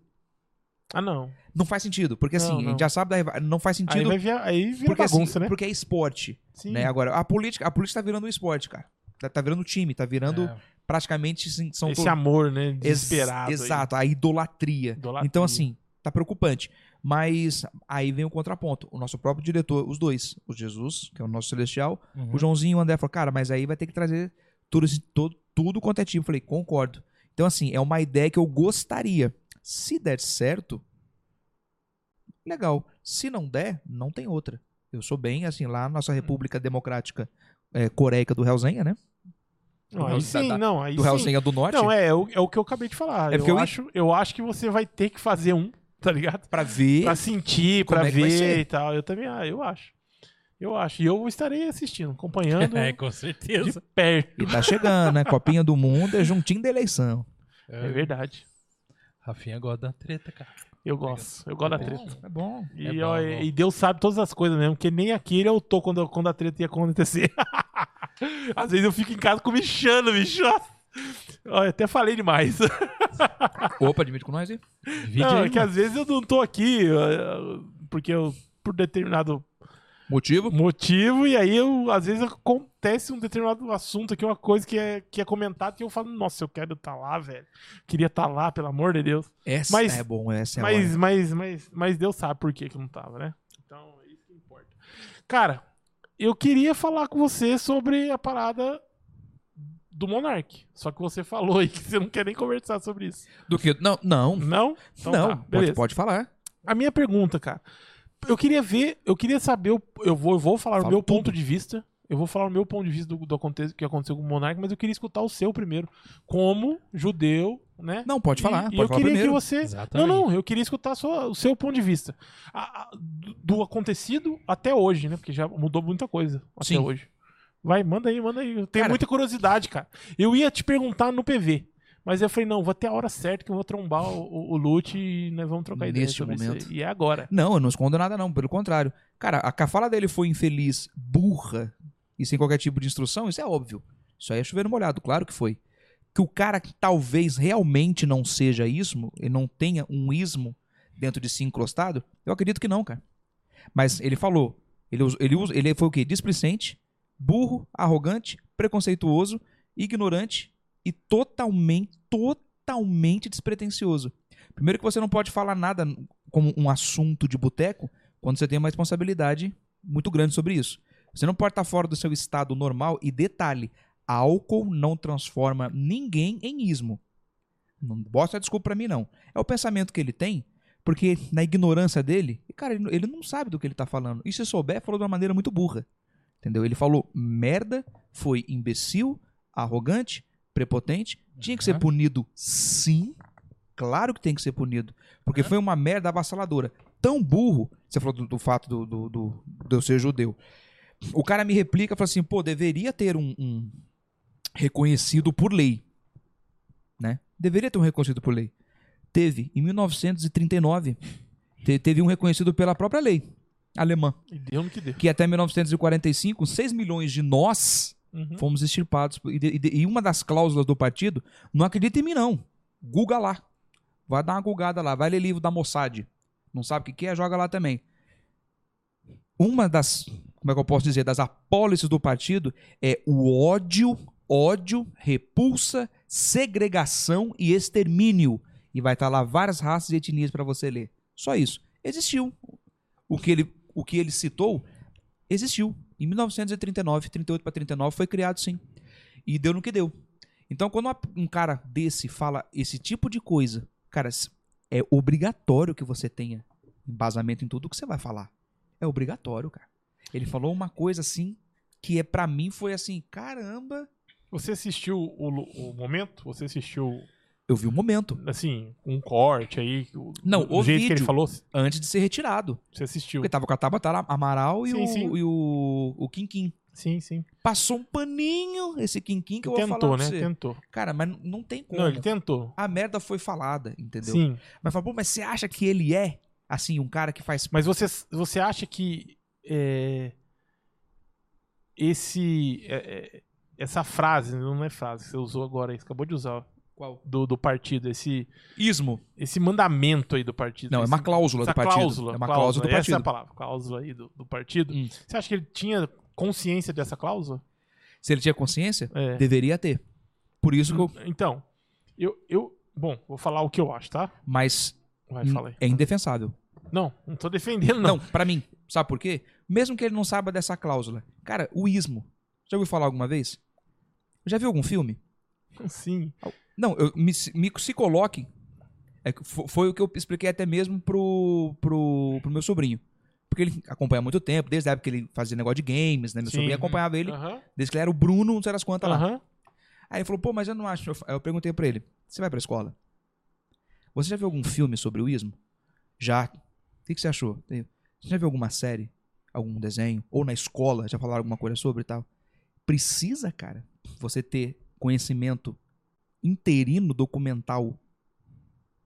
Ah, não. Não faz sentido. Porque assim, Não, a não. gente já sabe da. rival- Não faz Aí, sentido. vai via, aí vira porque, assim, bagunça, né? porque é esporte. Sim. né? Agora, a política, a política tá virando um esporte, cara. Tá, tá virando time, tá virando É. praticamente sim, são Esse to- amor, né? Ex- Desesperado. aí. Exato, a idolatria. Idolatria. Então, assim, tá preocupante. Mas aí vem o contraponto. O nosso próprio diretor, os dois, o Jesus, que é o nosso celestial, Uhum. o Joãozinho e o André falaram, cara, mas aí vai ter que trazer tudo, esse- todo, tudo quanto é time. Eu Falei, concordo. Então, assim, é uma ideia que eu gostaria. Se der certo, legal. Se não der, não tem outra. Eu sou bem, assim, lá na Uhum. nossa República Democrática eh, Coreica do Helsinha, né? Não, aí sim, Da- da- não. Aí Do sim. Helsinha do Norte. Não, é, é o, é o que eu acabei de falar. É eu, porque eu- acho, eu acho que você vai ter que fazer um, tá ligado? Pra ver. Pra sentir, Como pra é que vai ser? ver e tal. Eu também, ah, eu acho. Eu acho. E eu estarei assistindo, acompanhando. É, com certeza. de perto. E tá chegando, né? Copinha do Mundo é juntinho da eleição. É verdade. Rafinha gosta da treta, cara. Eu gosto. Eu gosto da É treta. bom, É bom. E, É bom, ó, é bom. e Deus sabe todas as coisas mesmo, porque nem aqui ele eu tô quando, quando a treta ia acontecer. Às vezes eu fico em casa comichando, bicho. Ó, eu até falei demais. Opa, admite com nós aí. Vídeo Não, é que às vezes eu não tô aqui, ó, ó, porque eu, por determinado Motivo? motivo, e aí eu, às vezes acontece um determinado assunto aqui, uma coisa que é, que é comentada, e eu falo, nossa, eu quero estar lá, velho. Queria estar lá, pelo amor de Deus. Essa Mas- é bom, essa é a mas, hora. mas, mas, mas Deus sabe por que, que não tava, né? Então, é isso que importa. Cara, eu queria falar com você sobre a parada do Monark. Só que você falou aí que você não quer nem conversar sobre isso. Do que? Não, não. Não? Então não, tá, pode, beleza. pode falar. A minha pergunta, cara. Eu queria ver, eu queria saber, o- eu vou, eu vou falar Fala o meu tudo. ponto de vista. Eu vou falar o meu ponto de vista do, do aconte- que aconteceu com o Monark, mas eu queria escutar o seu primeiro. Como judeu, né? Não, pode E- falar. E, pode eu falar queria primeiro. que você. Exatamente. Não, não, eu queria escutar a sua- o seu ponto de vista. A- a- do, do acontecido até hoje, né? Porque já mudou muita coisa até Sim. hoje. Vai, manda aí, manda aí. Eu tenho Cara- muita curiosidade, cara. Eu ia te perguntar no PV, Mas eu falei, não, vou até a hora certa que eu vou trombar o, o, o Lute e nós vamos trocar ideia Neste sobre momento. isso. aí. E é agora. Não, eu não escondo nada, não. Pelo contrário. Cara, a que a fala dele foi infeliz, burra e sem qualquer tipo de instrução, isso é óbvio. Isso aí é chover no molhado, claro que foi. Que o cara que talvez realmente não seja ismo, ele não tenha um ismo dentro de si encrostado, eu acredito que não, cara. Mas ele falou. Ele, us- ele, us- ele foi o quê? Displicente, burro, arrogante, preconceituoso, ignorante e totalmente, totalmente despretensioso. Primeiro que você não pode falar nada como um assunto de boteco quando você tem uma responsabilidade muito grande sobre isso. Você não pode estar fora do seu estado normal e detalhe, álcool não transforma ninguém em ismo. Não bosta desculpa pra mim não. É o pensamento que ele tem, porque na ignorância dele, cara, ele, ele não sabe do que ele tá falando. E se souber, falou de uma maneira muito burra. Entendeu? Ele falou merda, foi imbecil, arrogante, prepotente, tinha que ser Aham. punido sim. Claro que tem que ser punido. Porque Aham. foi uma merda avassaladora. Tão burro. Você falou do, do fato do, do, do- de eu ser judeu. O cara me replica e fala assim: pô, deveria ter um, um reconhecido por lei. Né? Deveria ter um reconhecido por lei. Teve, em 1939. te- teve um reconhecido pela própria lei alemã. E deu no que deu. Que até 1945, 6 milhões de nós Uhum. fomos extirpados. E, de- e de- e uma das cláusulas do partido, não acredita em mim não, Guga lá. Vai dar uma gugada lá, vai ler livro da Mossad. Não sabe o que que é, joga lá também. Uma das, como é que eu posso dizer, das apólices do partido é o ódio, ódio, repulsa, segregação e extermínio. E vai estar lá várias raças e etnias para você ler. Só isso. Existiu. O que ele, o que ele citou existiu. Em 1939, 38 para 39, foi criado sim. E deu no que deu. Então, quando uma- um cara desse fala esse tipo de coisa, cara, s- é obrigatório que você tenha embasamento em tudo que você vai falar. É obrigatório, cara. Ele falou uma coisa assim que é para mim foi assim, caramba. Você assistiu o, lu- o momento? Você assistiu, Eu vi o momento assim, um corte aí? O, Não, o o jeito que ele vídeo. falou? antes de ser retirado. Você assistiu. Porque tava com a Tabata Amaral e Sim, o sim. e o, o Kim Kim. Sim, sim. Passou um paninho esse Kim Kim que eu vou falar tentou, pra né? você. Tentou. Cara, mas n- não tem como. Não, ele tentou. a merda foi falada, entendeu? Sim. Mas fala, pô, mas você acha que ele é, assim, um cara que faz. Mas você, você acha que é, esse é, é, essa frase, não é frase que você usou agora, você acabou de usar, Qual? do, do partido, esse, Ismo. esse mandamento aí do partido. Não, é esse- uma cláusula essa do partido. cláusula, é uma cláusula, do Essa é a partido. palavra, cláusula aí do, do partido. Hum. Você acha que ele tinha consciência dessa cláusula? Se ele tinha consciência, É. deveria ter. Por isso que eu. Então, eu, eu. Bom, vou falar o que eu acho, tá? Mas Vai, fala aí. é indefensável. Não, não tô defendendo, não. Não, pra mim. Sabe por quê? Mesmo que ele não saiba dessa cláusula. Cara, o ismo. Já ouviu falar alguma vez? Já viu algum filme? Sim. Não, eu me, se- me se coloque. É que fo- foi o que eu expliquei até mesmo pro, pro, pro meu sobrinho. Porque ele acompanha há muito tempo, desde a época que ele fazia negócio de games, né? Meu Sim. Ah. sobrinho acompanhava ele, Aham. desde que ele era o Bruno, não sei das quantas lá. Aham. Aí ele falou, pô, mas eu não acho. Eu fa- Eu perguntei pra ele, você vai pra escola? Você já viu algum filme sobre o ismo? Já. O que, que você achou? Tem- Você já viu alguma série? Algum desenho? Ou na escola já falaram alguma coisa sobre e tal? Precisa, cara, você ter conhecimento interino, documental,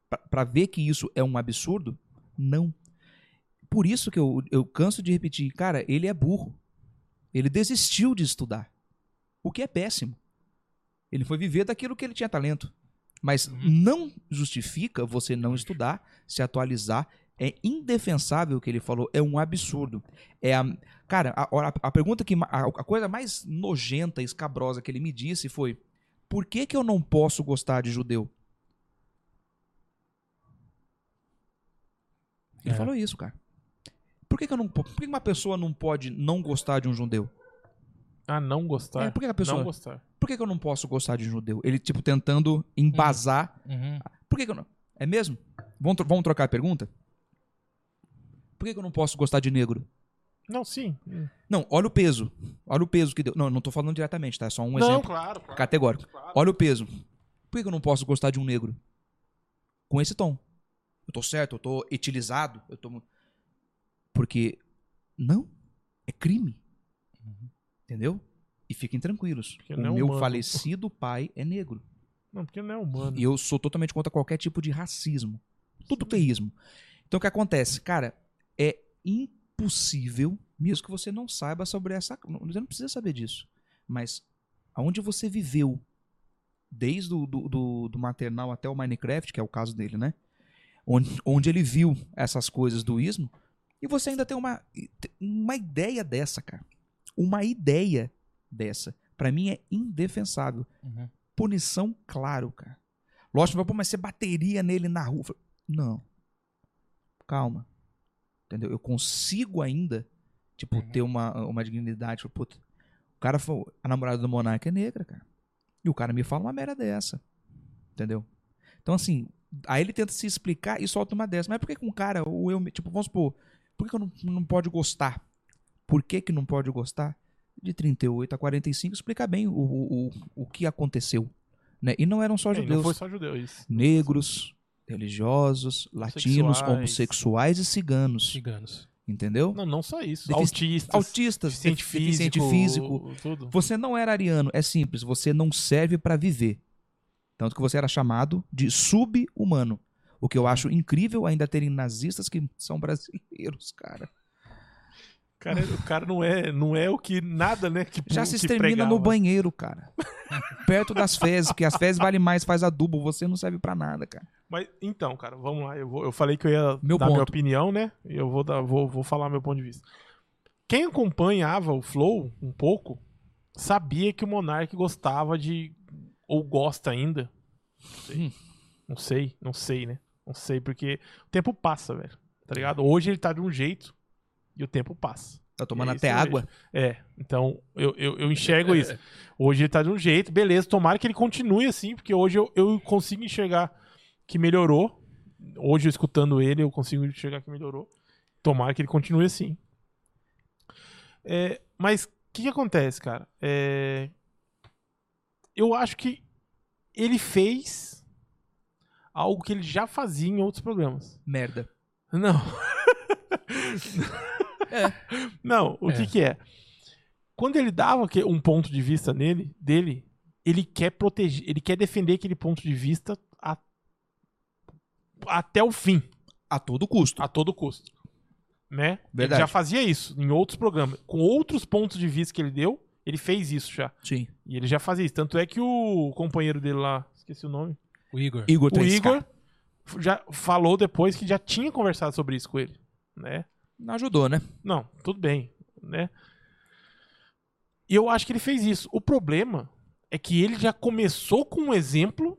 pra- pra ver que isso é um absurdo? Não. Por isso que eu, eu canso de repetir, cara, ele é burro. Ele desistiu de estudar. O que é péssimo. Ele foi viver daquilo que ele tinha talento. Mas não justifica você não estudar, se atualizar. É indefensável o que ele falou. É um absurdo. É a, cara, a, a- a pergunta que. ma- A, a coisa mais nojenta, e escabrosa que ele me disse foi: por que, que eu não posso gostar de judeu? Ele É. falou isso, cara. Por que, que eu não. po- Por que que uma pessoa não pode não gostar de um judeu? Ah, não gostar. É, por que que a Não pessoa. gostar. Por que, que eu não posso gostar de um judeu? Ele, tipo, tentando embasar Hum. Uhum. por que, que eu não. É mesmo? Vamos, tro- vamos trocar a pergunta? Por que, que eu não posso gostar de negro? Não, sim. Não, olha o peso. Olha o peso que deu. Não, não tô falando diretamente, tá? É só um não, exemplo claro, claro. categórico. claro. Olha o peso. Por que, que eu não posso gostar de um negro? Com esse tom. Eu tô certo, eu tô etilizado, eu tô. mu- Porque. Não. É crime. Entendeu? E fiquem tranquilos. Uhum. Porque o não é meu humano. falecido pai é negro. Não, porque não é humano. E eu sou totalmente contra qualquer tipo de racismo. Tudo teísmo. Então o que acontece? Cara, é impossível, mesmo que você não saiba sobre essa. não- Você não precisa saber disso. Mas aonde você viveu, desde o do, do- do maternal até o Minecraft, que é o caso dele, né? Onde, onde ele viu essas coisas do ismo, e você ainda tem uma, uma ideia dessa, cara. Uma ideia dessa. Pra mim é indefensável Uhum. punição, claro, cara. Lost falou, pô, mas você bateria nele na rua. Eu falei, Não. Calma. Entendeu? Eu consigo ainda, tipo, Uhum. ter uma, uma dignidade. Tipo, puta, o cara foi. A namorada do Monarca é negra, cara. E o cara me fala uma merda dessa. Entendeu? Então, assim, aí ele tenta se explicar e solta uma dessa. Mas por que, que um cara, ou eu, me- tipo, vamos supor, por que, que eu não, não pode gostar? Por que, que não pode gostar? De 38 a 45, explica bem o, o, o, o que aconteceu. Né? E não eram só É, e não judeus foi só judeu isso. negros, religiosos, latinos, Homossexuais. homossexuais e ciganos, Ciganos. entendeu? Não, não só isso. Defici- Autistas. Autistas, Deficiente deficiente físico, físico. Tudo. Você não era ariano, é simples, você não serve pra viver. Tanto que você era chamado de sub-humano. O que eu acho incrível ainda terem nazistas que são brasileiros, cara. Cara, o cara não é, não é o que nada, né? Que, Já que se extermina pregava. no banheiro, cara. Perto das fezes, porque as fezes vale mais, faz adubo, você não serve pra nada, cara. Mas então, cara, vamos lá. Eu, vou- eu falei que eu ia Meu dar minha ponto. opinião, né? Eu vou, dar, vou, vou falar meu ponto de vista. Quem acompanhava o Flow um pouco sabia que o Monark gostava de. ou gosta ainda. Não sei. Hum. Não sei, não sei, né? Não sei, porque o tempo passa, velho. Tá ligado? Hoje ele tá de um jeito e o tempo passa. Tá tomando É isso até mesmo. água. É, então eu, eu, eu enxergo isso. Hoje ele tá de um jeito, beleza. Tomara que ele continue assim, porque hoje eu, eu consigo enxergar que melhorou. Hoje, eu escutando ele, eu consigo enxergar que melhorou. Tomara que ele continue assim. É, mas o que, que acontece, cara? É, eu acho que ele fez algo que ele já fazia em outros programas. Merda. Não. Não, o É. que que é? Quando ele dava que- um ponto de vista nele, dele, ele quer proteger, ele quer defender aquele ponto de vista a- até o fim, A todo custo. a todo custo. Né? Verdade. Ele já fazia isso em outros programas. Com outros pontos de vista que ele deu, ele fez isso já. Sim. E ele já fazia isso. Tanto é que o companheiro dele lá, esqueci o nome, O Igor. Igor o 3K. Igor, já falou depois que já tinha conversado sobre isso com ele. Né? Não ajudou, né? Não, tudo bem, né? E eu acho que ele fez isso. O problema é que ele já começou com um exemplo.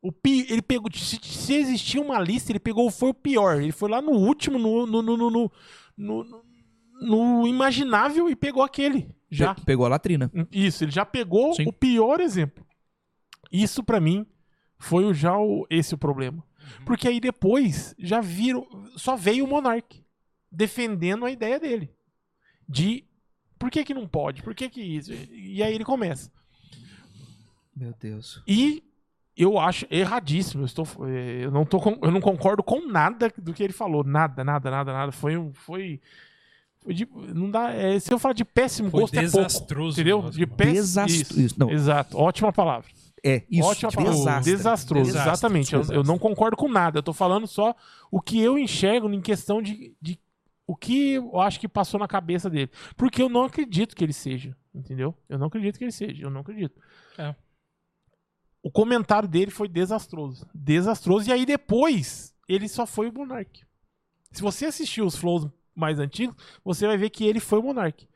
O pi, ele pegou. Se, se existia uma lista, ele pegou foi o pior. Ele foi lá no último, no, no, no, no, no, no- no- no imaginável e pegou aquele. Já. Pe- Pegou a latrina. Isso, ele já pegou Sim. o pior exemplo. Isso pra mim foi o, já o, esse o problema. Porque aí depois já viram, só veio o Monark defendendo a ideia dele. De por que que não pode? Por que que isso? E aí ele começa. Meu Deus. E eu acho erradíssimo, eu estou eh, eu não tô com- eu não concordo com nada do que ele falou, nada, nada, nada, nada. Foi um foi, foi de- não dá, eh, se eu falar de péssimo Foi gosto é pouco. desastroso. o Entendeu? negócio, De mano. péssimo. Desastro- Isso. isso, não. Exato. Ótima palavra. É, isso. Ótima palavra. desastre. Desastroso. Desastre, Exatamente. Eu, desastre. eu não concordo com nada. Eu tô falando só o que eu enxergo em questão de, de o que eu acho que passou na cabeça dele. Porque eu não acredito que ele seja. Entendeu? Eu não acredito que ele seja. Eu não acredito. É. O comentário dele foi desastroso. Desastroso. E aí depois, ele só foi o Monark. Se você assistir os flows mais antigos, você vai ver que ele foi o Monark.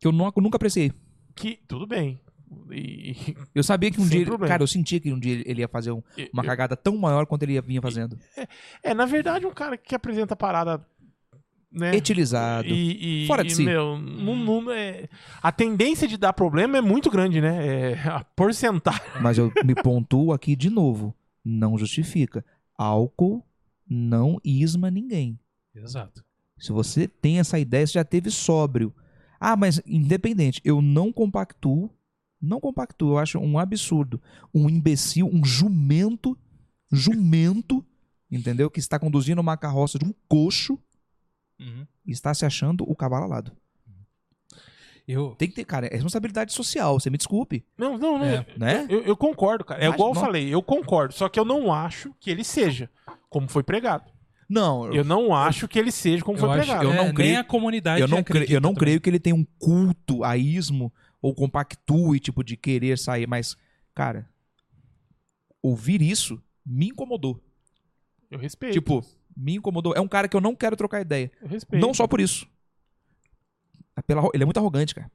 Que eu nu- nunca apreciei. Que, tudo bem. E- Eu sabia que um Sem dia. ele- problema. Cara, eu sentia que um dia ele- ele ia fazer um- e- uma cagada tão maior quanto ele ia- vinha fazendo. É, na verdade, um cara que apresenta a parada. Né? Etilizado. E, e- Fora de e, si. meu, não- não é- a tendência de dar problema é muito grande, né? É, a porcentagem. Mas eu me pontuo aqui de novo. Não justifica. Álcool não isma ninguém. Exato. Se você tem essa ideia, você já teve sóbrio. Ah, mas independente, eu não compactuo. Não compactuo, eu acho um absurdo. Um imbecil, um jumento, jumento, entendeu? Que está conduzindo uma carroça de um coxo Uhum. e está se achando o cavalo alado. Eu. Tem que ter, cara, é responsabilidade social, você me desculpe, Não, não, não. É. né? Eu, eu concordo, cara. É Mas igual eu não- falei, eu concordo. Só que eu não acho que ele seja como foi pregado. Não, eu, Eu não acho que ele seja como Eu, foi acho, pregado. eu É, não nem creio. a a comunidade eu não, creio, eu não creio que ele tenha um culto a ismo ou compactue, tipo, de querer sair, mas, cara, ouvir isso me incomodou. Eu respeito. Tipo, me incomodou. É um cara que eu não quero trocar ideia. eu respeito. Não só por isso. É pela- ele é muito arrogante, cara.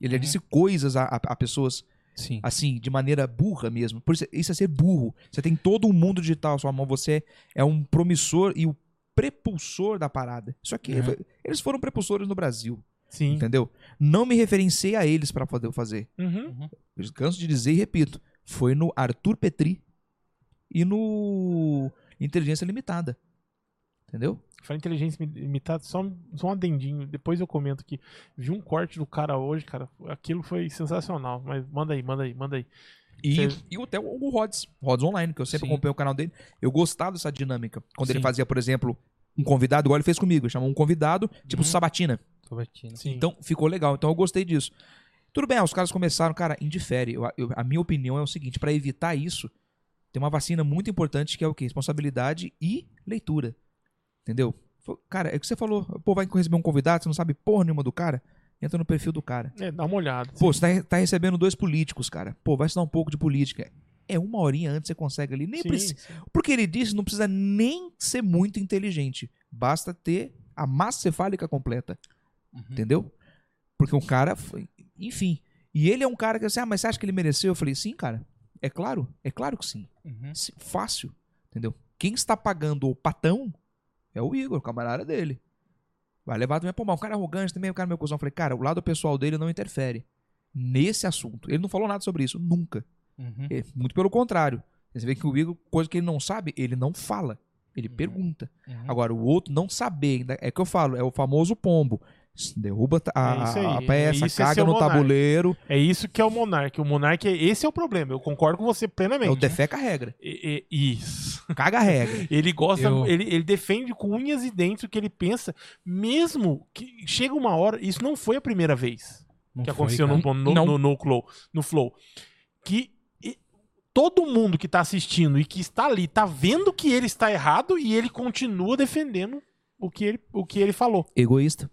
Ele já Uhum. disse coisas a, a- a pessoas, Sim. assim, de maneira burra mesmo. Por isso, isso é ser burro. Você tem todo um mundo digital à sua mão. Você é um promissor e o prepulsor da parada. Isso aqui, Uhum. foi- eles foram prepulsores no Brasil, Sim. entendeu? Não me referenciei a eles pra poder fazer. Uhum. Eu canso de dizer e repito. Foi no Arthur Petri e no Inteligência Limitada. Entendeu? Falar em inteligência imi- imitada, só, um- só um adendinho, depois eu comento aqui. Vi um corte do cara hoje, cara, aquilo foi sensacional, mas manda aí, manda aí, manda aí. E, Cês- e até o Rods, Rods Online, que eu sempre Sim. acompanho o canal dele. Eu gostava dessa dinâmica. Quando ele Sim. fazia, por exemplo, um convidado, igual ele fez comigo. Ele chamou um convidado, tipo Uhum. Sabatina. Sim. Então ficou legal. Então eu gostei disso. Tudo bem, ah, os caras começaram, cara, indifere. Eu- eu- a minha opinião é o seguinte: pra evitar isso, tem uma vacina muito importante que é o quê? Responsabilidade e leitura. Entendeu? Foi- Cara, é o que você falou. Pô, vai receber um convidado, você não sabe porra nenhuma do cara? Entra no perfil do cara. É, dá uma olhada. Pô, você tá, re- tá recebendo dois políticos, cara. Pô, vai estudar um pouco de política. É uma horinha antes você consegue ali. Nem Sim, precisa. sim. Porque ele disse, não precisa nem ser muito inteligente. Basta ter a massa cefálica completa, Uhum, entendeu? Porque o cara foi. Enfim. E ele é um cara que assim, ah, mas você acha que ele mereceu? Eu falei, sim, cara. É claro, é claro que sim. uhum, Sim, Fácil, entendeu? Quem está pagando o patão é o Igor, o camarada dele. Vai levar também pra mal. O cara é arrogante também, o cara é meu cuzão. Eu falei, cara, o lado pessoal dele não interfere nesse assunto. Ele não falou nada sobre isso, nunca. uhum, É, muito pelo contrário. Você vê que o Igor, coisa que ele não sabe, ele não fala. Ele Uhum. pergunta. Uhum. Agora, o outro não saber, ainda- é que eu falo, é o famoso pombo. Derruba a, É isso aí, a peça, é isso é caga ser no monarca. tabuleiro. É isso que é o Monark. O Monark, é, esse é o problema, eu concordo com você É plenamente. o defeca a regra. E- e- isso. Caga a regra. Ele gosta, Eu- ele, ele defende com unhas e dentes o que ele pensa, mesmo que chega uma hora, isso não foi a primeira vez. Não que foi, aconteceu cara. no, no, Não. no, no Flow, no Flow. Que e- todo mundo que tá assistindo e que está ali tá vendo que ele está errado e ele continua defendendo o que ele, o que ele falou. Egoísta.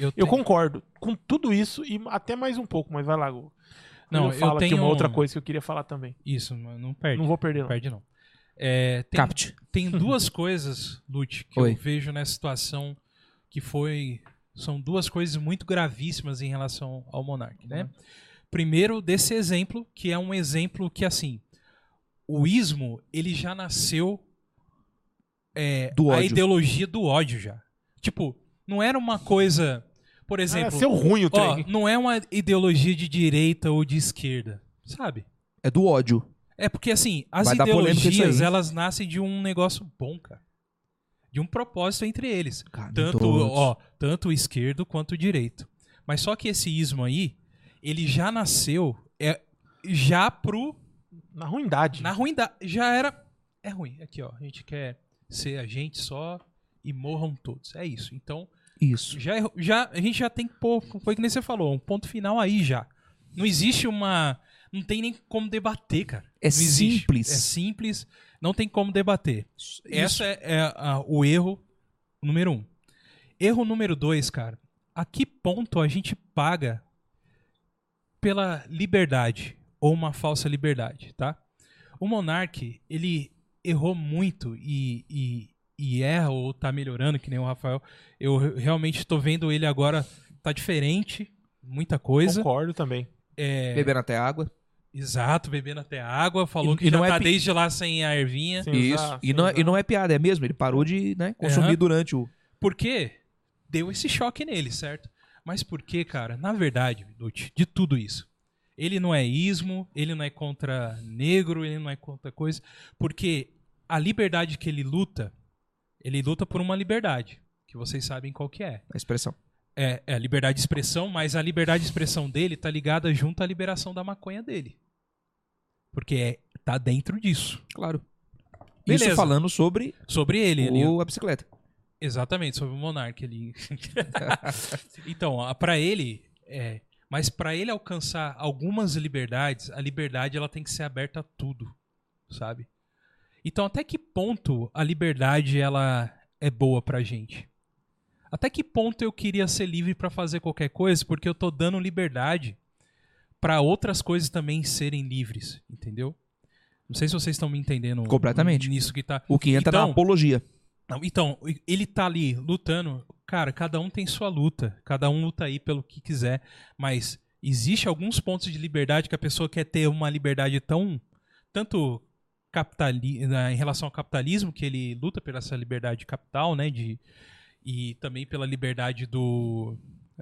Eu, Eu tenho- concordo com tudo isso e até mais um pouco, mas vai lá, Gu. Não, eu fala aqui tenho uma um- outra coisa que eu queria falar também. Isso, mas não perde. Não Não vou perder, não. perde, não. É, tem, Capte. tem duas coisas, Lute, que Oi. eu vejo nessa situação que foi. São duas coisas muito gravíssimas em relação ao Monark, Uhum. né? Primeiro, desse exemplo, que é um exemplo que, assim, o ismo, ele já nasceu É, Do a ódio. ideologia do ódio já. Tipo, não era uma coisa. Por Cara, exemplo, Ah, é seu ruim o ó, trem. não é uma ideologia de direita ou de esquerda, sabe? É do ódio. É porque, assim, as Vai dar polêmica isso ideologias, aí. elas nascem de um negócio bom, cara. De um propósito entre eles. Cara, não Tanto, todos. ó, tanto o esquerdo quanto o direito. Mas só que esse ismo aí, ele já nasceu é, já pro Na ruindade. na ruindade. Já era. É ruim. Aqui, ó. A gente quer ser a gente só e morram todos. É isso. Então, Isso. já, errou- já, a gente já tem que pôr. Foi que nem você falou, um ponto final aí já. Não existe uma. Não tem nem como debater, cara. Não É existe. simples. É simples. Não tem como debater. Isso. Essa é, é a- o erro número um. Erro número dois, cara. A que ponto a gente paga pela liberdade ou uma falsa liberdade, tá? O Monark, ele errou muito e, e, e erra ou tá melhorando, que nem o Rafael. Eu re- realmente tô vendo ele agora, tá diferente, muita coisa. Concordo também. É, Beber até água. Exato, bebendo até água, falou E- que e já não é tá pi- desde lá sem a ervinha. Sim, Isso. usar, e, sem não é, usar. e não é piada, é mesmo. Ele parou de né, consumir Aham. durante o. Porque deu esse choque nele, certo? Mas por que, cara? Na verdade, Dutti, de tudo isso. Ele não é ismo, ele não é contra negro, ele não é contra coisa. Porque a liberdade que ele luta, ele luta por uma liberdade, que vocês sabem qual que é. A expressão. É, é a liberdade de expressão, mas a liberdade de expressão dele tá ligada junto à liberação da maconha dele. Porque é, tá dentro disso. Claro. Beleza. Isso falando sobre Sobre ele. ele o, a bicicleta. Exatamente, sobre o Monark ali. então, para ele, É, mas para ele alcançar algumas liberdades, a liberdade ela tem que ser aberta a tudo, sabe? Então até que ponto a liberdade ela é boa pra gente? Até que ponto eu queria ser livre para fazer qualquer coisa porque eu tô dando liberdade para outras coisas também serem livres, entendeu? Não sei se vocês estão me entendendo Completamente. nisso que tá. O que entra Então, na apologia. Não, Então, ele tá ali lutando. Cara, cada um tem sua luta. Cada um luta aí pelo que quiser. Mas existe alguns pontos de liberdade que a pessoa quer ter uma liberdade tão. Tanto capitali na- em relação ao capitalismo, que ele luta pela essa liberdade capital, né? De, e também pela liberdade do.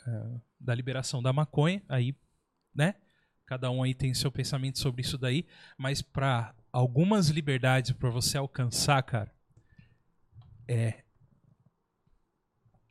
eh, da liberação da maconha. Aí, né? Cada um aí tem seu pensamento sobre isso daí. Mas para algumas liberdades, para você alcançar, cara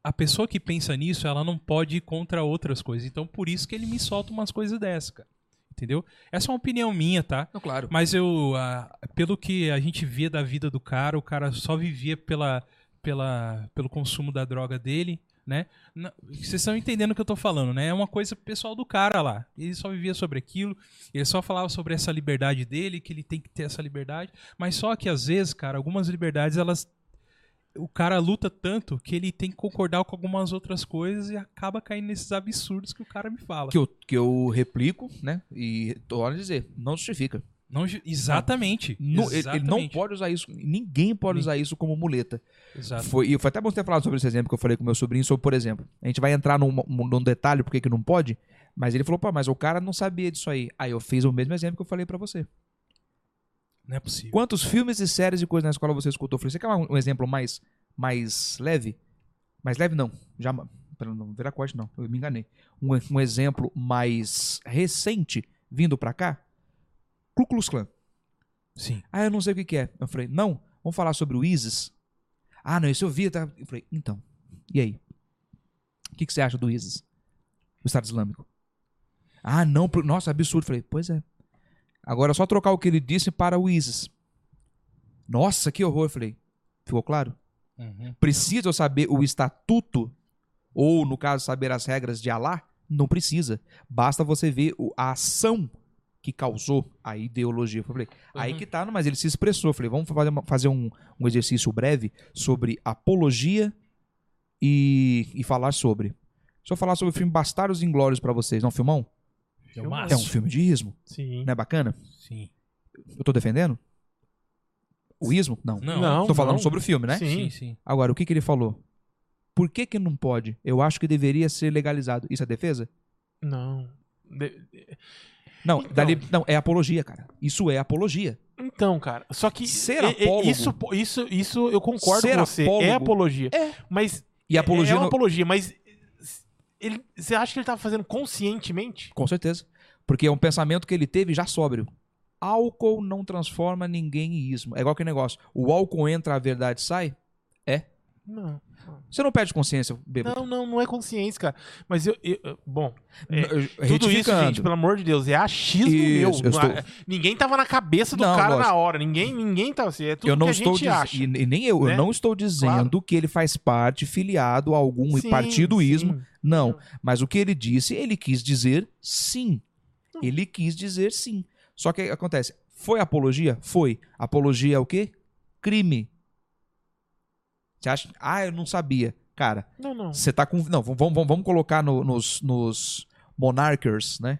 a pessoa que pensa nisso, ela não pode ir contra outras coisas. Então, por isso que ele me solta umas coisas dessa, cara. Entendeu? Essa é uma opinião minha, tá? Não, claro. Mas eu, ah, pelo que a gente via da vida do cara, o cara só vivia pela, pela, pelo consumo da droga dele, né? Na- Vocês estão entendendo o que eu tô falando, né? É uma coisa pessoal do cara lá. Ele só vivia sobre aquilo, ele só falava sobre essa liberdade dele, que ele tem que ter essa liberdade. Mas só que às vezes, cara, algumas liberdades elas. O cara luta tanto que ele tem que concordar com algumas outras coisas e acaba caindo nesses absurdos que o cara me fala. Que eu, que eu replico, né? E tô a dizer, não justifica. Não ju- exatamente, Não- ele- exatamente. Ele não pode usar isso. Ninguém pode usar isso como muleta. Exato. Foi, e foi até bom você ter falado sobre esse exemplo que eu falei com meu sobrinho, sobre, por exemplo. A gente vai entrar num, num detalhe porque que não pode, mas ele falou, pô, mas o cara não sabia disso aí. Aí eu fiz o mesmo exemplo que eu falei pra você. Não é possível. Quantos filmes e séries e coisas na escola você escutou? Eu falei, você quer um, um exemplo mais, mais leve? Mais leve não, já, pra não virar corte não, eu me enganei. Um, um exemplo mais recente vindo pra cá? Ku Klux Klan. Sim. Ah, eu não sei o que, que é. Eu falei, não, vamos falar sobre o ISIS? Ah, não, isso eu vi. Tá? Eu falei, então, e aí? O que, que você acha do ISIS? O Estado Islâmico? Ah, não, pro- nossa, absurdo. Eu falei, pois é. Agora é só trocar o que ele disse para o ISIS. Nossa, que horror. Eu falei, ficou claro? Uhum. Precisa eu saber o estatuto? Ou, no caso, saber as regras de Alá? Não precisa. Basta você ver o- a ação que causou a ideologia. Eu falei, Aí Uhum. que tá, não, mas ele se expressou. Eu falei, vamos fazer, uma- fazer um, um exercício breve sobre apologia e, e falar sobre. Se eu falar sobre o filme Bastardos Inglórios pra vocês, não é um filmão? Filmaço. É um filme de ismo, Sim. não é bacana? Sim. Eu tô defendendo? O ismo? Não. Não. Não. tô falando sobre o filme, né? Sim. Sim, sim. Agora, o que, que ele falou? Por que, que não pode? Eu acho que deveria ser legalizado. Isso é defesa? Não. De- Não, Então. dali- não é apologia, cara. Isso é apologia. Então, cara, só que Ser e- e- apólogo. isso, isso, isso eu concordo Ser com você. É apólogo. apologia. É. Mas E apologia é uma não- apologia, mas ele, você acha que ele tá fazendo conscientemente? Com certeza. Porque é um pensamento que ele teve já sóbrio. Álcool não transforma ninguém em ismo. É igual aquele negócio. O álcool entra, a verdade sai. Não. Você não perde consciência, bêbado. Não, não, não é consciência, cara. Mas eu, eu- eu- bom, é, Eu- eu- tudo isso, retificando. gente, pelo amor de Deus, é achismo Isso, meu. eu Não estou- é- Ninguém tava na cabeça do Não, cara na lógico. hora. Ninguém, ninguém tava assim. É tudo eu não que a estou gente diz- acha. e, e nem eu, né? eu não estou dizendo que ele faz parte filiado a algum Sim, um partidoísmo, sim. não. Mas o que ele disse, ele quis dizer sim. Ele quis dizer sim. Só que acontece, foi apologia? Foi. Apologia é o quê? Crime. Você acha? Ah, eu não sabia. Cara, Não, não. Você tá com. Não, vamos, vamos- vamos colocar no- nos, nos monarchers, né?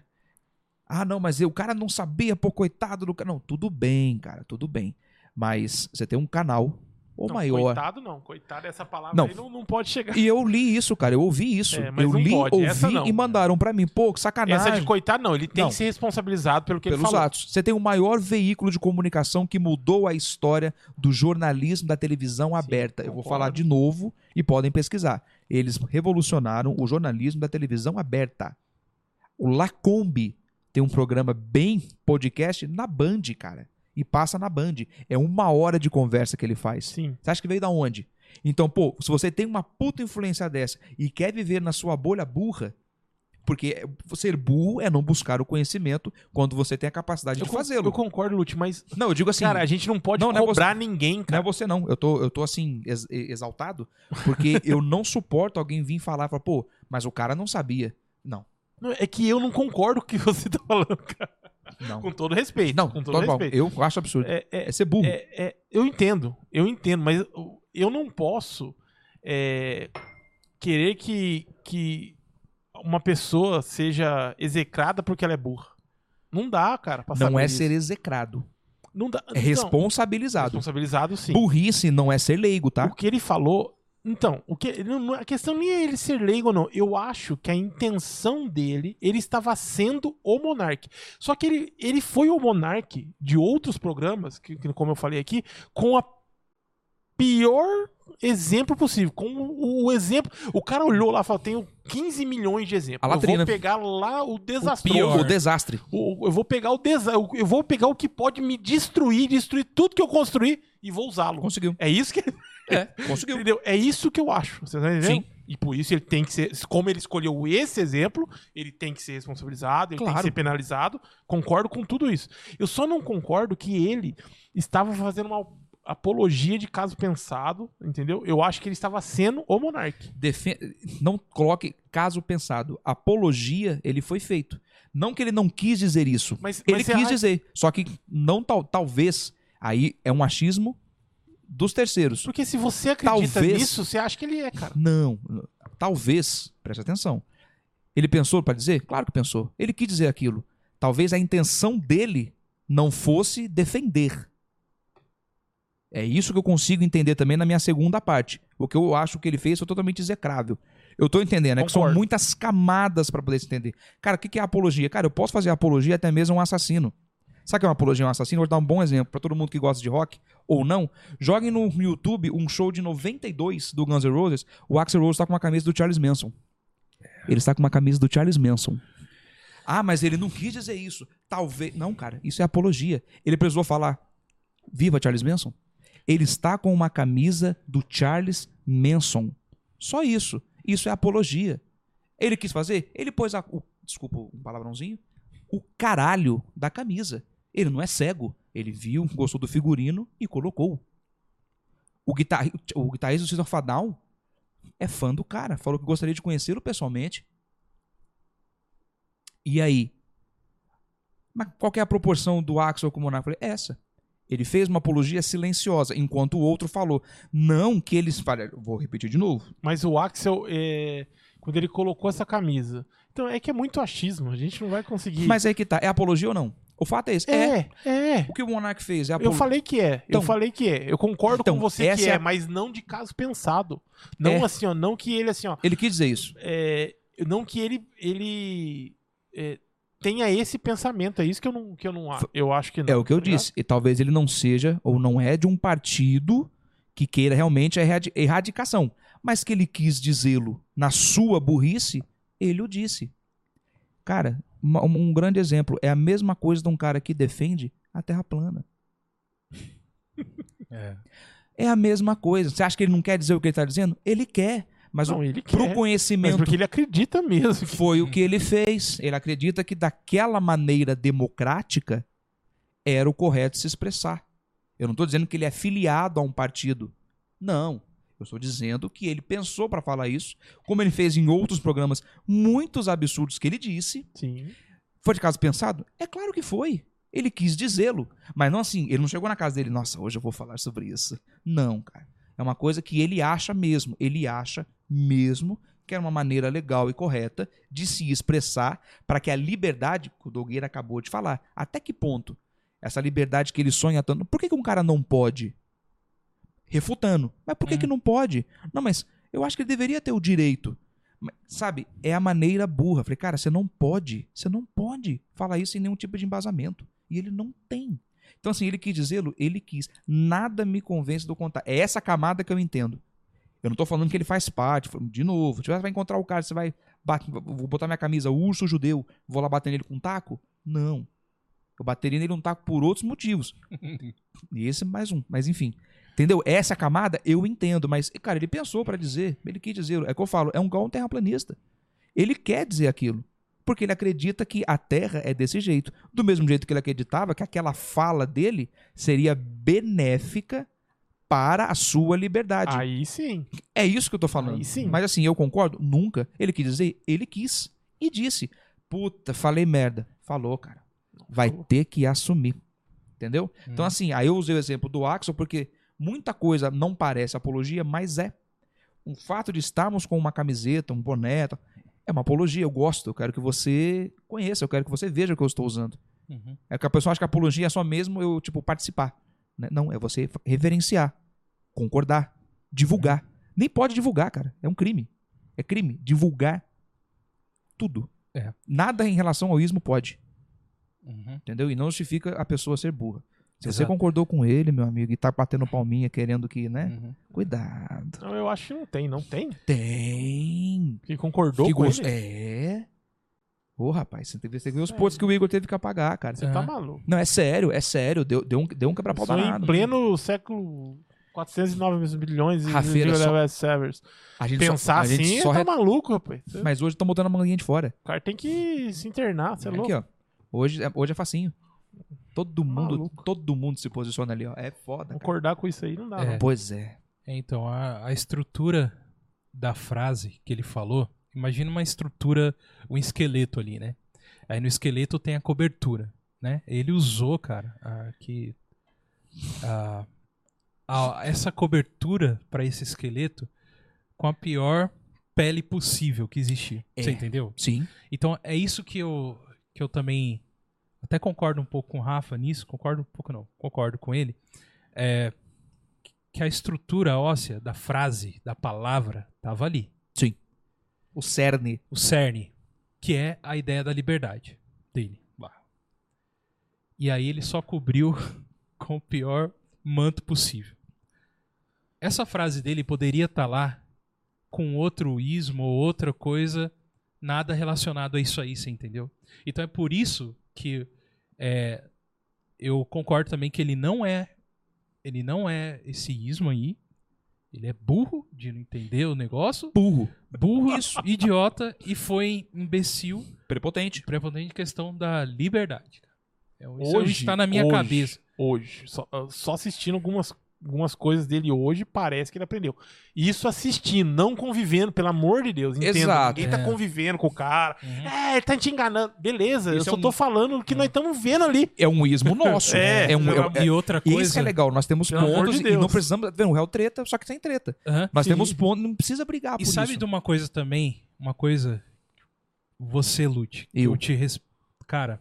Ah, não, mas o cara não sabia, pô, coitado do cara. Não, tudo bem, cara, tudo bem. Mas você tem um canal, ou Não, maior. Coitado não, coitado, essa palavra Não. aí não, não pode chegar. E eu li isso, cara, eu ouvi isso. É, mas eu não li, pode, essa ouvi não. e mandaram pra mim, pô, que Essa sacanagem. de coitado não, ele tem Não. que ser responsabilizado pelo que ele pelos falou. atos. Você tem o maior veículo de comunicação que mudou a história do jornalismo da televisão aberta. Eu vou concordo. falar de novo e podem pesquisar. Eles revolucionaram o jornalismo da televisão aberta. O Lacombe tem um programa bem podcast na Band, cara. E passa na Band. É uma hora de conversa que ele faz. Sim. Você acha que veio da onde? Então, pô, se você tem uma puta influência dessa e quer viver na sua bolha burra, porque ser burro é não buscar o conhecimento quando você tem a capacidade Eu, de con- eu fazê-lo. concordo, Lute, mas Não, eu digo assim, cara, a gente não pode Não, não é cobrar ninguém, não é cara. você não. Eu tô, eu tô assim, ex- exaltado, porque eu não suporto alguém vir falar e falar, pô, mas o cara não sabia. Não. Não, É que eu não concordo com o que você tá falando, cara. Não. Com todo respeito. Não, com todo tá bom. respeito. Eu acho absurdo. É, É, é, ser burro. é- é- eu entendo, eu entendo, mas eu- eu não posso é, querer que, que uma pessoa seja execrada porque ela é burra. Não dá, cara. pra não saber é isso. ser execrado. Não dá. É não, responsabilizado. responsabilizado, sim. Burrice não é ser leigo, tá? O que ele falou. Então, o que, ele não- a questão nem é ele ser leigo ou não. Eu acho que a intenção dele, ele estava sendo o monarque. Só que ele, ele foi o monarque de outros programas, que, que como eu falei aqui, com a pior exemplo possível. Com o, o exemplo. O cara olhou lá e falou: tenho 15 milhões de exemplos. A Eu latrina. vou pegar lá o desastroso. pior. O desastre. O- eu vou pegar o desa eu- eu vou pegar o que pode me destruir, destruir tudo que eu construí e vou usá-lo. Conseguiu. É isso que É, conseguiu. Entendeu? É isso que eu acho. Você tá entendendo? Sim. E por isso ele tem que ser. Como ele escolheu esse exemplo, ele tem que ser responsabilizado, ele tem Claro. que ser penalizado. Concordo com tudo isso. Eu só não concordo que ele estava fazendo uma apologia de caso pensado, entendeu? Eu acho que ele estava sendo o monarca. Defe- Não coloque caso pensado. Apologia, ele foi feito. Não que ele não quis dizer isso. Mas, Ele mas é quis será- dizer. Só que não tal, talvez. Aí é um achismo dos terceiros. Porque se você acredita Talvez- nisso, você acha que ele é, cara. Não. Talvez, preste atenção. Ele pensou para dizer? Claro que pensou. Ele quis dizer aquilo. Talvez a intenção dele não fosse defender. É isso que eu consigo entender também na minha segunda parte. O que eu acho que ele fez foi totalmente execrável. Eu tô entendendo, é que são Concordo. muitas camadas para poder se entender. Cara, o que que é apologia? Cara, eu posso fazer apologia até mesmo a um assassino. Sabe o que é uma apologia a um assassino? Vou dar um bom exemplo para todo mundo que gosta de rock ou não. Joguem no YouTube um show de 92 do Guns N' Roses. O Axel Rose tá com uma camisa do Charles Manson. Ele está com uma camisa do Charles Manson. Ah, mas ele não quis dizer isso. Talvez. Não, cara, isso é apologia. Ele precisou falar. Viva Charles Manson? Ele está com uma camisa do Charles Manson. Só isso. Isso é apologia. Ele quis fazer? Ele pôs a. o- desculpa um palavrãozinho. O caralho da camisa. Ele não é cego. Ele viu, gostou do figurino e colocou. O, guitar, o guitarrista do System of a Down é fã do cara. Falou que gostaria de conhecê-lo pessoalmente. E aí? Mas qual que é a proporção do Axel com o Monark? Eu falei, essa. Ele fez uma apologia silenciosa, enquanto o outro falou. Não que eles. falem- eu Vou repetir de novo. Mas o Axel, é, quando ele colocou essa camisa. Então é que é muito achismo, a gente não vai conseguir. Mas aí que tá. É apologia ou não? O fato é esse. É. é. é. O que o Monark fez é Eu apologia. falei que é, Então- eu falei que é. Eu concordo Então, com você essa que é é, a- mas não de caso pensado. Não É. assim, ó, não que ele assim, ó, Ele quis dizer isso. é, não que ele ele é, tenha esse pensamento. É isso que eu não que eu não a- eu acho que não. É o que eu tá ligado? disse. E talvez ele não seja ou não é de um partido que queira realmente a erradi- erradicação. Mas que ele quis dizê-lo na sua burrice, ele o disse. Cara, uma- um grande exemplo é a mesma coisa de um cara que defende a Terra plana. É. É a mesma coisa. Você acha que ele não quer dizer o que ele está dizendo? Ele quer. Mas Não, o, ele quer, pro mas conhecimento porque ele acredita mesmo. que- Foi o que ele fez. Ele acredita que daquela maneira democrática era o correto se expressar. Eu não estou dizendo que ele é filiado a um partido. Não. Eu estou dizendo que ele pensou para falar isso, como ele fez em outros programas, muitos absurdos que ele disse. Sim. Foi de caso pensado? É claro que foi. Ele quis dizê-lo. Mas não assim, ele não chegou na casa dele, nossa, hoje eu vou falar sobre isso. Não, cara. É uma coisa que ele acha mesmo. Ele acha mesmo que era uma maneira legal e correta de se expressar para que a liberdade, que o Dogueira acabou de falar, até que ponto essa liberdade que ele sonha tanto. Por que, que um cara não pode? Refutando. Mas por que, Hum. que não pode? Não, mas eu acho que ele deveria ter o direito. Mas, Sabe, é a maneira burra. Falei, cara, você não pode, você não pode falar isso sem nenhum tipo de embasamento. E ele não tem. Então, assim, ele quis dizê-lo, ele quis. Nada me convence do contar. É essa camada que eu entendo. Eu não tô falando que ele faz parte. De novo, você vai encontrar o cara, você vai. bate- vou botar minha camisa, urso judeu, vou lá bater nele com um taco? Não. Eu bateria nele um taco por outros motivos. e esse é mais um. Mas enfim. Entendeu? Essa camada eu entendo, mas, cara, ele pensou pra dizer, ele quis dizer, é o que eu falo, é um igual um terraplanista. Ele quer dizer aquilo, porque ele acredita que a Terra é desse jeito. Do mesmo jeito que ele acreditava que aquela fala dele seria benéfica para a sua liberdade. Aí sim. É isso que eu tô falando. Aí sim. Mas assim, eu concordo? Nunca. Ele quis dizer, ele quis e disse. Puta, falei merda. Falou, cara. Vai falou. ter que assumir. Entendeu? Então, Hum. assim, aí eu usei o exemplo do Axel, porque muita coisa não parece apologia, mas é. O fato de estarmos com uma camiseta, um boné, tal, é uma apologia. Eu gosto, eu quero que você conheça, eu quero que você veja o que eu estou usando. Uhum. É que a pessoa acha que a apologia é só mesmo eu, tipo, participar. né? Não, é você f- reverenciar, concordar, divulgar. Uhum. Nem pode divulgar, cara. É um crime. É crime. Divulgar tudo. É. Nada em relação ao ismo pode, Uhum. entendeu? E não justifica a pessoa ser burra. Se você Exato. concordou com ele, meu amigo, e tá batendo palminha querendo que, Hum. né? Uhum. Cuidado. Não, eu acho que não tem, não tem. Tem. Que concordou que com gosto. ele. É. Ô, rapaz, você teve que ver os É. pontos que o Igor teve que apagar, cara. Você tá maluco. Não, é sério, é sério. Deu, deu um, deu um quebra-pau Só em danado. pleno século 409 milhões e Rafeira, digo, só- né, servers. A gente Pensar só- a gente assim, só tá re- maluco, rapaz. Mas hoje estão botando a manguinha de fora. O cara tem que se internar, você é louco. Tá Aqui, ó. Hoje, é- hoje é facinho. Todo mundo, Maluco. todo mundo se posiciona ali, ó. É foda. cara. Concordar com isso aí não dá. É. não. Pois é. Então, a, a estrutura da frase que ele falou, imagina uma estrutura, um esqueleto ali, né? Aí no esqueleto tem a cobertura, né? Ele usou, cara, a, que a- a- essa cobertura para esse esqueleto com a pior pele possível que existia. É. Você entendeu? Sim. Então é isso que eu, que eu também até concordo um pouco com o Rafa nisso, concordo um pouco não, concordo com ele, é que a estrutura óssea da frase, da palavra, tava ali. O cerne. O cerne, que é a ideia da liberdade dele. lá. E aí ele só cobriu com o pior manto possível. Essa frase dele poderia estar lá com outro ismo ou outra coisa, nada relacionado a isso aí, você entendeu? Então é por isso que é, eu concordo também que ele não é ele não é esse ismo aí. Ele é burro de não entender o negócio, Burro. burro, idiota e foi imbecil Prepotente. prepotente questão da liberdade. cara. É, o- isso Hoje está na minha hoje, cabeça. Hoje. Só, ah, só assistindo algumas, algumas coisas dele hoje, parece que ele aprendeu. Isso assistindo, não convivendo, pelo amor de Deus. Entenda. Exato. Ninguém tá É. convivendo com o cara. Uhum. É, ele tá te enganando. Beleza, eu Isso é só um- tô falando o que nós estamos vendo ali. É um ismo nosso. É, um. pelo É, E outra é, coisa. isso que é legal. Nós temos Pelo amor pontos de e não Deus. precisamos. Vendo, o réu treta, só que sem treta. Aham. Nós Sim. temos pontos, não precisa brigar E por sabe isso. de uma coisa também? Uma coisa. Você, Lute. que Eu. te res... Cara,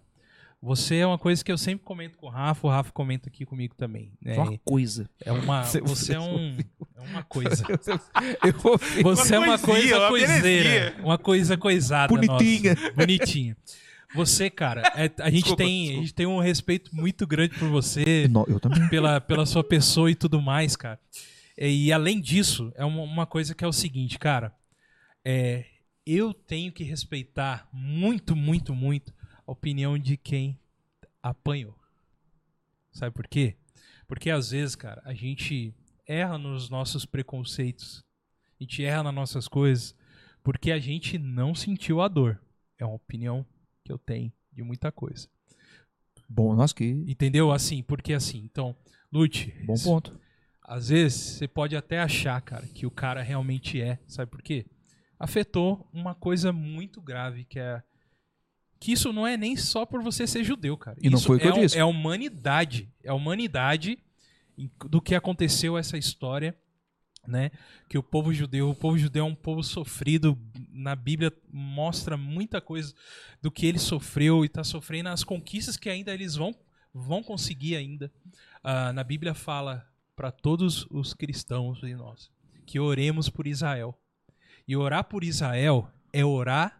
você é uma coisa que eu sempre comento com o Rafa, o Rafa comenta aqui comigo também. né? Só uma coisa. É uma. Você- Você é um. É uma coisa. Eu ouvi. Você é uma coisinha, coisa uma coiseira. belezinha. Uma coisa coisada. nossa. Bonitinha. Bonitinha. Você, cara, é- a, gente Desculpa, tem, a gente tem um respeito muito grande por você. Não, eu também. pela, pela sua pessoa e tudo mais, cara. E além disso, é uma, uma coisa que é o seguinte, cara. É, eu tenho que respeitar muito, muito, muito a opinião de quem apanhou. Sabe por quê? Porque às vezes, cara, a gente erra nos nossos preconceitos. A gente erra nas nossas coisas porque a gente não sentiu a dor. É uma opinião que eu tenho de muita coisa. Bom, nós que. Entendeu? Assim, porque assim, então, Lute, Bom ponto. às vezes você pode até achar, cara, que o cara realmente é, sabe por quê? Afetou uma coisa muito grave que é que isso não é nem só por você ser judeu, cara. E não Isso foi o que é eu um- disse. É a humanidade, é a humanidade em- do que aconteceu essa história, né? Que o povo judeu, o povo judeu é um povo sofrido. Na Bíblia mostra muita coisa do que ele sofreu e está sofrendo, as conquistas que ainda eles vão vão conseguir ainda. Ah, na Bíblia fala para todos os cristãos e nós que oremos por Israel. E orar por Israel é orar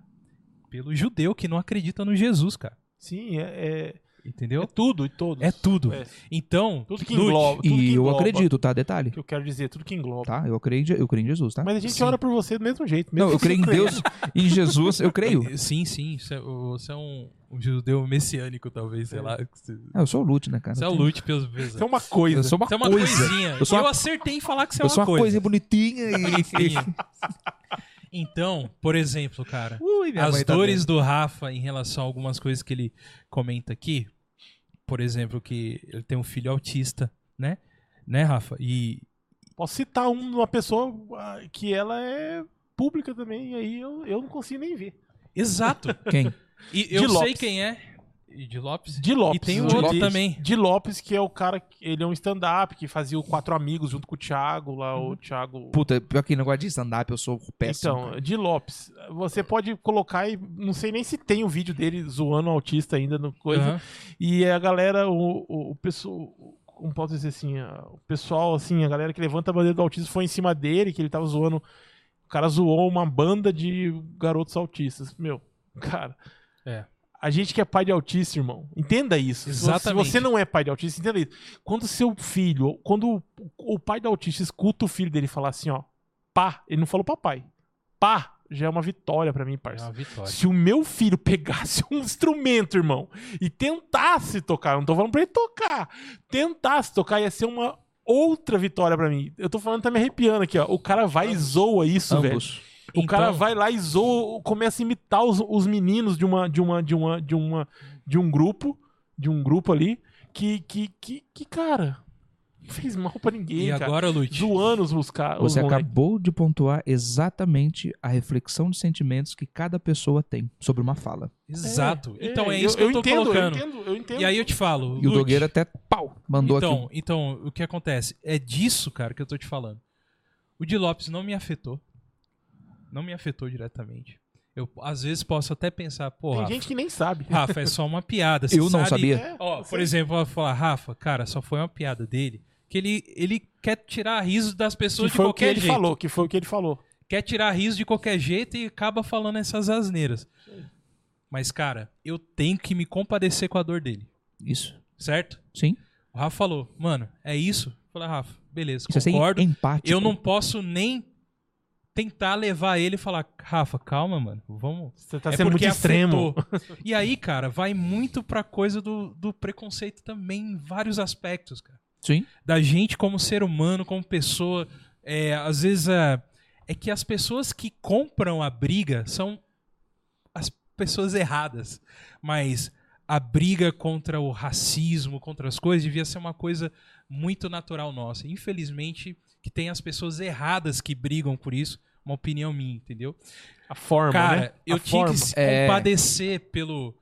pelo judeu que não acredita no Jesus, cara. Sim, é, é- é Entendeu? tudo e todos. É tudo. É. Então, Tudo que Lute, engloba. Tudo E que eu engloba. acredito, tá? Detalhe. O que eu quero dizer, tudo que engloba. Tá? Eu creio, em Je- eu creio em Jesus, tá? Mas a gente Sim. ora por você do mesmo jeito. Mesmo Não, eu sem creio em crer. Deus, em Jesus, eu creio. Sim, sim. Você é- você é um, um judeu messiânico, talvez, É. sei lá. Ah, eu sou o Lute, né, cara? Você é Eu o tenho- lute pelos vezes. Isso é uma coisa. Eu sou uma, Você é uma coisa. coisinha. Eu Eu, sou uma- acertei em falar que você é Eu uma sou uma coisa, coisa. bonitinha e. Bonitinha. Então, por exemplo, cara, Ui, minha as mãe tá dores vendo. do Rafa em relação a algumas coisas que ele comenta aqui, por exemplo, que ele tem um filho autista, né? Né, Rafa? E Posso citar um- uma pessoa ah, que ela é pública também, e aí eu, eu não consigo nem ver. exato. Quem? E De eu sei Lopes. quem é. E de Lopes. De Lopes. E tem o de outro Lopes- também. De Lopes, que é o cara. que- Ele é um stand-up que fazia o Quatro Amigos junto com o Thiago lá, Uhum. o Thiago. Puta, pior que negócio de stand-up, eu sou péssimo. então, cara. de Lopes. Você pode colocar e. Não sei nem se tem o vídeo dele zoando o autista ainda no coisa. Aham. E a galera, o, o, o pessoal. Como posso dizer assim? a- O pessoal, assim, a galera que levanta a bandeira do autismo foi em cima dele, que ele tava zoando. O cara zoou uma banda de garotos autistas. Meu, cara. É. A gente que é pai de autista, irmão, entenda isso. Se você- Exatamente. Se você não é pai de autista, entenda isso. Quando seu filho, quando o, o pai do autista escuta o filho dele falar assim, ó, pá, ele não falou papai. Pá, já é uma vitória pra mim, É parça. uma vitória. Se o meu filho pegasse um instrumento, irmão, e tentasse tocar, eu não tô falando pra ele tocar, tentasse tocar, ia ser uma outra vitória pra mim. Eu tô falando, tá me arrepiando aqui, ó. O cara vai e zoa isso, velho. Ambos. O cara Então- vai lá e zoa, começa a imitar os, os meninos de uma, de uma, de uma, de uma, de um grupo, de um grupo ali, que, que, que, que cara, não fez mal pra ninguém, E cara. agora, Lute? Zoando os, os caras. Você acabou de pontuar exatamente a reflexão de sentimentos que cada pessoa tem sobre uma fala. Exato. então é, isso que eu, tô entendo, colocando. Eu entendo, eu entendo. E aí eu te falo. E o Lute, Dogueira até pau, mandou então, aqui. então, o que acontece? É disso, cara, que eu tô te falando. O de Lopes não me afetou. Não me afetou diretamente. Eu, às vezes, posso até pensar, pô, Tem Rafa, gente que nem sabe. Rafa, é só uma piada. você Eu não sabe- sabia. É, Ó, você- por exemplo, eu vou falar, Rafa, cara, só foi uma piada dele. Que ele, ele quer tirar riso das que pessoas de foi o que qualquer ele jeito. falou, que foi o que ele falou. Quer tirar riso de qualquer jeito e acaba falando essas asneiras. Mas, cara, eu tenho que me compadecer com a dor dele. Isso. Certo? Sim. O Rafa falou, mano, é isso? Eu falei, Rafa, beleza, Isso é ser concordo. empático. eu não posso nem tentar levar ele e falar, Rafa, calma, mano, vamos. Você tá É sendo porque muito extremo. afetou. E aí, cara, vai muito pra coisa do, do preconceito também, em vários aspectos, cara. Sim. Da gente como ser humano, como pessoa. É, às vezes é, é que as pessoas que compram a briga são as pessoas erradas. Mas a briga contra o racismo, contra as coisas, devia ser uma coisa muito natural nossa. Infelizmente, que tem as pessoas erradas que brigam por isso. Uma opinião minha, entendeu? A forma, Cara, né? eu a tinha forma. que se É. compadecer pelo,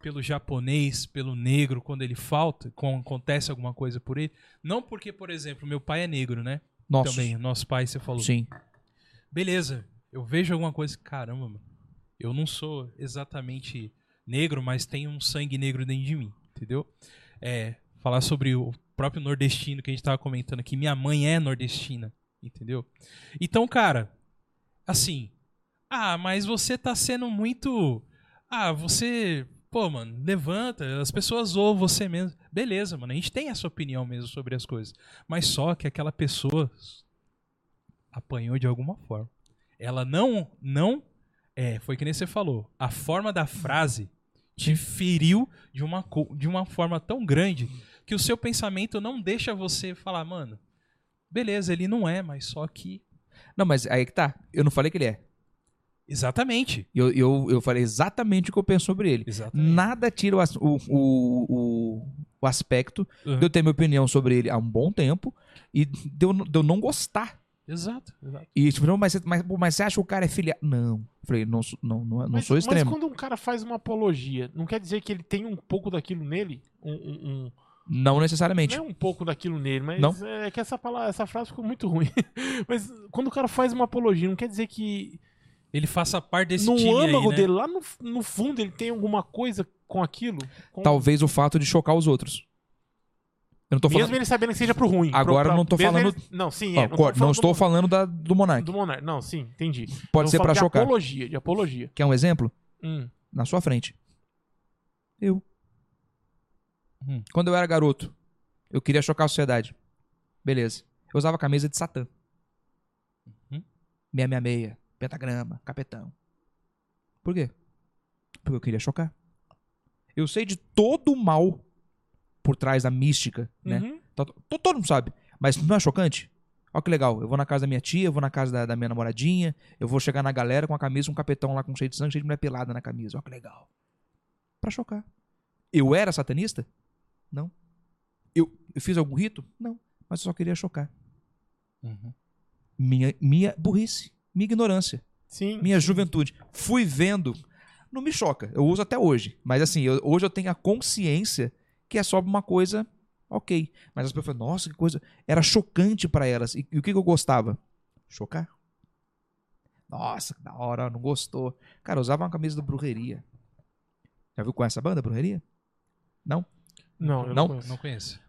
pelo japonês, pelo negro, quando ele falta, quando acontece alguma coisa por ele. Não porque, por exemplo, meu pai é negro, né? Nossa. Também, nosso pai, você falou. Sim. Beleza, eu vejo alguma coisa, caramba, mano. Eu não sou exatamente negro, mas tenho um sangue negro dentro de mim, entendeu? É, falar sobre o próprio nordestino que a gente tava comentando aqui. Minha mãe é nordestina, entendeu? Então, cara, assim. Ah, mas você tá sendo muito. Ah, você. Pô, mano, levanta, as pessoas ouvem você mesmo. Beleza, mano, a gente tem essa opinião mesmo sobre as coisas. Mas só que aquela pessoa apanhou de alguma forma. Ela não. não é, foi que nem você falou. A forma da frase te feriu de uma, co- de uma forma tão grande que o seu pensamento não deixa você falar, mano, beleza, ele não é, mas só que. Não, mas aí que tá. Eu não falei que ele é. Exatamente. Eu, eu, eu falei exatamente o que eu penso sobre ele. Exatamente. Nada tira o, as- o, o, o- o aspecto Uhum. de eu ter minha opinião sobre ele há um bom tempo e de eu, n- de eu não gostar. Exato, exato. E tipo, não, mas, você- mas, mas você acha que o cara é filiado? Não. Eu Falei, não, sou- não, não, não Mas- sou extremo. Mas quando um cara faz uma apologia, não quer dizer que ele tem um pouco daquilo nele? Um, um- um- Não necessariamente. não é um pouco daquilo nele, mas Não. é que essa, palavra, essa frase ficou muito ruim. mas quando o cara faz uma apologia, não quer dizer que Ele faça parte desse no time aí, âmago né? dele, lá no, no fundo, ele tem alguma coisa com aquilo? Com... Talvez o fato de chocar os outros. Eu não tô Mesmo falando. ele sabendo que seja pro ruim. Agora pro- eu não tô mesmo falando- ele- Não, sim, Ó, é. corta, não falando estou do, falando da, do Monark. do Monark. Não, sim, entendi. Pode Eu ser falo pra de chocar. apologia, de apologia. Quer um exemplo? Hum. Na sua frente. Eu. Hum. Quando eu era garoto, eu queria chocar a sociedade. Beleza. Eu usava camisa de Satã. Uhum. 666, pentagrama, capetão. Por quê? Porque eu queria chocar. Eu sei de todo o mal por trás da mística, né? Uhum. Tá- to- todo mundo sabe. Mas não é chocante? Olha que legal. Eu vou na casa da minha tia, eu vou na casa da, da minha namoradinha, eu vou chegar na galera com a camisa, um capetão lá com cheio de sangue, cheio de mulher pelada na camisa. Olha que legal. Pra chocar. Eu era satanista? Não. Eu, eu fiz algum rito? Não. Mas eu só queria chocar. Uhum. Minha, minha burrice, minha ignorância, Sim. minha juventude. Fui vendo Não me choca, eu uso até hoje. Mas assim, eu- hoje eu tenho a consciência que é só uma coisa ok. Mas as pessoas falam, nossa, que coisa. Era chocante pra elas. E, e o que, que eu gostava? Chocar. Nossa, que da hora, não gostou. Cara, eu usava uma camisa do Brujeria. Já viu com essa banda, Brujeria? Não, eu Não? não, conheço. Não conheço.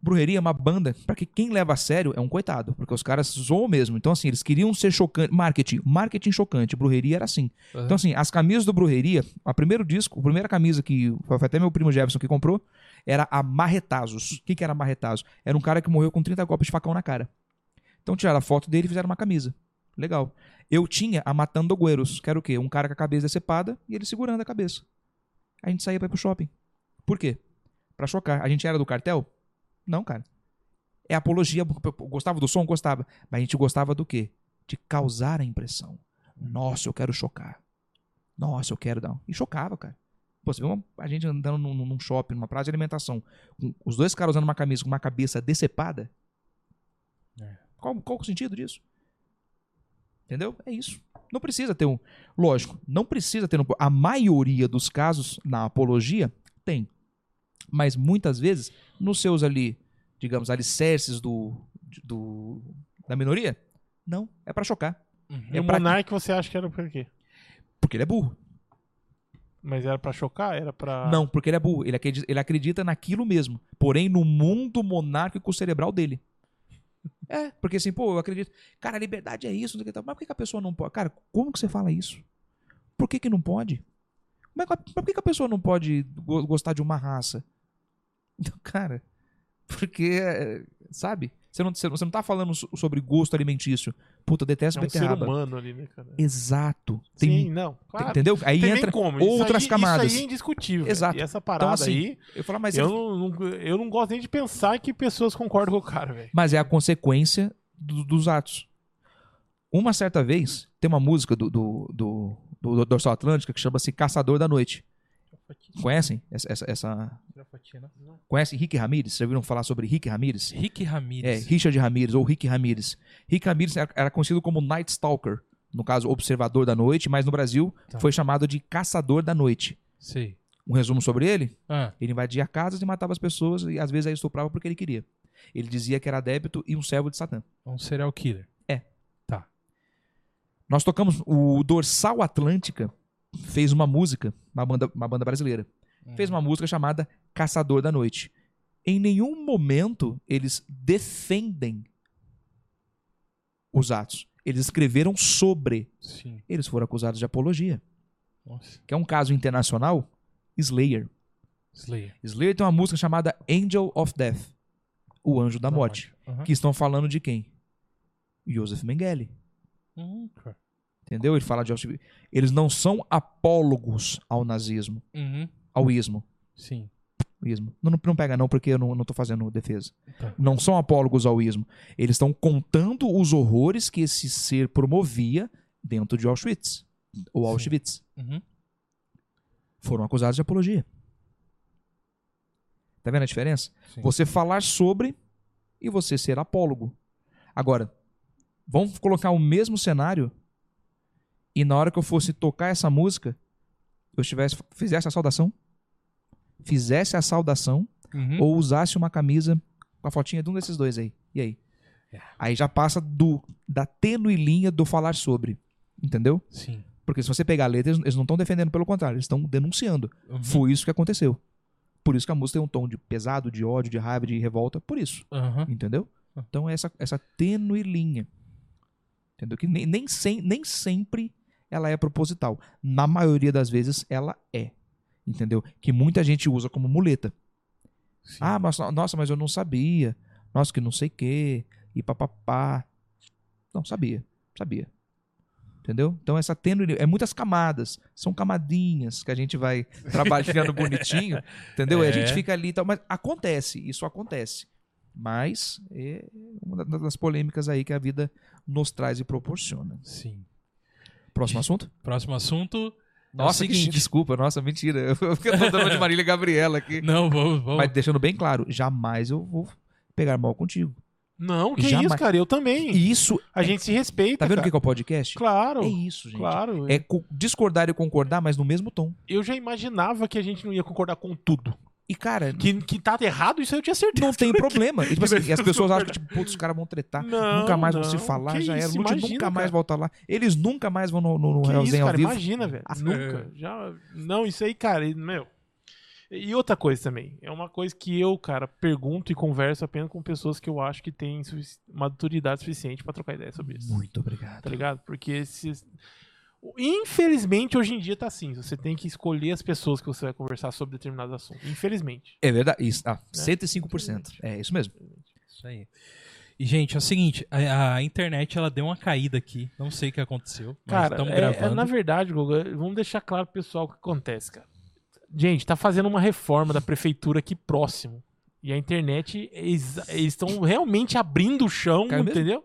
Brujeria é uma banda para que quem leva a sério é um coitado, porque os caras zoam mesmo. Então, assim, eles queriam ser chocante. Marketing, marketing chocante. Brujeria era assim. Aham. Então, assim, as camisas do Brujeria, o primeiro disco, a primeira camisa que foi foi até meu primo Jefferson que comprou, era a Marretazos. O que, que era Marretazos? Era um cara que morreu com 30 golpes de facão na cara. Então tiraram a foto dele e fizeram uma camisa. Legal. Eu tinha a Matando Gueros, que era o quê? Um cara com a cabeça decepada e ele segurando a cabeça. A gente saía pra ir pro shopping. Por quê? Pra chocar. A gente era do cartel? Não, cara. É apologia. Gostava do som? Gostava. Mas a gente gostava do quê? De causar a impressão. Nossa, eu quero chocar. Nossa, eu quero dar. um- E chocava, cara. Pô, você vê uma- a gente andando num, num shopping, numa praça de alimentação, com os dois caras usando uma camisa com uma cabeça decepada? É. Qual, qual que é o sentido disso? Entendeu? É isso. Não precisa ter um. Lógico, não precisa ter um. A maioria dos casos na apologia tem. Mas muitas vezes, nos seus ali, digamos, alicerces do, do, da minoria, não. É pra chocar. E É o pra- Monark você acha que era por quê? Porque ele é burro. Mas era pra chocar? Era pra. Não, porque ele é burro. Ele acredita, ele acredita naquilo mesmo. Porém, no mundo monárquico cerebral dele. É, porque assim, pô, eu acredito. Cara, a liberdade é isso, não sei o que tal. mas por que, que a pessoa não pode? Cara, como que você fala isso? Por que, que não pode? Como é que- mas por que, que a pessoa não pode go- gostar de uma raça? Então, cara, porque, é, sabe? Você não, você não- você não tá falando so- sobre gosto alimentício. Puta, eu detesto É um ser beterraba. humano ali, né, cara? Exato. Tem- Sim, não. Claro. Entendeu? Aí Tem nem entra. como. outras isso aí, camadas. Isso aí é indiscutível. velho. Exato. E essa parada assim, aí, Eu falo, mas eu ele não, não- eu não gosto nem de pensar que pessoas concordam com o cara, velho. mas é a consequência do- dos atos. Uma certa vez, tem uma música do, do, do, do, do Dorsal Atlântica que chama-se Caçador da Noite. Conhecem? Essa, essa, essa- Conhecem Rick Ramirez? Já ouviram falar sobre Rick Ramirez? Rick É, Ramirez. Richard Ramirez ou Rick Ramirez. Rick Ramirez era, era conhecido como Night Stalker, no caso, Observador da Noite, mas no Brasil Tá. foi chamado de Caçador da Noite. Sei. Um resumo sobre ele? Ah, Ele invadia casas e matava as pessoas e às vezes a estuprava porque ele queria. Ele dizia que era débito e um servo de Satã. é um serial killer. Nós tocamos o Dorsal Atlântica fez uma música, uma banda, uma banda brasileira. Hum, Fez uma música chamada Caçador da Noite. Em nenhum momento eles defendem os atos. Eles escreveram sobre. Sim. Eles foram acusados de apologia, Nossa. que é um caso internacional, Slayer. Slayer. Slayer tem uma música chamada Angel of Death, o Anjo da, morte. Aham. que estão falando de quem? Joseph Mengele. Hum, cara. Entendeu? Ele fala de Auschwitz. Eles não são apólogos ao nazismo, Uhum. ao ismo. Sim. ismo. Não, não- não pega não, porque eu não, não tô fazendo defesa. Tá. Não são apólogos ao ismo. Eles estão contando os horrores que esse ser promovia dentro de Auschwitz. Ou Sim. Auschwitz. Uhum. Foram acusados de apologia. Tá vendo a diferença? Sim. Você falar sobre e você ser apólogo. Agora, vamos colocar o mesmo cenário e na hora que eu fosse tocar essa música, eu estivesse, fizesse a saudação, fizesse a saudação Uhum. ou usasse uma camisa com a fotinha de um desses dois aí. E aí? É. Aí já passa do da tênue linha do falar sobre, entendeu? Sim. Porque se você pegar a letra, eles- eles não estão defendendo, pelo contrário, eles estão denunciando. Uhum. Foi isso que aconteceu. Por isso que a música tem um tom de pesado, de ódio, de raiva, de revolta. Por isso. Aham. Entendeu? Uhum. Então é essa, essa tênue linha. Entendeu? Que nem, nem, sem, nem sempre ela é proposital. Na maioria das vezes ela é. Entendeu? Que muita gente usa como muleta. Sim. Ah, mas, nossa, mas eu não sabia. Nossa, que não sei o quê. E papapá. Não, sabia. Sabia. Entendeu? Então essa tênue é muitas camadas. São camadinhas que a gente vai trabalhando bonitinho. Entendeu? E a É. gente fica ali e tal. Mas acontece, isso acontece. Mas é uma da- das polêmicas aí que a vida nos traz e proporciona. Sim. Próximo assunto? É Próximo assunto. Nossa, que seguinte. desculpa. Nossa, mentira. Eu fico dando uma de Marília e Gabriela aqui. Não, vamos, vamos. Mas deixando bem claro, jamais eu vou pegar mal contigo. Não, que Jamais. isso, cara, eu também. E isso. A gente se respeita. Tá vendo o cara. que que é o podcast? Claro, É isso, gente. claro. É co- discordar e concordar, mas no mesmo tom. Eu já imaginava que a gente não ia concordar com tudo. E, cara, Que, que tá errado, isso eu tinha certeza. não tem problema. E, tipo assim, Diversão e as pessoas acham super- que, tipo, putz, os caras vão tretar. Não, nunca mais vão se não. falar, Que já isso, era. Lute imagina, nunca mais cara. volta lá. Eles nunca mais vão no, no, no Que isso, Realzinho ao cara, vivo. imagina, velho. Ah, Nunca. é. Já... Não, isso aí, cara, e, meu. E outra coisa também. É uma coisa que eu, cara, pergunto e converso apenas com pessoas que eu acho que têm sufici- maturidade suficiente pra trocar ideia sobre isso. Muito obrigado. Tá ligado? Porque se... Infelizmente, hoje em dia tá assim. Você tem que escolher as pessoas que você vai conversar sobre determinados assuntos. Infelizmente. É verdade. Isso, ah, 105%. É isso mesmo. Isso aí. E, gente, é o seguinte, a, a internet ela deu uma caída aqui. Não sei o que aconteceu, mas Cara, estamos é- gravando. é, na verdade, Guga, vamos deixar claro pro pessoal o que acontece, cara. Gente, tá fazendo uma reforma da prefeitura aqui próximo. E a internet, eles eles estão realmente abrindo o chão, Caiu mesmo? entendeu?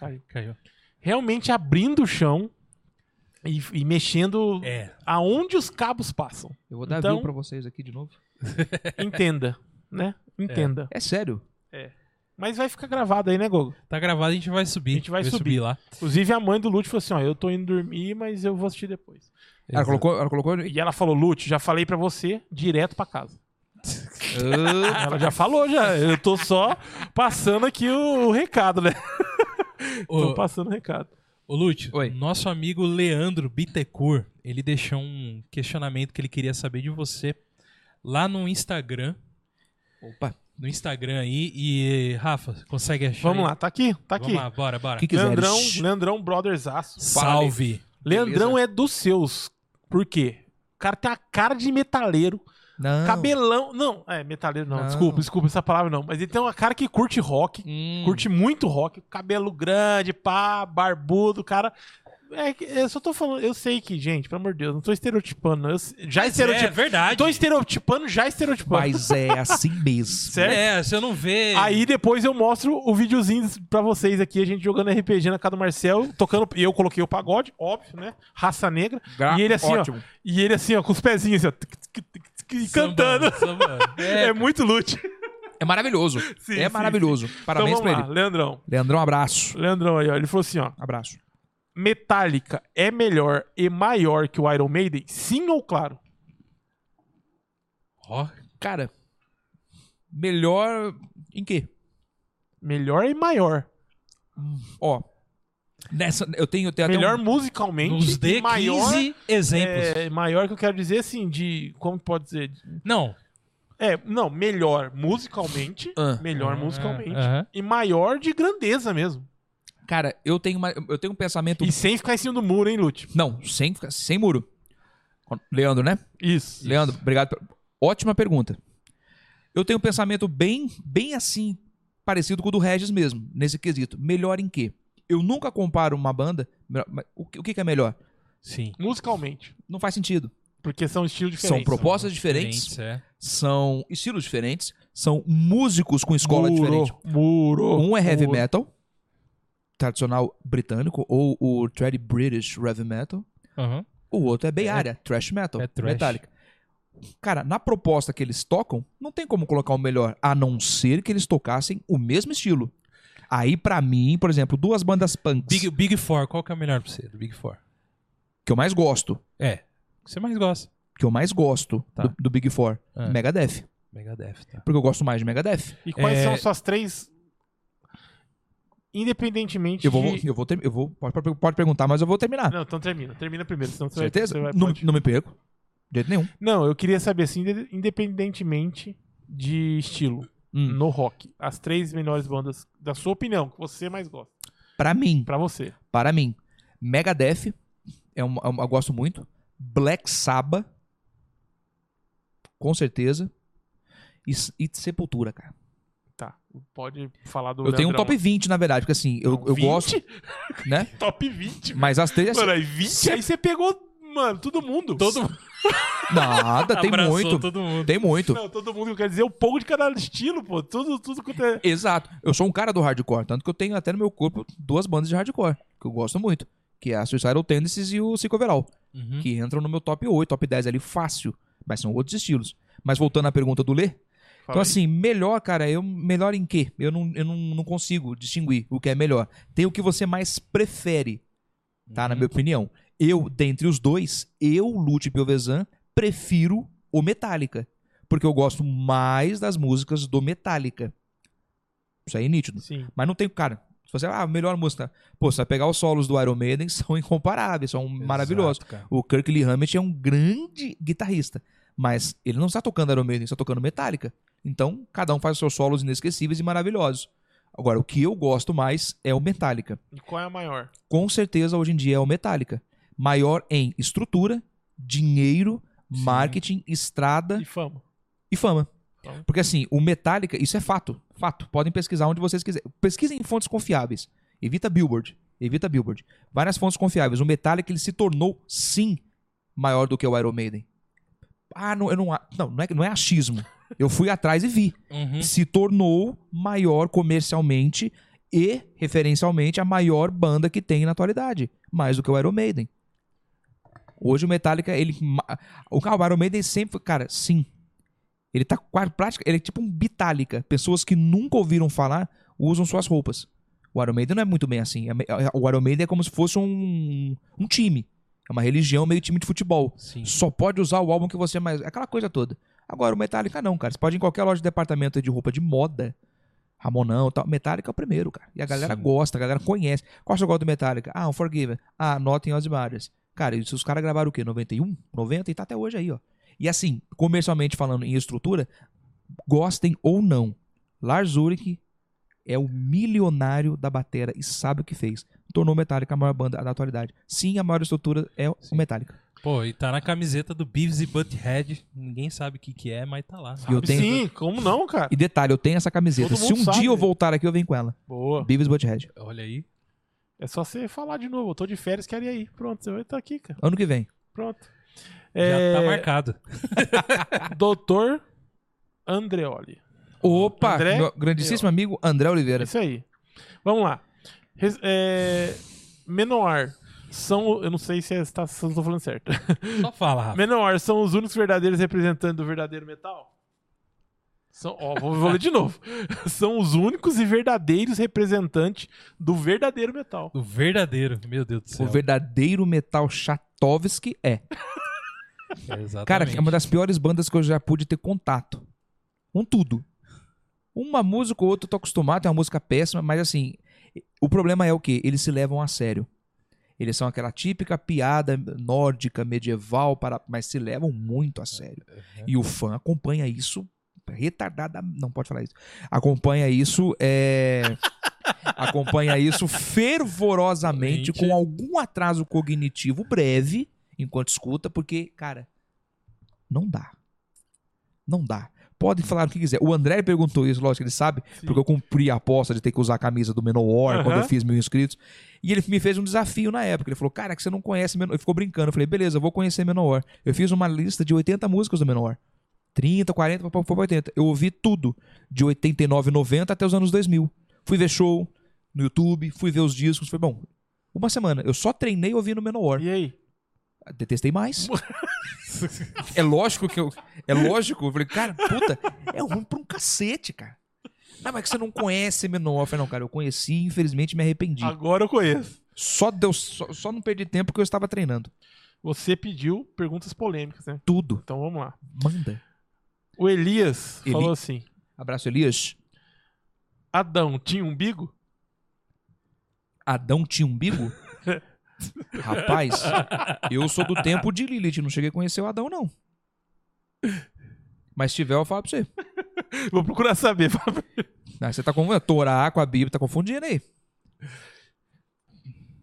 Caiu. Caiu. Realmente abrindo o chão e, e mexendo É, aonde os cabos passam. Eu vou dar Então- view pra vocês aqui de novo. Entenda, né? Entenda. É sério. Mas vai ficar gravado aí, né, Gogo? tá gravado, a gente vai subir. A gente vai subir. lá. Inclusive, a mãe do Lute falou assim: ó, eu tô indo dormir, mas eu vou assistir depois. Ela Ah, colocou. Ela colocou... E ela falou: Lute, já falei pra você, direto pra casa. Ah, Ela já falou, já. Eu tô só passando aqui o, o recado, né? Tô Ô, passando o recado. ô Lúcio, Oi. nosso amigo Leandro Bittencourt, ele deixou um questionamento que ele queria saber de você lá no Instagram. Opa. No Instagram aí. E, Rafa, consegue achar? Vamos aí? lá, tá aqui, tá aqui. Vamos lá, bora, bora. Que que- Leandrão, né? quiseres. Leandrão Brothers Aço. Salve. Leandrão é dos seus. Por quê? O cara tem a cara de metaleiro, Não. cabelão. Não, é, metaleiro não, Não. desculpa, desculpa essa palavra não. Mas ele tem uma cara que curte rock, Hum. curte muito rock, cabelo grande, pá, barbudo, cara. É, que- eu só tô falando, eu sei que, gente, pelo amor de Deus, não tô estereotipando. não. Eu, já É estereotipando. verdade. Tô estereotipando, já estereotipando. Mas é assim mesmo. Certo? É, se eu não ver. Aí depois eu mostro o videozinho pra vocês aqui, a gente jogando RPG na casa do Marcel, tocando. E eu coloquei o pagode, óbvio, né? Raça negra. Gra- E ele assim, ó. ótimo. E ele assim, ó, com os pezinhos assim, ó, tic, tic, tic, tic, e cantando. Sambando, sambando. É, É, muito loot. É maravilhoso. Sim, é sim, maravilhoso. Então Parabéns vamos pra lá, ele. Leandrão. Leandrão, abraço. Leandrão aí, ó. Ele falou assim, ó. Abraço. Metallica é melhor e maior que o Iron Maiden? Sim ou claro? Ó, Cara, melhor em quê? Melhor e maior. Ó, nessa eu tenho, eu tenho até melhor um, musicalmente. nos e dê maior, 15 exemplos. é, maior que eu quero dizer assim, de. Como pode dizer? Não. É, não, melhor musicalmente, Ah. melhor Ah, musicalmente aham. e maior de grandeza mesmo. cara, eu tenho uma, eu tenho um pensamento E sem ficar em cima do muro, hein, Lute? não, sem ficar- sem muro. Leandro, né? Isso. Leandro, obrigado. pe- Ótima pergunta. Eu tenho um pensamento bem, bem assim, parecido com o do Regis mesmo, nesse quesito. Melhor em quê? Eu nunca comparo uma banda. melhor- mas O que, o que que é melhor? Sim. Musicalmente, Não faz sentido. porque são estilos São diferentes. propostas diferentes, é. são estilos diferentes, são músicos com escola muro, diferente. Muro. Um é heavy muro. metal, tradicional britânico, ou o trad British heavy metal. Aham. O outro é Bay Area, thrash metal, é thrash. metallica. Cara, na proposta que eles tocam, não tem como colocar o melhor, a não ser que eles tocassem o mesmo estilo. Aí, pra mim, por exemplo, duas bandas punks Big, Big Four, qual que é o melhor pra você? Do Big Four. que eu mais gosto, É. O que você mais gosta? que eu mais gosto Tá. do, do Big Four, Ah. Megadeth. Megadeth, tá. Porque eu gosto mais de Megadeth. E quais É- são suas três independentemente Eu vou, de... eu vou, ter, eu vou pode, pode perguntar, mas eu vou terminar. Não, então termina, termina primeiro, senão você Certeza? vai, você vai não, pode- não me perco. De jeito nenhum. Não, eu queria saber assim, inde- independentemente de estilo Hum. no rock, as três melhores bandas da sua opinião que você mais gosta, Pra mim, Pra você. para mim, Megadeth é uma, é uma- eu gosto muito. Black Sabbath, com certeza. E, S- e Sepultura, cara. Tá, pode falar do eu tenho um Leandrão. top 20, na verdade, porque assim, eu, Não, eu 20? gosto, né? Top 20, mano. Mas as três. Assim, Mano, aí 20, aí você pegou, mano, todo mundo. Todo mundo nada, tem abraçou muito. todo mundo. Tem muito. Não, todo mundo, quer dizer, um pouco de cada estilo, pô. Tudo, tudo quanto é... Exato. Eu sou um cara do hardcore, tanto que eu tenho até no meu corpo duas bandas de hardcore, que eu gosto muito. Que é a Suicidal Tendencies e o Sick Overall. Uhum. que entram no meu top 8, top 10 ali fácil, mas são outros estilos. Mas voltando à pergunta do Lê, Fala aí. Então, assim, melhor, cara, eu melhor em quê? Eu, não, eu não, não consigo distinguir o que é melhor. Tem o que você mais prefere, tá? Na Uhum. minha opinião. Eu, dentre os dois, eu, Lute Piovesan, prefiro o Metallica. Porque eu gosto mais das músicas do Metallica. Isso aí é nítido. Sim. Mas não tem, cara. Se você, ah, melhor música. Pô, você vai pegar os solos do Iron Maiden, são incomparáveis, são maravilhosos. Exato, cara. O Kirk Lee Hammett é um grande guitarrista, mas ele não está tocando Iron Maiden, ele está tocando Metallica. Então, cada um faz os seus solos inesquecíveis e maravilhosos. Agora, o que eu gosto mais é o Metallica. E qual é a maior? Com certeza, hoje em dia, é o Metallica. Maior em estrutura, dinheiro, Sim. marketing, estrada E fama. e fama. Fama. Porque assim, o Metallica, isso é fato, fato. Podem pesquisar onde vocês quiserem. Pesquisem em fontes confiáveis. Evita Billboard, evita Billboard. Várias fontes confiáveis. O Metallica ele se tornou sim maior do que o Iron Maiden. Ah, não, eu não, a- não, não é, não é achismo. Eu fui atrás e vi. Uhum. Se tornou maior comercialmente e referencialmente a maior banda que tem na atualidade, mais do que o Iron Maiden. Hoje o Metallica, ele ma- o cara, o Iron Maiden sempre, foi- cara, sim. Ele tá quase prática, ele é tipo um Bitálica. Pessoas que nunca ouviram falar usam suas roupas. O Iron Maiden não é muito bem assim. É me- é- O Iron Maiden é como se fosse um, um time. É uma religião, meio time de futebol. Sim. Só pode usar o álbum que você mais. Aquela coisa toda. Agora, o Metallica não, cara. Você pode ir em qualquer loja de departamento de roupa de moda. Ramonão e tal. Metallica é o primeiro, cara. E a galera Sim. gosta, a galera conhece. Qual é o gosto do Metallica? Ah, Unforgiven. Ah, Nothing Else Matters. Cara, isso os caras gravaram o quê? 91? 90? E tá até hoje aí, ó. E assim, comercialmente falando em estrutura, gostem ou não, Lars Ulrich é o milionário da batera e sabe o que fez. Tornou o Metallica a maior banda da atualidade. Sim, a maior estrutura é o Metallica. Pô, e tá na camiseta do Beavis e Butthead. Ninguém sabe o que, que é, mas tá lá. E eu tenho- Sim, como não, cara? E detalhe, eu tenho essa camiseta. Todo Se um mundo sabe. dia eu voltar aqui, eu venho com ela. Boa. Beavis Butthead. Olha aí. É só você falar de novo. Eu tô de férias, quero ir aí. Pronto, você vai estar aqui, cara. Ano que vem. Pronto. Já tá É, marcado. Doutor Andreoli. Opa! André? Meu grandíssimo amigo André É Oliveira. isso aí. Vamos lá. Res, é, Menor são. Eu não sei se está se eu tô falando certo. Só fala, Rafa. Menor são os únicos verdadeiros representantes do verdadeiro metal? São, ó, vou, vou ler de novo. São os únicos e verdadeiros representantes do verdadeiro metal. O verdadeiro. Meu Deus do é céu. O verdadeiro metal Chatovski é. Exatamente. Cara, é uma das piores bandas que eu já pude ter contato. Com tudo. Uma música ou outra eu tô acostumado, é uma música péssima, mas assim, o problema é o quê? Eles se levam a sério. Eles são aquela típica piada nórdica, medieval, para... mas se levam muito a sério. E o fã acompanha isso retardada, não pode falar isso. Acompanha isso é acompanha isso fervorosamente Gente. com algum atraso cognitivo breve enquanto escuta, porque cara, não dá. Não dá. Pode falar o que quiser. O André perguntou isso, lógico que ele sabe, Hum. Sim. porque eu cumpri a aposta de ter que usar a camisa do Menor Aham. quando eu fiz mil inscritos. E ele me fez um desafio na época. Ele falou, cara, que você não conhece Menor. Ele ficou brincando. Eu falei, beleza, eu vou conhecer Menor. Eu fiz uma lista de 80 músicas do Menor. 30, 40, foi pra foi pra 80. Eu ouvi tudo. De 89, 90 até os anos 2000. Fui ver show no YouTube, fui ver os discos. Foi bom. Uma semana. Eu só treinei ouvindo Menor. E aí? Detestei mais. é lógico que eu. É lógico. Eu falei, cara, puta, é ruim pra um cacete, cara. Não, mas é que você não conhece menor. Eu falei, não, cara, eu conheci e infelizmente me arrependi. Agora eu conheço. Só, deu, só, só não perdi tempo porque eu estava treinando. Você pediu perguntas polêmicas, né? Tudo. Então vamos lá. Manda. O Elias Eli- falou assim: Abraço, Elias. Adão tinha umbigo? Adão tinha umbigo? Rapaz, eu sou do tempo de Lilith. Não cheguei a conhecer o Adão, não. Mas se tiver, eu falo pra você. Vou procurar saber. Ah, você tá confundindo. Torá com a Bíblia, tá confundindo aí.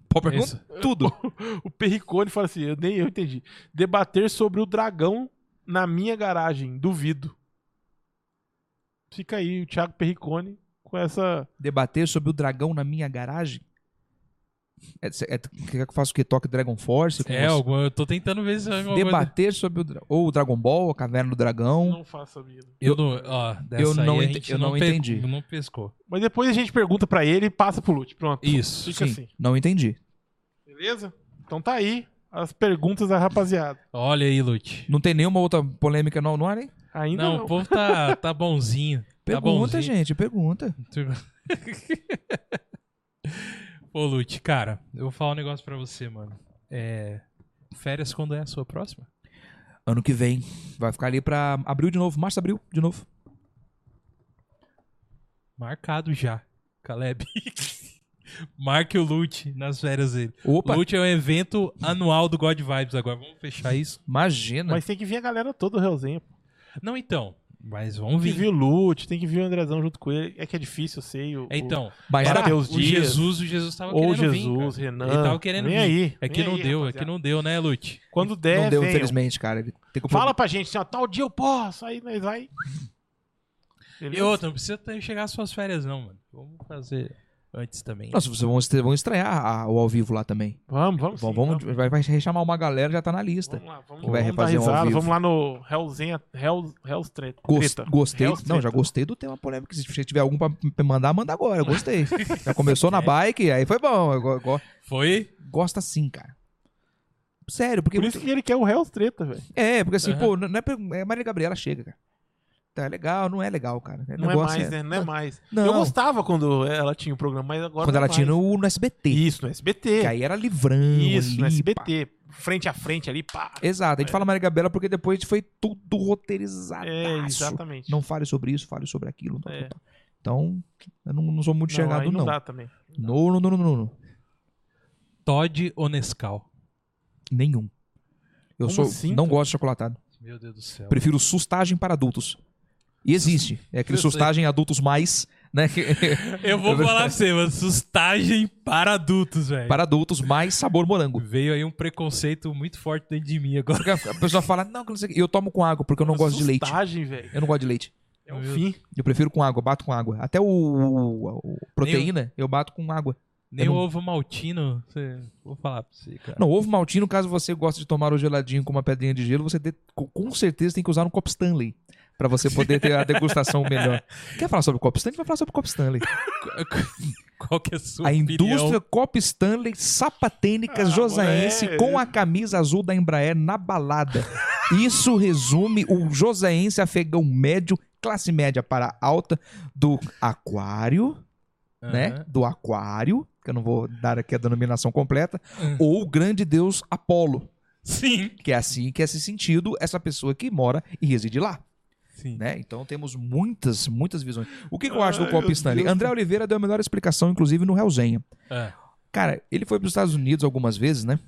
Pode perguntar Isso. tudo. o Perricone fala assim: eu nem eu entendi. Debater sobre o dragão na minha garagem, duvido. Fica aí o Thiago Perricone com essa. Debater sobre o dragão na minha garagem? É, cê- é, quer que eu faça o que? Toque Dragon Force? com É, você? alguma- eu tô tentando ver se é alguma coisa. Debater sobre o. dra- Ou o Dragon Ball, a Caverna do Dragão. Não faça vida. Eu não, ó, dessa eu aí não a ente- gente eu não pe- entendi. Não pescou. Mas depois a gente pergunta pra ele e passa pro Lute. Pronto. Isso. Fica Sim, assim. não entendi. Beleza? Então tá aí as perguntas da rapaziada. Olha aí, Lute. Não tem nenhuma outra polêmica no, no ar, hein? Ainda Não, não. o povo tá, tá bonzinho. tá Pergunta, bonzinho. gente, pergunta. Ô, Lute, cara, eu vou falar um negócio pra você, mano. É. Férias quando é a sua próxima? Ano que vem. Vai ficar ali pra abril de novo, março, abril de novo. Marcado já, Caleb. Marque o Lute nas férias dele. Opa, Lute é um evento anual do God Vibes agora. Vamos fechar isso? imagina. Mas tem que vir a galera toda do Realzinho. Não, então. Mas vamos Tem que vir. vir o Lute, tem que vir o Andrezão junto com ele. É que é difícil, eu sei. O, É, Então, Mas tá. era Para será? Deus o Dias. Jesus, o Jesus tava Ou querendo vir, Jesus, cara. Renan. Ele tava querendo vem vir. aí. É que vem não aí, deu, é rapaziada. que não deu, né, Lute? Quando der, não deu, É, venham. infelizmente, cara. Ele tem que- Fala pra gente, assim, ó, tal dia eu posso, aí nós vai. E outra, não precisa ter- chegar às suas férias, não, mano. Vamos fazer antes também. Nossa, vocês vão, vocês vão estranhar a- o ao vivo lá também. Vamos, vamos. Vão- sim, então. vamos, vai, vai chamar uma galera, já tá na lista. Vamos lá, vamos, Que vai vamos dar refazer um ao risada. vivo. Vamos lá no Hellzinha, Hell, Hell's Treta. Gost, Treta. gostei. Hell's Não, Treta. já gostei do tema polêmico. Se tiver algum pra me mandar, manda agora. Eu gostei. já começou É. na bike, aí foi bom. Eu go- go- Foi? gosta sim, cara. Sério, porque. Por isso que ele quer o Hell's Treta, velho. É, porque assim, Aham. pô, não é, per- é Maria Gabriela chega, cara. Tá legal, não é legal, cara. Não é negócio mais, né? Não é mais. Não. Eu gostava quando ela tinha o programa, mas agora. Quando não ela é tinha mais. no, no SBT. Isso, no SBT. Que aí era livrão. Isso, no ali, SBT. Frente a frente ali, pá. pá. Exato. A gente fala Maria Gabriela porque depois foi tudo roteirizado. É, exatamente. Não fale sobre isso, fale sobre aquilo. tal, É. tal, tal. Então, eu não, não sou muito não, chegado, aí não, não. dá também. Não, não, não, não, não, não. Todd ou Nescau? Nenhum. Eu Como sou, assim, não cara? gosto de chocolatado. Meu Deus do céu. Prefiro sustagem para adultos. E existe. É aquele Eu sei. sustagem adultos mais, né? Eu vou falar pra você, mano. Sustagem para adultos, velho. para adultos mais sabor morango. Veio aí um preconceito muito forte dentro de mim agora. Porque a a pessoa fala, não, que não sei o quê. Eu tomo com água porque eu não gosto de leite. Sustagem, velho. Eu não gosto de leite. É um Meu fim. Eu prefiro com água, bato com água. Até o, o- o- proteína, eu bato com água. Nem não- o ovo maltino, você- vou falar pra você, cara. Não, ovo maltino, caso você goste de tomar o geladinho com uma pedrinha de gelo, você de- co- com certeza tem que usar um copo Stanley. Pra você poder ter a degustação melhor. Quer falar sobre copo Stanley? Vai falar sobre copo Stanley. Qual que é a sua A opinião? indústria Copa Stanley sapatênicas Ah, josaense moleque. com a camisa azul da Embraer na balada. Isso resume o josaense afegão médio, classe média para alta, do aquário, Aham. né? Do aquário, que eu não vou dar aqui a denominação completa, ou o grande deus Apolo, Sim. que é assim que é esse sentido, essa pessoa que mora e reside lá Sim. né? Então temos muitas, muitas visões. O que, que eu acho do Ai, Cop meu Stanley? Deus. André Oliveira deu a melhor explicação, inclusive, no Hellzenha. Ah. Cara, ele foi para os Estados Unidos algumas vezes, né?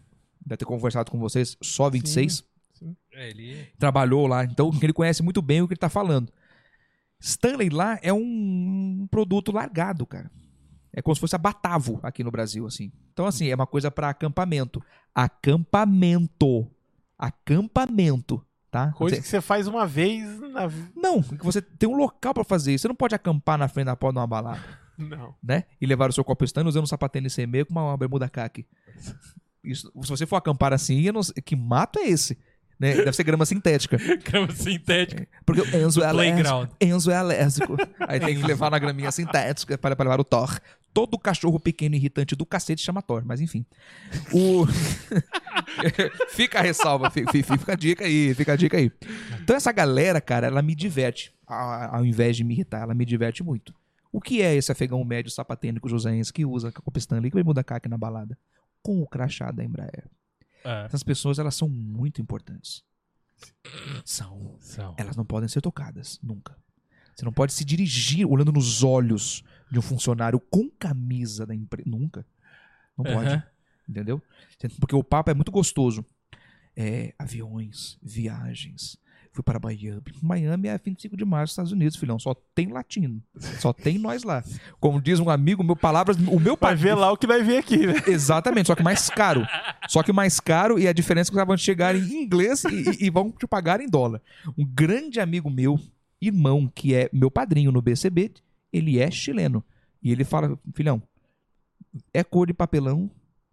Deve ter conversado com vocês, só 26. É, ele... Trabalhou lá, então ele conhece muito bem o que ele tá falando. Stanley lá é um produto largado, cara. É como se fosse a Batavo aqui no Brasil, assim. Então, assim, é uma coisa para acampamento. Acampamento. Acampamento, tá? Coisa Você- que você faz uma vez na. vi- Não, que você tem um local pra fazer isso. Você não pode acampar na frente da porta de uma balada, Não. né? E levar o seu copo stand usando um sapatênis sem meio com uma, uma bermuda caque. Isso, se você for acampar assim, eu não sei- que mato é esse? Né? Deve ser grama sintética. Grama sintética. Porque o Enzo é alérgico. Playground. Enzo é alérgico. Aí tem que levar na graminha sintética para, para levar o Thor. Todo cachorro pequeno e irritante do cacete chama Thor, mas enfim. O... fica a ressalva, fi- fi- fica a dica aí, fica a dica aí. Então essa galera, cara, ela me diverte. A- Ao invés de me irritar, ela me diverte muito. O que é esse afegão médio sapatênico josaense que usa Copa Stanley, que vai mudar caque na balada? Com o crachá da Embraer. Ah, Essas pessoas, elas são muito importantes. São são. elas não podem ser tocadas, nunca. Você não pode se dirigir olhando nos olhos de um funcionário com camisa da empresa, nunca. Não pode, Aham. entendeu? Porque o papo é muito gostoso. É, aviões, viagens. Fui para Miami. Miami é 25 de março, Estados Unidos, filhão. Só tem latino. Só tem nós lá. Como diz um amigo, meu palavras, o meu Vai pai ver lá o que vai ver aqui, né? Exatamente, só que mais caro. Só que mais caro e a diferença é que os caras vão te chegar em inglês e, e- e vão te pagar em dólar. Um grande amigo meu, irmão, que é meu padrinho no BCB, ele é chileno. E ele fala, filhão, é cor de papelão,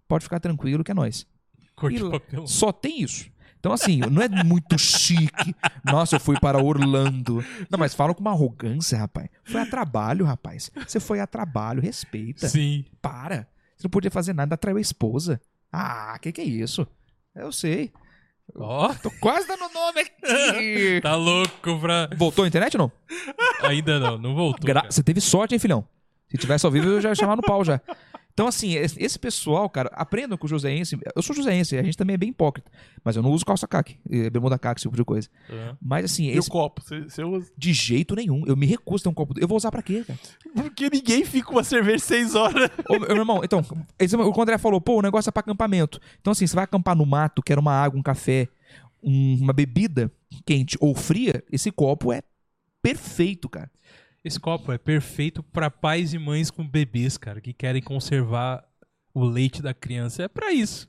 pode ficar tranquilo que é nós. Cor de E lá- papelão. Só tem isso. Então, assim, não é muito chique. Nossa, eu fui para Orlando. Não, mas falam com uma arrogância, rapaz. Foi a trabalho, rapaz. Você foi a trabalho, respeita Sim. para. Você não podia fazer nada, atraiu a esposa. Ah, que que é isso? Eu sei. Ó, Tô quase dando nome aqui. tá louco pra. Voltou a internet ou não? Ainda não, não voltou. Gra- cara. Você teve sorte, hein, filhão? Se tivesse ao vivo, eu já ia chamar no pau já. Então, assim, es- esse pessoal, cara, aprendam com o joseense. Eu sou joseense, a gente também é bem hipócrita. Mas eu não uso calça caque, eh, bermuda caque, esse tipo de coisa. Aham. Mas, assim, E o esse, copo? Você você usa? de jeito nenhum. Eu me recuso a ter um copo. Eu vou usar pra quê, cara? Porque ninguém fica com uma cerveja seis horas. Ô, meu irmão, então, esse- o André falou, pô, o negócio é pra acampamento. Então, assim, você vai acampar no mato, quer uma água, um café, um- uma bebida quente ou fria, esse copo é perfeito, cara. Esse copo é perfeito pra pais e mães com bebês, cara, que querem conservar o leite da criança. É pra isso.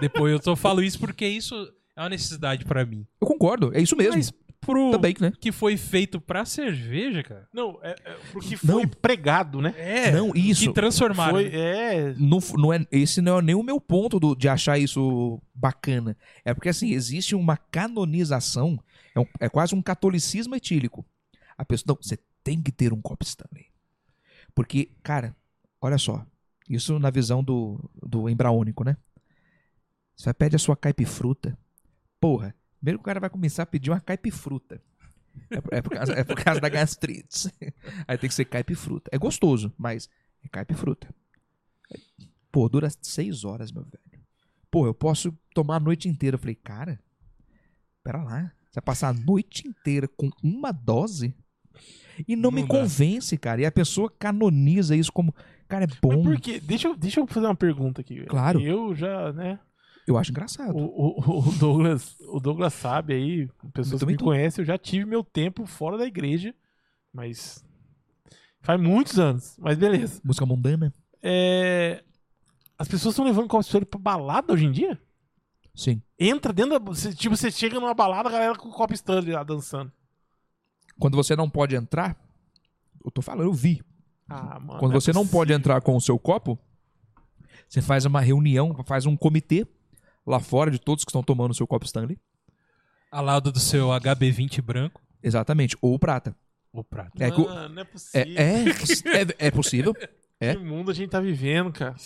Depois eu só falo isso porque isso é uma necessidade pra mim. Eu concordo, é isso mesmo. Mas pro Também, né? que foi feito pra cerveja, cara. Não, é, é porque Não. foi pregado, né? É. não, isso. Que transformaram. Foi, é, não, f- não é, esse não é nem o meu ponto do- de achar isso bacana. É porque, assim, existe uma canonização, é, um- é quase um catolicismo etílico. A pessoa, não, você tem que ter um copo Stanley. Porque, cara, olha só, isso na visão do, do embraônico, né? Você vai pede a sua caipifruta. Porra, primeiro que o cara vai começar a pedir uma caipifruta. É por, é por causa, é por causa da gastrite. Aí tem que ser caipifruta. É gostoso, mas é caipifruta. Pô, dura seis horas, meu velho. Pô, eu posso tomar a noite inteira. Eu falei, cara, pera lá. Você vai passar a noite inteira com uma dose? E Não não, me dá. convence, cara. E a pessoa canoniza isso como, cara, é Mas bom. por quê? Deixa eu, deixa eu fazer uma pergunta aqui. Claro. Ah, Eu já, né? Eu acho engraçado. O, o- o Douglas, o Douglas sabe aí, pessoas que também me tô. conhecem, eu já tive meu tempo fora da igreja, mas faz muitos anos, mas beleza. Música mundana? É, as pessoas estão levando copo Stanley pra balada hoje em dia? Sim. Entra dentro da. cê- Tipo, você chega numa balada, a galera com o copo Stanley lá dançando. Quando você não pode entrar, eu tô falando, eu vi. Ah, mano. Quando é você não pode entrar com o seu copo, você faz uma reunião, faz um comitê lá fora de todos que estão tomando o seu copo Stanley. Ao lado do seu HB20 branco. Exatamente, ou prata. O prato. É, que o- Mano, não é é, possível. é, é, é possível. é. Que mundo a gente tá vivendo, cara.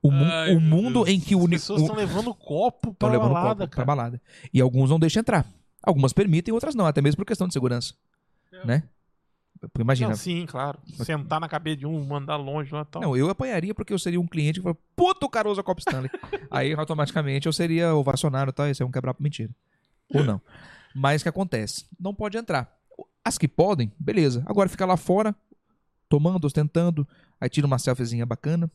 O, mu- Ai, meu o mundo Deus. em que o As uni- pessoas o- estão levando copo pra tão levando balada, copo pra cara. balada. E alguns não deixam entrar. Algumas permitem, outras não, até mesmo por questão de segurança. Né? Porque imagina, Não, sim, claro. Sentar na cabeça de um, mandar longe lá e tal. né? Não, eu apanharia porque eu seria um cliente que fala, puta o cara usa Cop Stanley. Aí automaticamente eu seria ovacionado e tal, isso é um quebrar mentira. Ou não. Mas o que acontece? Não pode entrar. As que podem, beleza. Agora fica lá fora, tomando, ostentando, aí tira uma selfiezinha bacana,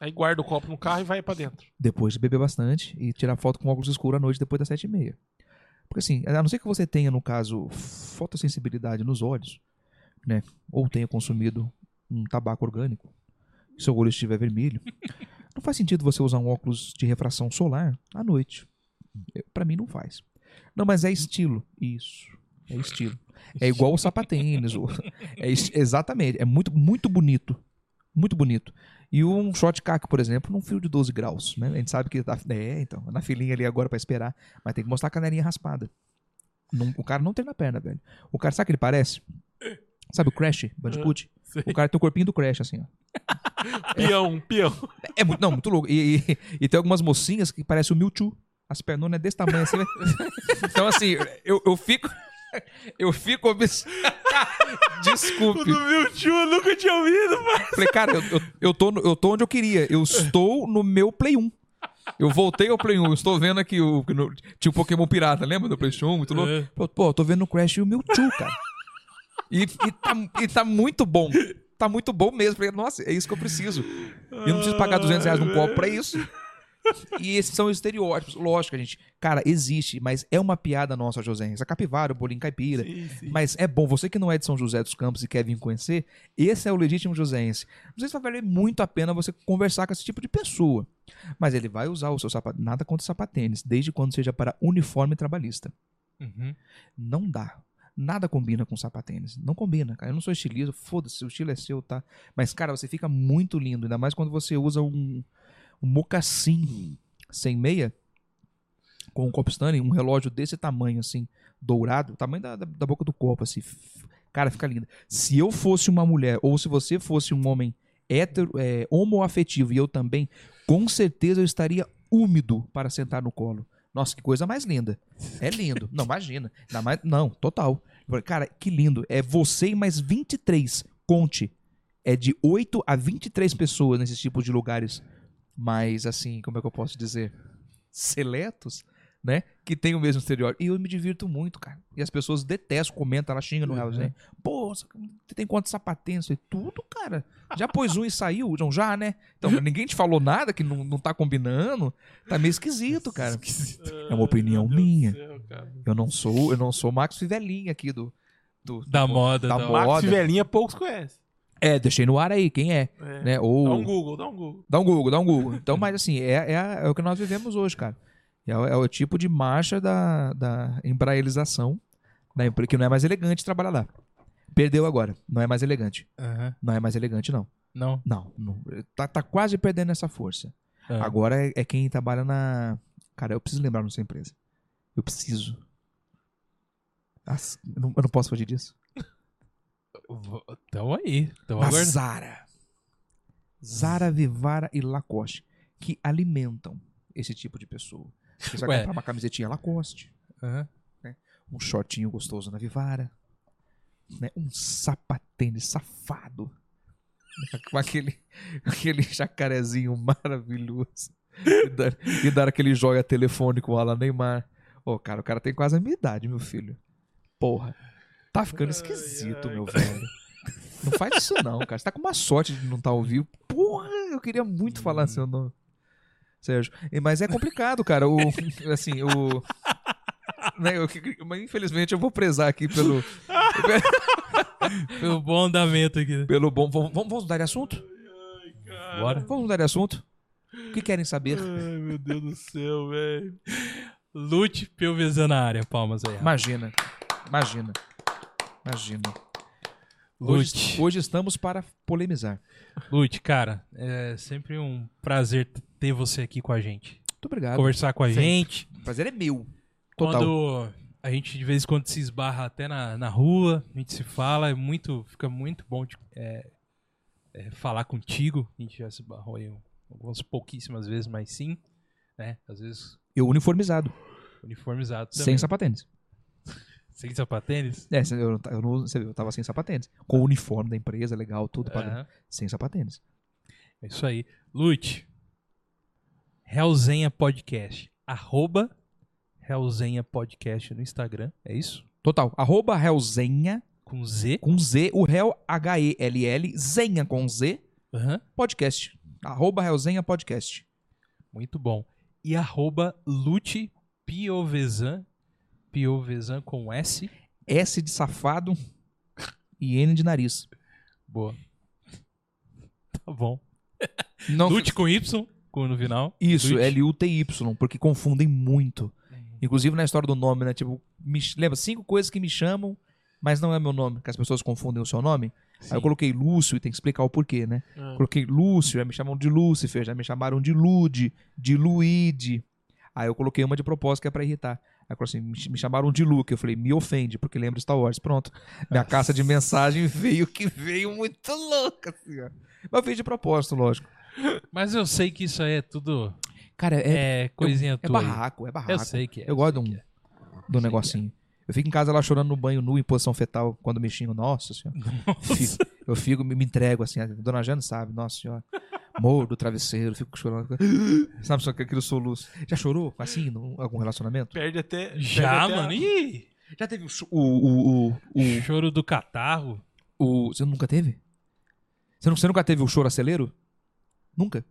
Aí guarda o copo no carro e vai pra dentro. depois de beber bastante e tirar foto com óculos escuros à noite depois das sete e meia. Porque assim, a não ser que você tenha, no caso, fotossensibilidade nos olhos, né? Ou tenha consumido um tabaco orgânico, e seu olho estiver vermelho, não faz sentido você usar um óculos de refração solar à noite. Eu- Pra mim não faz. Não, mas é estilo. Isso. É estilo. É igual o sapatênis. o- é es- exatamente. É muito, muito bonito. Muito bonito. E um shot cac, por exemplo, num fio de 12 graus, né? A gente sabe que tá, é, então, na filinha ali agora pra esperar, mas tem que mostrar a canelinha raspada. Não- o cara não tem na perna, velho. O cara, sabe o que ele parece? Sabe o Crash, Bandicoot? Ah, sei. O cara tem o corpinho do Crash, assim, ó. Peão, peão. É muito, não, muito louco. E, e- e tem algumas mocinhas que parecem o Mewtwo. As pernonas é desse tamanho assim, né? Então, assim, eu, eu fico. Eu fico. obs- O Desculpe. do meu tio eu nunca tinha ouvido, mano. Falei, cara, eu, eu, eu tô, no- eu tô onde eu queria. Eu estou no meu Play 1. Eu voltei ao Play 1. Eu estou vendo aqui o. que no- tinha o Pokémon Pirata, lembra do Play 1? Muito louco. É. Pô, Pô, eu tô vendo o Crash e o Mewtwo, cara. E, e tá, e tá muito bom. Tá muito bom mesmo. Falei, nossa, é isso que eu preciso. Eu não preciso pagar 200 reais num copo pra isso. E esses são estereótipos. Lógico, gente. Cara, existe, mas é uma piada nossa, José. Essa capivara, o bolinho caipira. Mas é bom, você que não é de São José dos Campos e quer vir conhecer, esse é o legítimo joseense. Não sei se vai valer muito a pena você conversar com esse tipo de pessoa. Mas ele vai usar o seu sapato, nada contra sapatênis, desde quando seja para uniforme trabalhista. Uhum. Não dá. Nada combina com sapatênis. Não combina, cara. Eu não sou estilista, foda-se, o estilo é seu, tá? Mas, cara, você fica muito lindo, ainda mais quando você usa um, um mocassim sem meia, com um copo Stanley, um relógio desse tamanho, assim, dourado, tamanho da, da, da boca do copo, assim. F- Cara, fica lindo. Se eu fosse uma mulher, ou se você fosse um homem hétero, é, homoafetivo, e eu também, com certeza eu estaria úmido para sentar no colo. Nossa, que coisa mais linda. É lindo. Não, imagina. Ainda mais- não, total. Eu falei, Cara, que lindo. É você e mais 23. Conte. É de 8 a 23 pessoas nesses tipos de lugares mais, assim, como é que eu posso dizer? Seletos, né? Que tem o mesmo estereótipo. E eu me divirto muito, cara. E as pessoas detestam, comentam, ela xinga no Uhum. real, né? Pô, você tem quantos sapatinhos? Eu falei, Tudo, cara. Já pôs um e saiu? Não, já, né? Então, ninguém te falou nada que não, não tá combinando. Tá meio esquisito, cara. É uma opinião Meu Deus do minha. céu, cara. Eu não sou, eu não sou o Max Fivelinha aqui do. do- Da moda, Da da moda. Max Velhinha poucos conhecem. É, deixei no ar aí, quem é? É. Né? Dá Ou. um Google, dá um Google. Dá um Google, dá um Google. Então, mas assim, é, é, a- é o que nós vivemos hoje, cara. É, o- é o tipo de marcha da, da embraelização, da, empre- que não é mais elegante trabalhar lá. Perdeu agora, não é mais elegante. Aham. Não é mais elegante, não. Não. Não, não. Tá, tá quase perdendo essa força. Ah. Agora é, é quem trabalha na. Cara, eu preciso lembrar nossa empresa. Eu preciso. As- eu não- eu não posso fugir disso. V- Então aí. Então A agora. Zara. Zara, Vivara e Lacoste. Que alimentam esse tipo de pessoa. Você vai Ué. comprar uma camisetinha Lacoste, Aham. um shortinho gostoso na Vivara, né? um sapatênis safado. Com aquele, aquele jacarezinho maravilhoso. E dar, e dar aquele joia telefônico lá Neymar. Ô, cara, o cara tem quase a minha idade, meu filho. Porra. Tá ficando Ai, esquisito, ai, meu velho. Não faz isso não, cara. Você tá com uma sorte de não estar tá ao vivo. Porra, eu queria Hum. muito falar seu nome. Sérgio. E- Mas é complicado, cara. O, assim, o... né, eu que- mas infelizmente eu vou prezar aqui pelo, Pelo bom andamento aqui. pelo bom... Vamos, vamos vamos mudar de assunto? Bora. Vamos mudar de assunto? O que querem saber? Ai, meu Deus do céu, velho. Lute Piovesan na área. Palmas aí. rapaz. Imagina. Imagina. Imagina. Lute. Hoje, hoje estamos para polemizar. Lute, cara, é sempre um prazer t- ter você aqui com a gente. Muito obrigado. Conversar com a Sempre. gente. O prazer é meu. Total. Quando a gente de vez em quando se esbarra até na, na rua, a gente se fala, é muito, fica muito bom de, é, é, falar contigo. A gente já se esbarrou aí um, algumas pouquíssimas vezes, mas sim, né? Às vezes Eu uniformizado, uniformizado também. sem sapatênis. Sem sapatênis. É, cê- eu, não ta- eu não- você viu, eu tava sem sapatênis. Com o uniforme da empresa, legal, tudo padrão. Aham, Sem sapatênis. É isso aí. Lute. Helzenha Podcast. Arroba Helzenha Podcast no Instagram. É isso? Total. Arroba Helzenha Com Z. com Z, o Hel H-E-L-L, Zenha com Z, Aham. podcast. Arroba Helzenha Podcast. Muito bom. E arroba Lute Piovesan. Piovesan com S. S de safado e N de nariz. Boa. Tá bom. Não, Lute com Y, com no final. Isso, Lute. L-U-T-Y, porque confundem muito. Inclusive na história do nome, né? Tipo, me ch- lembra, cinco coisas que me chamam, mas não é meu nome, que as pessoas confundem o seu nome. Aí eu coloquei Lúcio e tem que explicar o porquê, né? Ah. Coloquei Lúcio, já me chamam de Lúcifer, já me chamaram de Lude, de Luide. Aí eu coloquei uma de propósito que é pra irritar. Aí eu falei assim, me ch- me chamaram de Luke. Eu falei, me ofende, porque lembro Star Wars. Pronto. Minha caça de mensagem veio que veio muito louca, assim, ó. Mas eu fiz de propósito, lógico. Mas eu sei que isso aí é tudo Cara, é, é, coisinha é tua. aí. barraco, é barraco. Eu sei que é. Eu gosto de um, sei que é. de um negocinho. Eu fico em casa lá chorando no banho nu, em posição fetal, quando me xingam. Nossa senhora. Fico- eu fico, me, me entrego assim. A dona Jana sabe, nossa senhora. Mordo o travesseiro, fico chorando. Sabe só que aquele soluço. Já chorou assim, num, algum relacionamento? Perde até. Já, perde até a- mano. Ih, Já teve o. cho- O. o, o, choro do catarro. o, o- você nunca teve? Você, nu- você nunca teve o choro acelero? Nunca.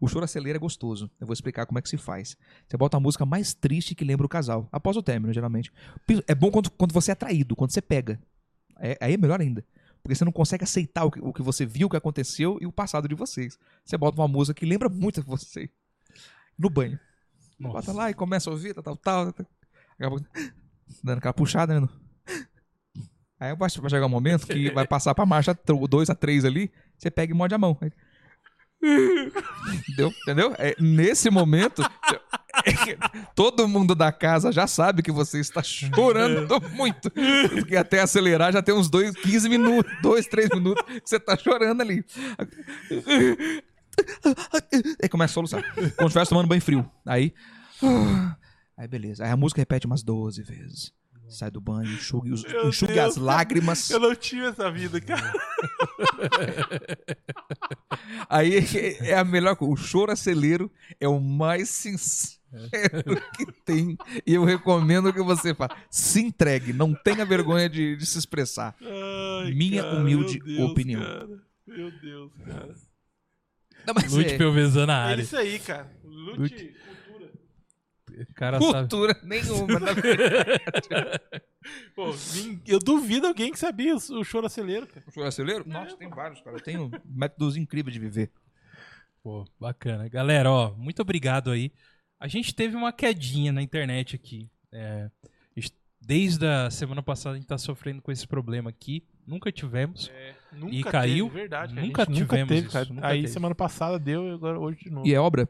O choro acelero é gostoso. Eu vou explicar como é que se faz. Você bota a música mais triste que lembra o casal. Após o término, geralmente. Pri- É bom quando, quando você é traído, quando você pega. É- aí é melhor ainda. Porque você não consegue aceitar o que, o que você viu, o que aconteceu e o passado de vocês. Você bota uma música que lembra muito você. No banho. Nossa. Bota lá e começa a ouvir, tal, tal, tal. tal. Daqui a pouco, dando aquela puxada, né? no- Aí eu acho que vai chegar um momento que vai passar pra marcha 2 a 3 ali, você pega e morde a mão. Aí- Entendeu? Entendeu? É, nesse momento, todo mundo da casa já sabe que você está chorando É. muito. Porque até acelerar já tem uns dois, 15 minutos, 2, 3 minutos que você tá chorando ali. Aí começa a soluçar. Como se estivesse tomando banho frio. Aí. Aí beleza. Aí a música repete umas 12 vezes. Sai do banho, enxugue, os- Meu enxugue Deus. as lágrimas. Eu não tive essa vida, cara. Aí é a melhor coisa. O choro acelero é o mais sincero que tem. E eu recomendo que você faça. Se entregue, não tenha vergonha de, de se expressar. Ai, Minha cara, humilde meu Deus, opinião. cara. Meu Deus, cara. Não, mas Lute é, Piovesan na É área. isso aí, cara. Lute, Lute. cultura. O cara sabe. cultura nenhuma. né? na verdade. Pô, nin- eu duvido alguém que sabia o- o choro acelero, cara. O choro acelero? Nossa, tem vários, cara. Eu tenho métodos incríveis de viver. Pô, bacana. Galera, ó, muito obrigado aí. A gente teve uma quedinha na internet aqui. É, a gente- desde a semana passada a gente tá sofrendo com esse problema aqui. Nunca tivemos. Nunca caiu? Teve, verdade, cara. Nunca A gente tivemos teve, isso, cara. nunca aí teve. semana passada deu e agora hoje de novo. E é obra?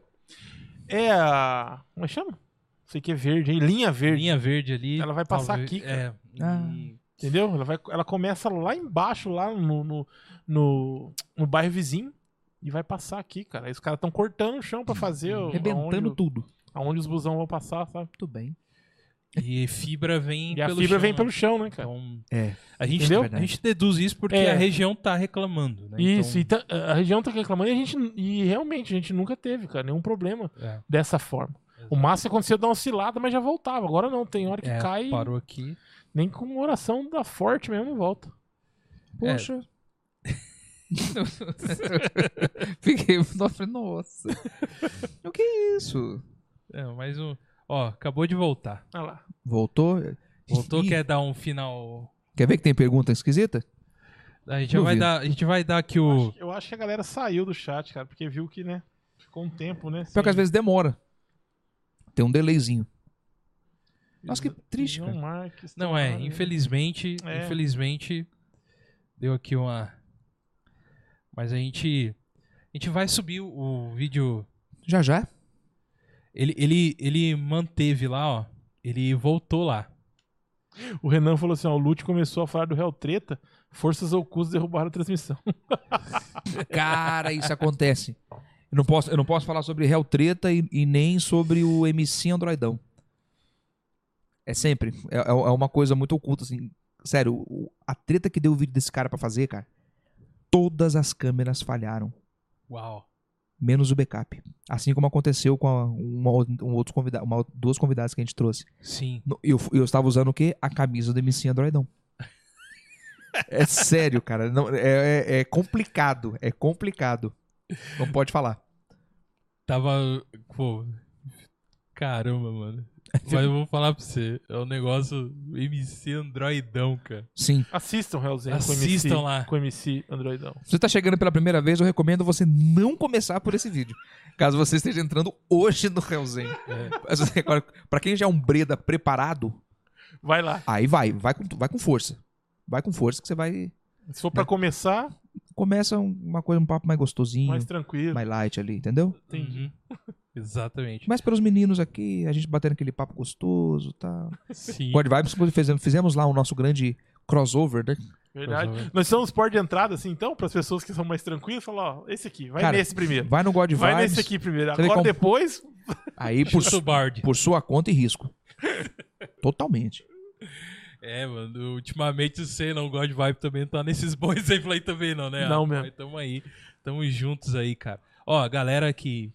É a. Como é que chama? Não sei o que é verde aí. Linha verde. Linha verde ali. Ela vai passar aqui, É, Ah. e- Entendeu? Ela, vai, ela começa lá embaixo, lá no, no, no, no bairro vizinho. E vai passar aqui, cara. Aí os caras estão cortando o chão pra fazer. o- Rebentando aonde, tudo. aonde os busão vão passar, sabe? Tudo bem. e fibra vem E a pelo fibra chão, vem né? pelo chão, né, cara? Então, É. a gente, Entendeu? a gente deduz isso porque É. a região tá reclamando, né? Isso, Então, e tá- a região tá reclamando e a gente. E realmente, a gente nunca teve, cara, nenhum problema é, dessa forma. O máximo aconteceu é dar uma oscilada, mas já voltava. Agora não, tem hora que é, cai, parou aqui. nem com oração da forte mesmo volta. Poxa. É. Fiquei, nossa, falei, nossa. o que é isso? É, mais um. Ó, acabou de voltar. Olha lá. Voltou? Voltou, Ih, quer dar um final. quer ver que tem pergunta esquisita? A gente, já vai Duvido. dar, a gente vai dar aqui Eu o. acho, eu acho que a galera saiu do chat, cara, porque viu que, né? Ficou um tempo, né? Pior que sem- às vezes demora. Tem um delayzinho. Nossa, que triste, João cara. Marques, é Não tá é, lá, né? infelizmente, É. infelizmente deu aqui uma Mas a gente a gente vai subir o vídeo. Já já? Ele ele ele manteve lá, ó. Ele voltou lá. O Renan falou assim: ó, o Lute começou a falar do Real Treta, forças ocultas derrubaram a transmissão. Cara, isso acontece. Eu não posso, eu não posso falar sobre Real Treta e, e nem sobre o MC Androidão. É sempre. É, é- é uma coisa muito oculta, assim. Sério, o- a treta que deu o vídeo desse cara pra fazer, cara. Todas as câmeras falharam, Uau. menos o backup. Assim como aconteceu com a- uma, ou- um outro convida, uma, ou- duas convidadas que a gente trouxe. Sim. No- Eu, eu estava usando o quê? A camisa do MC Androidão. É sério, cara. Não, é, é- é complicado. É complicado. Não pode falar. Tava, pô, caramba, mano. Mas eu vou falar pra você, é um negócio MC Androidão, cara. Sim. Assistam o Realzinho Assistam com o MC, lá. Com o MC Androidão. Se você tá chegando pela primeira vez, eu recomendo você não começar por esse vídeo. Caso você esteja entrando hoje no Hellzen. Mas, assim, Agora, pra quem já é um Breda preparado, Vai lá. aí vai. Vai com, tu- vai com força. Vai com força que você vai... Se for pra Né? começar, Começa um- uma coisa, um papo mais gostosinho, mais mais, tranquilo. light ali, entendeu? Entendi. Uhum. Exatamente. Mas pelos meninos aqui, a gente batendo aquele papo gostoso tá? e tal. Sim. Pod Vibes, inclusive, fizemos, fizemos lá o nosso grande crossover, né? Verdade. Pois é. Nós somos por de entrada, assim, então, pras pessoas que são mais tranquilas, falar, ó, esse aqui, vai Cara, nesse primeiro. Vai no God Vai Vibes, nesse aqui primeiro. Você vê Agora como- depois, aí por, Chuta o Bard. por sua conta e risco. Totalmente. É, mano, ultimamente sei não, o God Vibe também não tá nesses bons aí, Flay também não, né? Não Ah, mesmo. mas Tamo aí, tamo juntos aí, cara. Ó, a galera que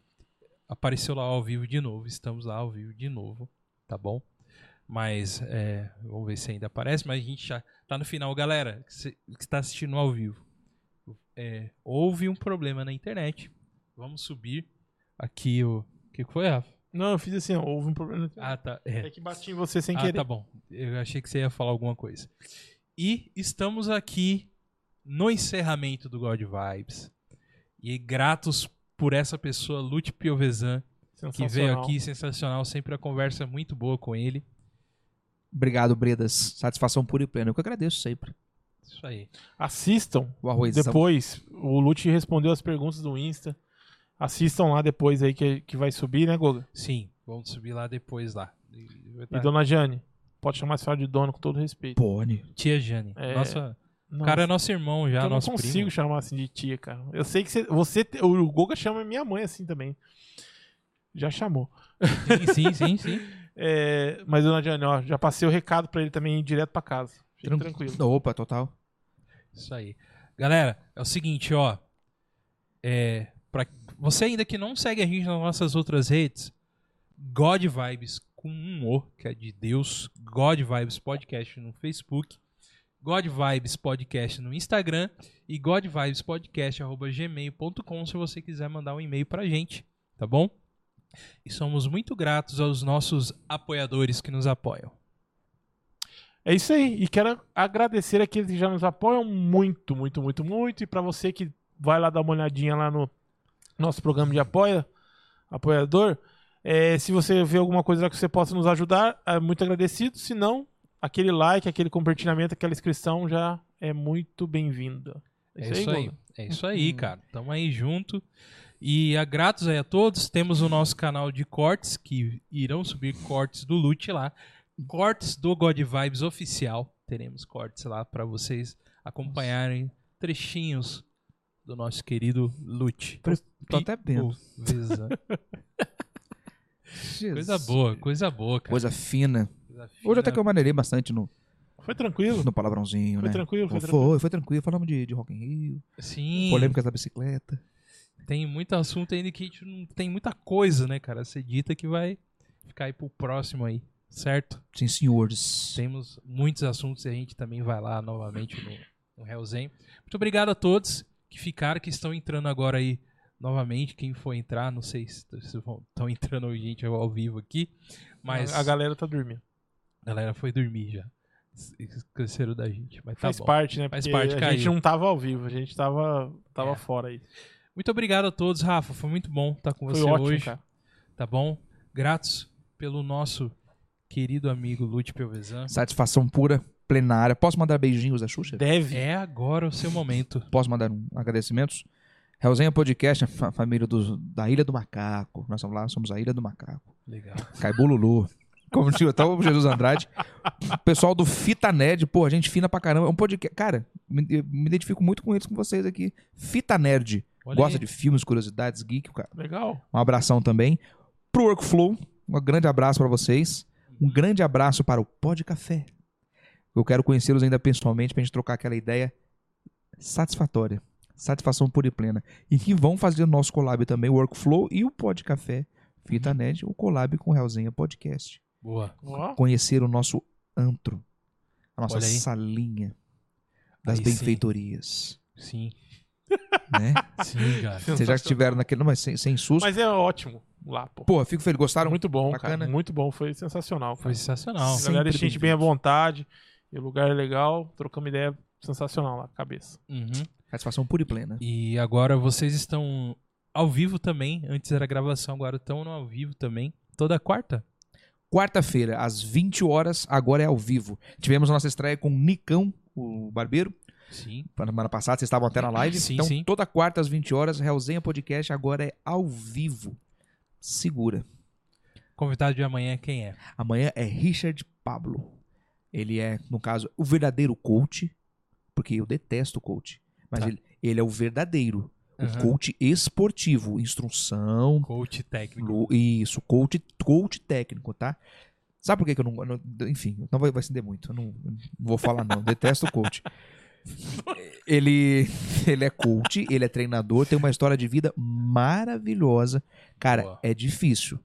apareceu lá ao vivo de novo, estamos lá ao vivo de novo, tá bom? Mas, é, vamos ver se ainda aparece, mas a gente já tá no final. Galera, que cê- que tá assistindo ao vivo, é, houve um problema na internet, vamos subir aqui o... O que que foi, Rafa? Não, eu fiz assim, ó, houve um problema. Ah, tá, é. É que bati em você sem ah, querer. tá bom. Eu achei que você ia falar alguma coisa. E estamos aqui no encerramento do God Vibes. E gratos por essa pessoa, Lute Piovesan, que Sensacional. veio aqui, sensacional. Sempre a conversa muito boa com ele. Obrigado, Bredas. Satisfação pura e plena. Eu que agradeço sempre. Isso aí. Assistam. O arroz Depois, o Lute respondeu as perguntas do Insta. Assistam lá depois aí que, que vai subir, né, Goga? Sim, vamos subir lá depois lá. E- e vai E tá- dona Jane, pode chamar a senhora de dona com todo respeito. Pone. Tia Jane. É, nossa, o Não, cara é nosso irmão já, eu não nosso consigo primo. chamar assim de tia, cara. Eu sei que você, você. te- O Goga chama minha mãe assim também. Já chamou. Sim, sim, sim, sim. É, mas, dona Jane, ó, já passei o recado pra ele também ir direto pra casa. Fique tranquilo. Opa, total. Isso aí. Galera, é o seguinte, ó. É, pra você ainda que não segue a gente nas nossas outras redes, God Vibes com um O, que é de Deus, God Vibes Podcast no Facebook, God Vibes Podcast no Instagram e God Vibes Podcast arroba gmail.com se você quiser mandar um e-mail pra gente, tá bom? E somos muito gratos aos nossos apoiadores que nos apoiam. É isso aí. E quero agradecer aqueles que já nos apoiam muito, muito, muito, muito. E pra você que vai lá dar uma olhadinha lá no nosso programa de apoia, apoiador, é, se você vê alguma coisa lá que você possa nos ajudar, é muito agradecido. Se não, aquele like, aquele compartilhamento, aquela inscrição já é muito bem-vinda. É isso aí. Golden? É isso aí, cara. Tamo aí junto. E a gratos aí a todos. Temos o nosso canal de cortes, que irão subir cortes do Lute lá. Cortes do God Vibes oficial. Teremos cortes lá para vocês acompanharem trechinhos do nosso querido Lute. Tô até bem. Ô, Vesa. Coisa boa, coisa boa, cara. Coisa fina. Coisa fina. Hoje até que eu maneirei bastante no, Foi tranquilo? no palavrãozinho, Foi né? tranquilo, foi Foi, tranquilo. foi, tranquilo. Falamos de, de Rock in Rio, Sim. polêmicas da bicicleta. Tem muito assunto ainda que a gente não tem muita coisa, né, cara? Você dita que vai ficar aí pro próximo aí, certo? Sim, senhores. Temos muitos assuntos e a gente também vai lá novamente no, no Hellzen. Muito obrigado a todos que ficaram, que estão entrando agora aí novamente. Quem for entrar, não sei se estão entrando a gente ao vivo aqui, mas A galera tá dormindo. a galera foi dormir já. Es- Esqueceram da gente, mas tá Faz bom. parte, né? Faz Porque parte, a caiu. gente não tava ao vivo, a gente tava, tava É. fora aí. Muito obrigado a todos, Rafa. Foi muito bom estar com Foi você ótimo, hoje. cara. tá bom? Gratos pelo nosso querido amigo Lute Pelvezan. Satisfação pura, plenária. Posso mandar beijinhos da Xuxa? Deve. É agora o seu momento. Posso mandar um agradecimentos? Helzinha Podcast, a fa- família dos- da Ilha do Macaco. Nós somos lá, somos a Ilha do Macaco. Legal. Caibu Lulu. Como diz até o Jesus Andrade. O pessoal do Fita Nerd, pô, a gente fina pra caramba. É um podcast. Cara, me, eu me identifico muito com eles, com vocês aqui. Fita Nerd. Olha Gosta aí. de filmes, curiosidades, geek, cara. Legal. Um abração também pro Workflow. Um grande abraço para vocês. Um grande abraço para o Pó de Café. Eu quero conhecê-los ainda pessoalmente pra gente trocar aquela ideia satisfatória. Satisfação pura e plena. E que vão fazer o nosso collab também, o Workflow e o Pó de Café Fita Nerd, o collab com o Realzinha Podcast. Boa. Ó, Conhecer o nosso antro, a nossa Olha aí. salinha das Aí sim. benfeitorias. Sim. Né? Sim, cara. Vocês já estiveram naquele. Não, mas sem, sem susto. Mas é ótimo lá, pô. Porra, fico feliz. Gostaram? Muito bom, Bacana. cara. Muito bom, foi sensacional. Foi Cara. sensacional. A galera sempre deixa a gente bem-vindo. bem à vontade. E o lugar é legal. Trocamos ideia sensacional lá, cabeça. Uhum. Satisfação pura e plena. E agora vocês estão ao vivo também. Antes era gravação, agora estão no ao vivo também. Toda quarta? Quarta-feira, às 20 horas, agora é ao vivo. Tivemos a nossa estreia com o Nicão, o barbeiro. Sim. Na semana passada, vocês estavam até na live. Sim, então, sim. toda quarta, às 20 horas, Realzenha Podcast agora é ao vivo. Segura. Convidado de amanhã quem é? Amanhã é Richard Pablo. Ele é, no caso, o verdadeiro coach, porque eu detesto coach. Mas Tá. ele, ele é o verdadeiro. Aham. O coach esportivo. Instrução, Coach técnico. Lu- Isso, coach, coach técnico, tá? Sabe por que, que eu não, eu não- Enfim, não vai, vai se der muito. Eu não, eu não vou falar, não. Detesto coach. Ele, ele é coach, ele é treinador, tem uma história de vida maravilhosa. Cara, Boa. é difícil.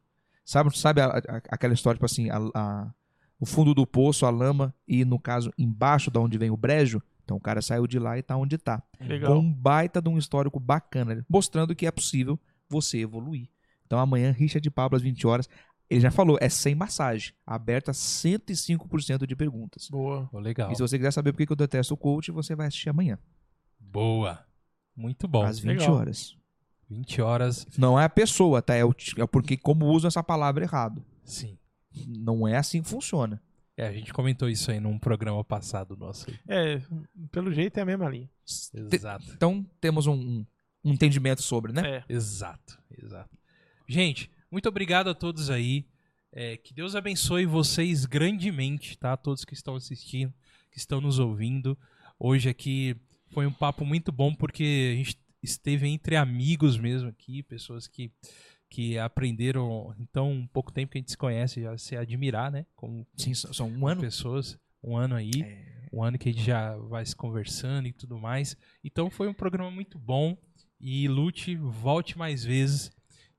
Sabe, sabe a- a- aquela história, tipo assim, a- a- o fundo do poço, a lama, e no caso, embaixo da onde vem o brejo? Então o cara saiu de lá e tá onde tá É Legal. com um baita de um histórico bacana, mostrando que é possível você evoluir. Então amanhã, Richard Pablo, às 20 horas, ele já falou, é sem massagem, aberta 105% de perguntas. Boa. Pô, legal. E se você quiser saber por que que eu detesto o coach, você vai assistir amanhã, Boa. Muito bom. às 20 legal. horas. 20 horas. Não é a pessoa, tá? É, o, ti- é porque como usam essa palavra errado. Sim. Não é assim que funciona. É, a gente comentou isso aí num programa passado nosso. É, pelo jeito é a mesma linha. Exato. Então temos um, um- um entendimento sobre, né? É. Exato, exato. Gente, muito obrigado a todos aí. É, que Deus abençoe vocês grandemente, tá? Todos que estão assistindo, que estão nos ouvindo. Hoje aqui foi um papo muito bom porque a gente esteve entre amigos mesmo aqui, pessoas que, que aprenderam em tão pouco tempo que a gente se conhece, já se admirar, né? Como Sim, só só um ano. pessoas, um ano aí, um ano que a gente já vai se conversando e tudo mais. Então foi um programa muito bom e Lute, volte mais vezes,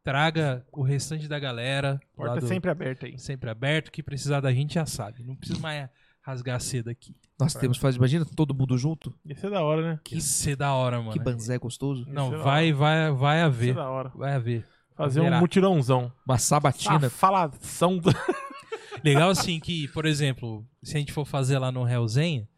traga o restante da galera, lá Porta do- sempre aberta aí. sempre aberto, o que precisar da gente já sabe, não precisa mais rasgar cedo aqui. Nós temos, faz, imagina, todo mundo junto. Isso é da hora, né? Que ser da hora, mano. Que banzé gostoso. Não, Isso é vai, vai, vai Isso é haver, da hora. vai haver. Fazer um Haverá. mutirãozão. Uma Uma sabatina. falação. do- Legal assim que, por exemplo, se a gente for fazer lá no Hellzenha,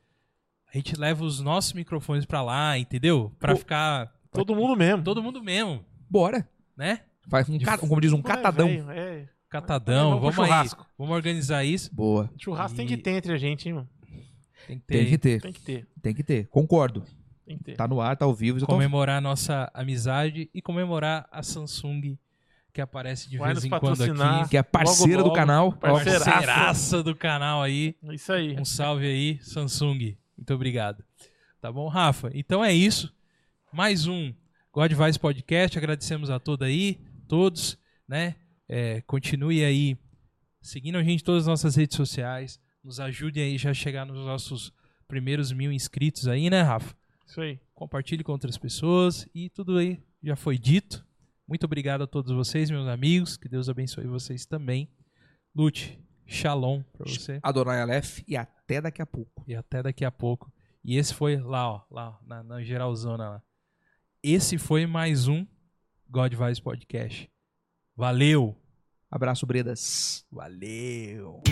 a gente leva os nossos microfones pra lá, entendeu? Pra Pô, ficar Todo mundo mesmo. todo mundo mesmo, Bora. né? Faz um, De ca- como diz, um Todo mundo é catadão. velho, é. Catadão, Vamos vamos, pro aí. churrasco. Vamos organizar isso. Boa. Churrasco tem E- que ter entre a gente, hein, mano? Tem que ter, Tem que ter. Tem que ter. Tem que ter. Concordo. Tem que ter. Tá no ar, tá ao vivo. já tá ao comemorar a nossa amizade e comemorar a Samsung que aparece de Vai vez nos em quando patrocinar. aqui. vivo. Que é a parceira Logo, do logo, canal. parceira. Parceiraça do canal aí. Isso aí. Um salve aí, Samsung. Muito obrigado. Tá bom, Rafa? Então é isso. Mais um Godvice Podcast. Agradecemos a toda aí, todos, né? É, continue aí seguindo a gente em todas as nossas redes sociais. Nos ajude aí já a chegar nos nossos primeiros mil inscritos aí, né, Rafa? Isso aí. Compartilhe com outras pessoas e tudo aí já foi dito. Muito obrigado a todos vocês, meus amigos. Que Deus abençoe vocês também. Lute, shalom pra você. Adorai Aleph e até daqui a pouco. E até daqui a pouco. E esse foi lá, ó, lá ó, na, na geralzona lá. Esse foi mais um God Vibes Podcast. Valeu! Abraço, Bredas. Valeu!